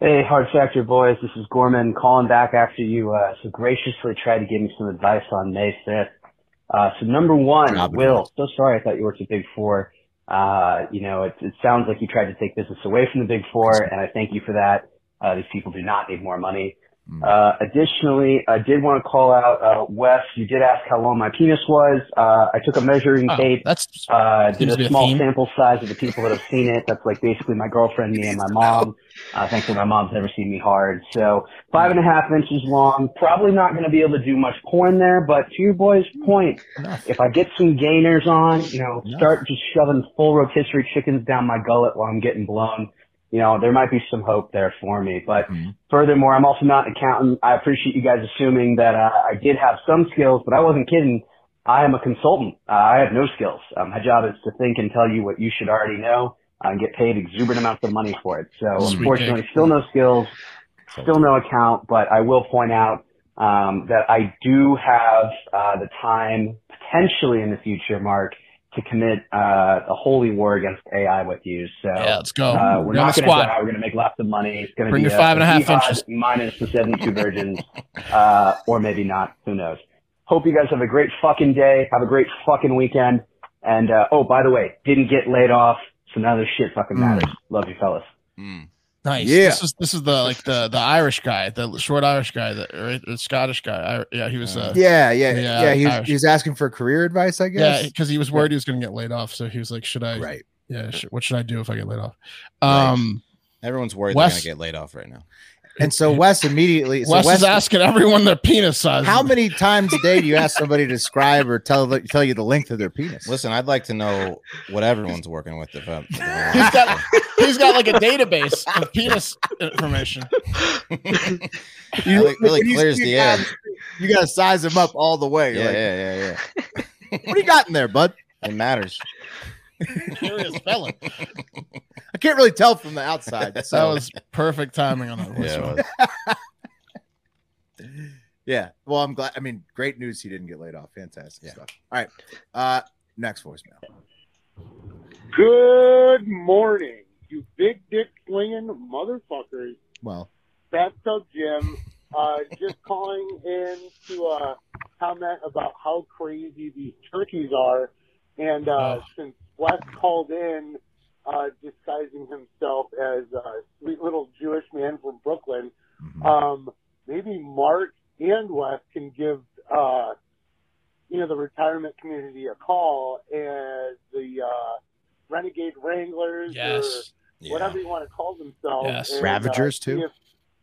S14: Hey, Hard Factor boys, this is Gorman calling back after you uh, so graciously tried to give me some advice on May 5th. Uh, so number one, Will, so sorry I thought you worked at Big Four. Uh, you know, it, it sounds like you tried to take business away from the Big Four, and I thank you for that. Uh, these people do not need more money.
S1: Hmm.
S14: Uh, additionally, I did want to call out, uh, Wes, you did ask how long my penis was. Uh, I took a measuring
S1: Oh,
S14: tape.
S1: That's,
S14: uh,
S1: seems
S14: did
S1: to be
S14: a
S1: a
S14: small
S1: theme.
S14: sample size of the people that have seen it. That's like basically my girlfriend, me, and my mom. Uh, thankfully, my mom's never seen me hard. So five and a half inches long. Probably not going to be able to do much porn there, but to your boy's
S1: Hmm,
S14: point, if I get some gainers on, you know, start just shoving full rotisserie chickens down my gullet while I'm getting blown. You know, there might be some hope there for me. But
S1: Hmm.
S14: furthermore, I'm also not an accountant. I appreciate you guys assuming that uh, I did have some skills, but I wasn't kidding. I am a consultant. Uh, I have no skills. Uh, my job is to think and tell you what you should already know uh, and get paid exuberant amounts of money for it. So
S15: Sweet
S14: unfortunately,
S15: gig.
S14: still no skills, still no account, but I will point out um, that I do have uh, the time potentially in the future, Mark, to commit uh, a holy war against AI with you. So
S1: Yeah, let's go.
S14: Uh, we're
S1: We're on
S14: not
S1: the
S14: going to
S1: squad.
S14: die. We're going to make lots of money. It's going to
S1: Bring
S14: be
S1: your five and a half
S14: jihad
S1: inches.
S14: minus the seventy-two virgins, uh, or maybe not. Who knows? Hope you guys have a great fucking day. Have a great fucking weekend. And uh, oh, by the way, didn't get laid off, so none of this shit
S1: Mm.
S14: fucking matters. Love you, fellas.
S1: Nice.
S14: Yeah.
S1: This is this is the like the the Irish guy, the short Irish guy, the, or the Scottish guy. I, yeah, he was. Uh,
S2: yeah, yeah, yeah. He was,
S1: Irish.
S2: he was asking for career advice, I guess.
S1: Yeah, because he was worried he was going to get laid off, so he was like, "Should I? Right? Yeah. sh- what should I do if I get laid off?" Um,
S4: Everyone's worried
S1: Wes-
S4: they're gonna get laid off right now.
S2: And so Wes immediately. So
S1: Wes, is asking everyone their penis size.
S2: How many times a day do you ask somebody to describe or tell the- tell you the length of their penis?
S4: Listen, I'd like to know what everyone's working with. If I'm, if I'm-
S1: He's got he's got like a database of penis information.
S4: You- Really- really when you clears see a the guy air. on the
S2: You gotta size them up all the way.
S4: yeah, yeah, yeah,
S2: yeah. What do you got in there, bud?
S4: It matters.
S1: Curious fella.
S2: I can't really tell from the outside. So.
S1: That was perfect timing on that one.
S2: Yeah, it
S1: so.
S2: was. Yeah. Well, I'm glad. I mean, great news. He didn't get laid off. Fantastic stuff. All right. Uh, next voicemail.
S16: Good morning, you big dick slinging motherfuckers.
S2: Well,
S16: Bathtub Jim, uh, just calling in to uh, comment about how crazy these turkeys are. And
S1: Oh.
S16: uh, since Wes called in uh, disguising himself as a sweet little Jewish man from Brooklyn, um, maybe Mark and Wes can give uh, you know the retirement community a call and the uh, Renegade Wranglers
S1: Yes.
S16: or whatever you want to call themselves.
S1: Yes.
S16: and, uh,
S2: Ravagers, too.
S16: see if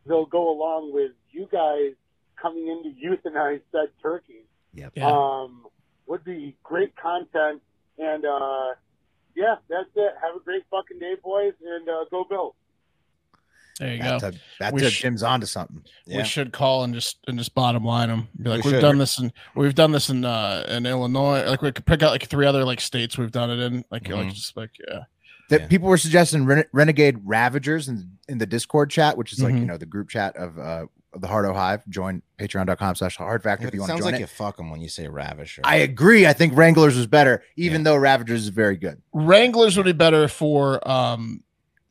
S16: they'll go along with you guys coming in to euthanize said turkeys.
S2: Yep.
S16: Um, would be great content. And uh, yeah, that's it. Have a great fucking day, boys, and uh, go Bills.
S1: There you
S2: Bathtub,
S1: go. We
S2: bathtub
S1: sh-
S2: Jim's onto something.
S1: We should call and just and just bottom line them. Be like,
S2: We
S1: we have
S2: should.
S1: done this in we've done this in uh in Illinois. Like we could pick out like three other like states we've done it in. Like like
S2: Mhm.
S1: just like yeah.
S2: that people were suggesting Ren- renegade ravagers in, in the discord chat which is like you
S4: Mhm.
S2: know the group chat of uh of the hard o hive join patreon.com slash hard factor
S4: But
S2: if
S4: it
S2: you want to
S4: sounds
S2: join
S4: like
S2: it
S4: you fuck them when you say ravisher.
S2: i agree i think wranglers was better even though ravagers is very good
S1: Wranglers would be better for um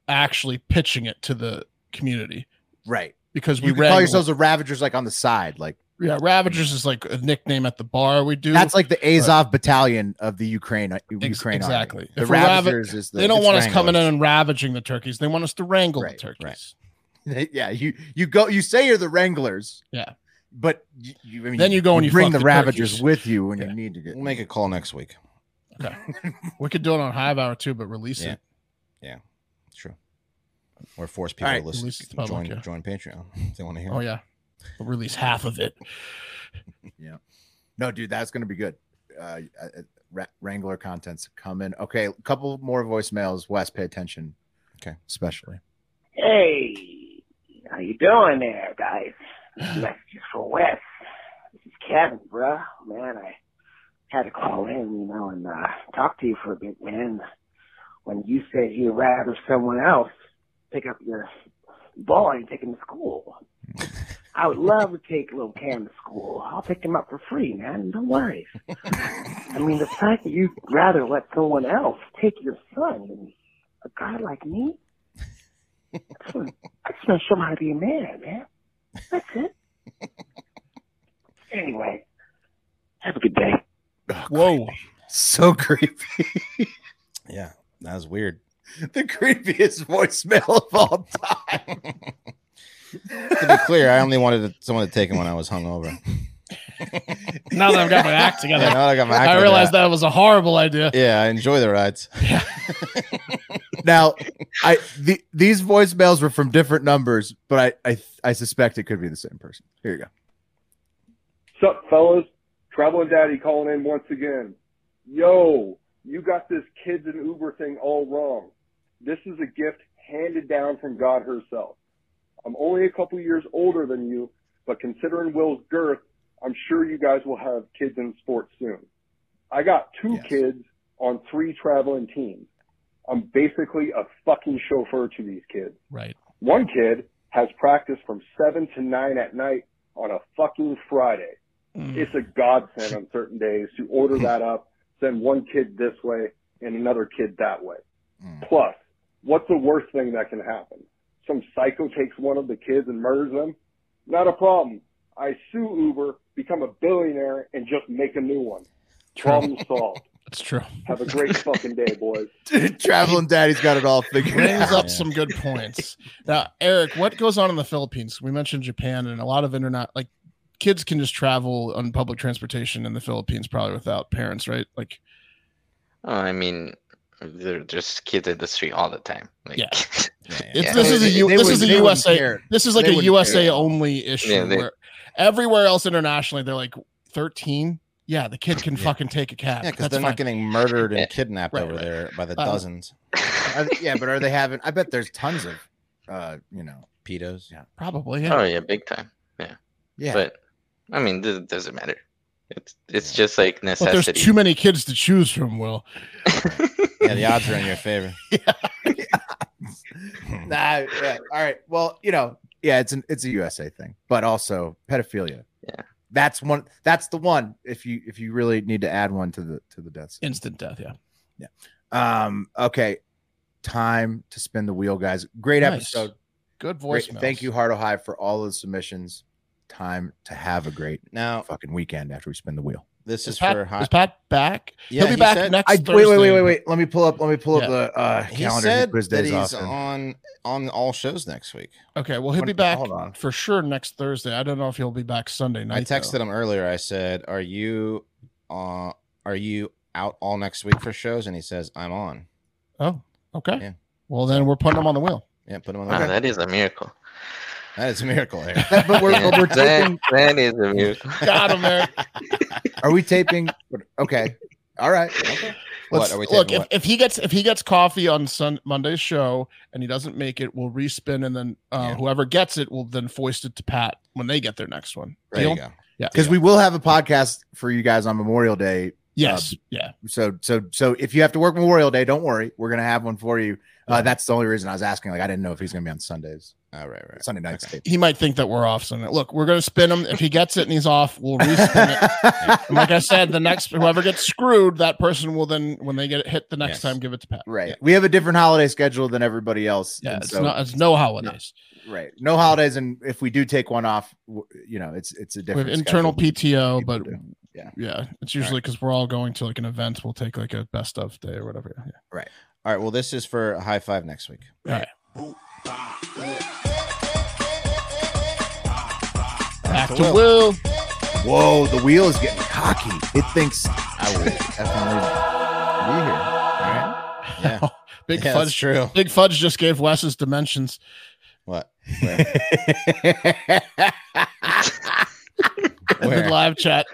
S1: actually pitching it to the community.
S2: Right.
S1: Because we
S2: you could call
S1: wrangle-
S2: yourselves a ravagers like on the side like
S1: yeah, Ravagers is like a nickname at the bar we do.
S2: that's like the
S1: But-
S2: azov battalion of the ukraine uh,
S1: Ex-
S2: ukraine army.
S1: exactly.
S2: the
S1: If we're rava-
S2: ravagers is the
S1: they don't
S2: it's
S1: want us coming in
S2: Wranglers.
S1: and ravaging the turkeys. They want us to wrangle the turkeys.
S2: yeah you you go you say you're the wranglers
S1: Yeah.
S2: but you, you, I mean,
S1: Then you go and you
S2: bring
S1: fuck
S2: the,
S1: the
S2: ravagers
S1: turkeys.
S2: with you when you need to get
S4: We'll make a call next week.
S1: Okay. we could do it on Hive Hour too, but release
S4: Yeah.
S1: it.
S4: Yeah, true. Or force people
S1: right.
S4: to listen,
S1: Release it to public,
S4: join,
S1: yeah.
S4: join Patreon if they want to hear.
S1: Oh
S4: it.
S1: yeah, we'll release half of it.
S2: Yeah. No, dude, that's going to be good. Uh, uh, Ra- Wrangler contents come in. Okay, a couple more voicemails. Wes, pay attention.
S4: Okay.
S2: Especially.
S17: Hey, how you doing there, guys? Messages for Wes. This is Kevin, bruh. Man, I had to call in, you know, and uh, talk to you for a bit, man. When you said you'd rather someone else pick up your boy and take him to school. I would love to take little Cam to school. I'll pick him up for free, man. Don't worry. I mean, the fact that you'd rather let someone else take your son than a guy like me, I just want to show him how to be a man, man. That's it. anyway, have a good day.
S1: Whoa.
S2: So creepy.
S4: yeah, that was weird.
S2: the creepiest voicemail of all time.
S4: to be clear, I only wanted to- someone to take him when I was hungover.
S1: Now that I've got my act together,
S4: Yeah, now that I got my act together.
S1: realized that was a horrible idea.
S4: Yeah, I enjoy the rides.
S2: now i the, these voicemails were from different numbers but I, I i suspect it could be the same person here you go
S15: Sup, fellas? Traveling Daddy calling in once again. Yo, you got this kids and Uber thing all wrong. This is a gift handed down from God herself. I'm only a couple years older than you, but considering Will's girth, I'm sure you guys will have kids in sports soon. I got two kids on three traveling teams. I'm basically a fucking chauffeur to these kids.
S1: Right.
S15: One kid has practice from 7 to 9 at night on a fucking Friday.
S16: Mm.
S15: It's a godsend on certain days to order that up, send one kid this way and another kid that way. Plus, what's the worst thing that can happen? Some psycho takes one of the kids and murders them? Not a problem. I sue Uber, become a billionaire, and just make a new one. Problem solved.
S1: That's true.
S15: Have a great fucking day, boys.
S2: traveling daddy's got it all figured
S1: brings
S2: out
S1: up some good points. Now, Eric, what goes on in the Philippines? We mentioned Japan and a lot of internet, like kids can just travel on public transportation in the Philippines probably without parents, right? Like,
S12: Oh, I mean, there- there's kids in the street all the time. Like,
S1: yeah,
S12: yeah.
S1: It's, this is a U- this is a USA. This is like
S12: They
S1: a
S12: wouldn't
S1: USA
S12: care.
S1: only issue.
S12: Yeah, they-
S1: where everywhere else internationally, they're like thirteen. Yeah, the kid can fucking take a cab.
S4: Yeah, because
S1: That's
S4: they're
S1: fine.
S4: not getting murdered and kidnapped
S1: Right,
S4: over
S1: right.
S4: there by the
S1: Uh,
S4: dozens.
S2: Are they- yeah but are they having i bet there's tons of uh you know
S4: pedos
S2: yeah
S1: probably
S12: Oh yeah, big time. Yeah.
S2: Yeah.
S12: But I mean, it doesn't matter. It's it's just like
S1: But there's
S12: necessity.
S1: too many kids to choose from. Will
S4: Yeah, the odds are in your favor.
S2: nah, yeah. all right well you know yeah it's an it's a usa thing but also pedophilia
S12: yeah
S2: that's one that's the one if you if you really need to add one to the to the deaths
S1: instant death yeah
S2: yeah um okay time to spin the wheel guys great
S1: Nice.
S2: episode
S1: Good
S2: Great-
S1: voicemails.
S2: thank you Hard Ohio, for all those submissions time to have a great
S4: now
S2: fucking weekend after we spin the wheel
S4: This is,
S1: Pat,
S4: for hot.
S1: is Pat back? He'll be back next.
S2: I, wait, wait, wait,
S1: Thursday.
S2: wait, wait. Let me pull up. Let me pull up
S1: Yeah.
S2: the uh,
S4: He
S2: calendar.
S4: said
S2: His
S4: that
S2: days
S4: he's
S2: off.
S4: on on all shows next week.
S1: Okay, well he'll
S4: What-
S1: be back
S4: hold on.
S1: for sure next Thursday. I don't know if he'll be back Sunday night.
S4: I texted
S1: though.
S4: him earlier. I said, "Are you uh are you out all next week for shows?" And he says, "I'm on."
S1: Oh, okay. Well, then we're putting him on the wheel.
S4: Yeah, put him on the
S12: Wow,
S4: wheel.
S12: that is a miracle.
S4: That is a miracle, Eric.
S2: but we're- but we're taking-
S12: that, that is a miracle.
S1: Got him, Eric.
S2: Are we taping? okay. All right. Okay.
S4: What,
S1: Let's-
S4: are we
S1: look,
S4: taking
S1: if,
S4: what?
S1: if he gets if he gets coffee on Sun Monday's show and he doesn't make it, we'll respin and then uh, whoever gets it will then foist it to Pat when they get their next one.
S2: There you
S1: Deal?
S2: go.
S1: Yeah.
S2: Because we will have a podcast for you guys on Memorial Day.
S1: Yes,
S2: Um,
S1: yeah.
S2: So so so if you have to work Memorial Day, don't worry. We're gonna have one for you. Uh, that's the only reason I was asking. Like I didn't know if he's gonna be on Sundays.
S1: Oh,
S4: All right, right.
S2: Sunday nights. tape.
S1: he might think that we're off. So look, we're gonna spin him. If he gets it and he's off, we'll respin it. And like I said, the next whoever gets screwed, that person will then when they get it hit the next
S2: Yes.
S1: time, give it to Pat.
S2: Right. We have a different holiday schedule than everybody else.
S1: Yeah,
S2: and
S1: it's not- it's no holidays.
S2: No, right. No holidays, and if we do take one off, w- you know, it's it's a
S1: We have
S2: different
S1: internal
S2: schedule.
S1: PTO, but
S2: yeah,
S1: yeah, it's usually because we're all going to like an event. We'll take like a best of day or whatever. Yeah.
S2: Right.
S4: All right. Well, this is for high five next week.
S1: All right. Back
S2: to
S1: to
S2: Will.
S1: Will.
S2: Whoa, the wheel is getting cocky. It thinks I will definitely be here. All right.
S1: Big
S2: Yeah, that's
S1: Fudge.
S2: true.
S1: Big Fudge just gave Wes his dimensions.
S4: What?
S1: In the
S4: Where?
S1: live chat.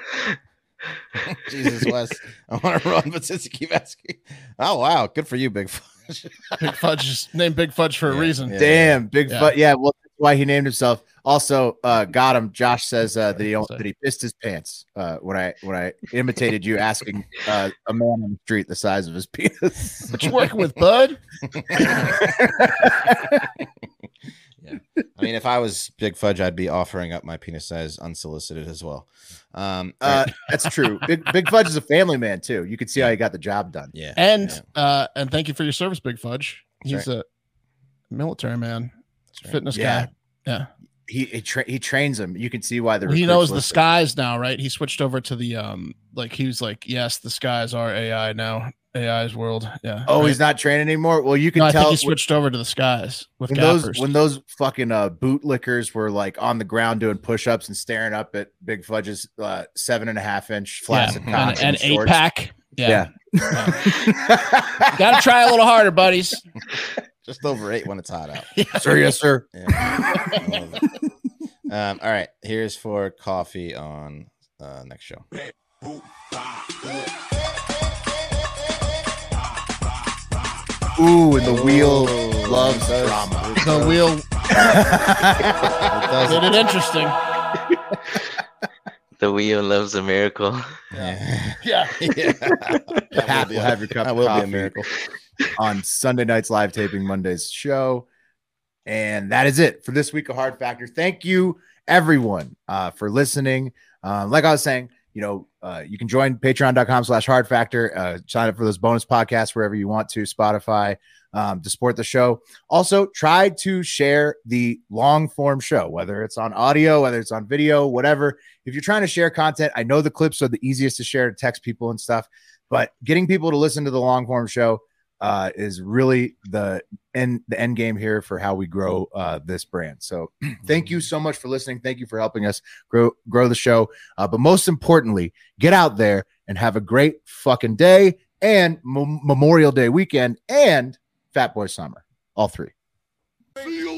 S4: Jesus Wes, I want to run, but since you keep asking, oh wow, good for you, Big Fudge.
S1: Big Fudge is named Big Fudge for a reason.
S2: Damn, big foot. Yeah, well, that's why he named himself. Also, uh, got him. Josh says uh, that he that he pissed his pants uh, when I when I imitated you asking uh, a man on the street the size of his penis.
S1: What you working with, bud?
S4: I mean, if I was Big Fudge, I'd be offering up my penis size unsolicited as well. Um,
S2: Uh, that's true. Big Big Fudge is a family man too. You could see how he got the job done.
S4: Yeah,
S1: And uh, and thank you for your service, Big Fudge.
S2: That's
S1: He's a military man, fitness
S2: Yeah.
S1: guy. Yeah,
S2: he he, tra- he trains him. You can see why the
S1: he
S2: recruits
S1: knows the
S2: list him.
S1: skies now, right? He switched over to the um, like he was like, yes, the skies are AI now. AI's world. Yeah.
S2: Oh, he's not training anymore. Well, you can
S1: No, I
S2: tell
S1: think he switched over to the skies with
S2: when those
S1: gappers.
S2: when those fucking uh, bootlickers were like on the ground doing push-ups and staring up at Big Fudge's uh, seven and a half inch flaccid
S1: Yeah,
S2: cock
S1: and-
S2: and
S1: and eight
S2: shorts.
S1: pack. Yeah.
S2: yeah,
S1: Gotta try a little harder, buddies.
S4: Just over eight when it's hot out.
S2: Sir, yes, sir.
S4: Yeah. I love it. um, all right. Here's for coffee on uh, next show.
S2: Ooh, and the wheel loves drama.
S1: The wheel
S2: does.
S1: did it interesting.
S12: The wheel loves a miracle.
S4: Yeah.
S1: Yeah.
S2: Pat will have your cup
S4: That
S2: of
S4: will be a
S2: coffee
S4: miracle.
S2: on Sunday night's live taping, Monday's show. And that is it for this week of Hard Factor. Thank you, everyone, uh, for listening. Uh, like I was saying, you know, uh, you can join patreon.com slash hard factor. Uh, sign up for those bonus podcasts wherever you want to, Spotify, um, to support the show. Also, try to share the long form show, whether it's on audio, whether it's on video, whatever. If you're trying to share content, I know the clips are the easiest to share to text people and stuff, but getting people to listen to the long form show uh, is really the end the end game here for how we grow uh, this brand. So thank you so much for listening. Thank you for helping us grow grow the show. Uh, but most importantly, get out there and have a great fucking day and Mem- Memorial Day weekend and Fat Boy Summer. All three.
S18: See you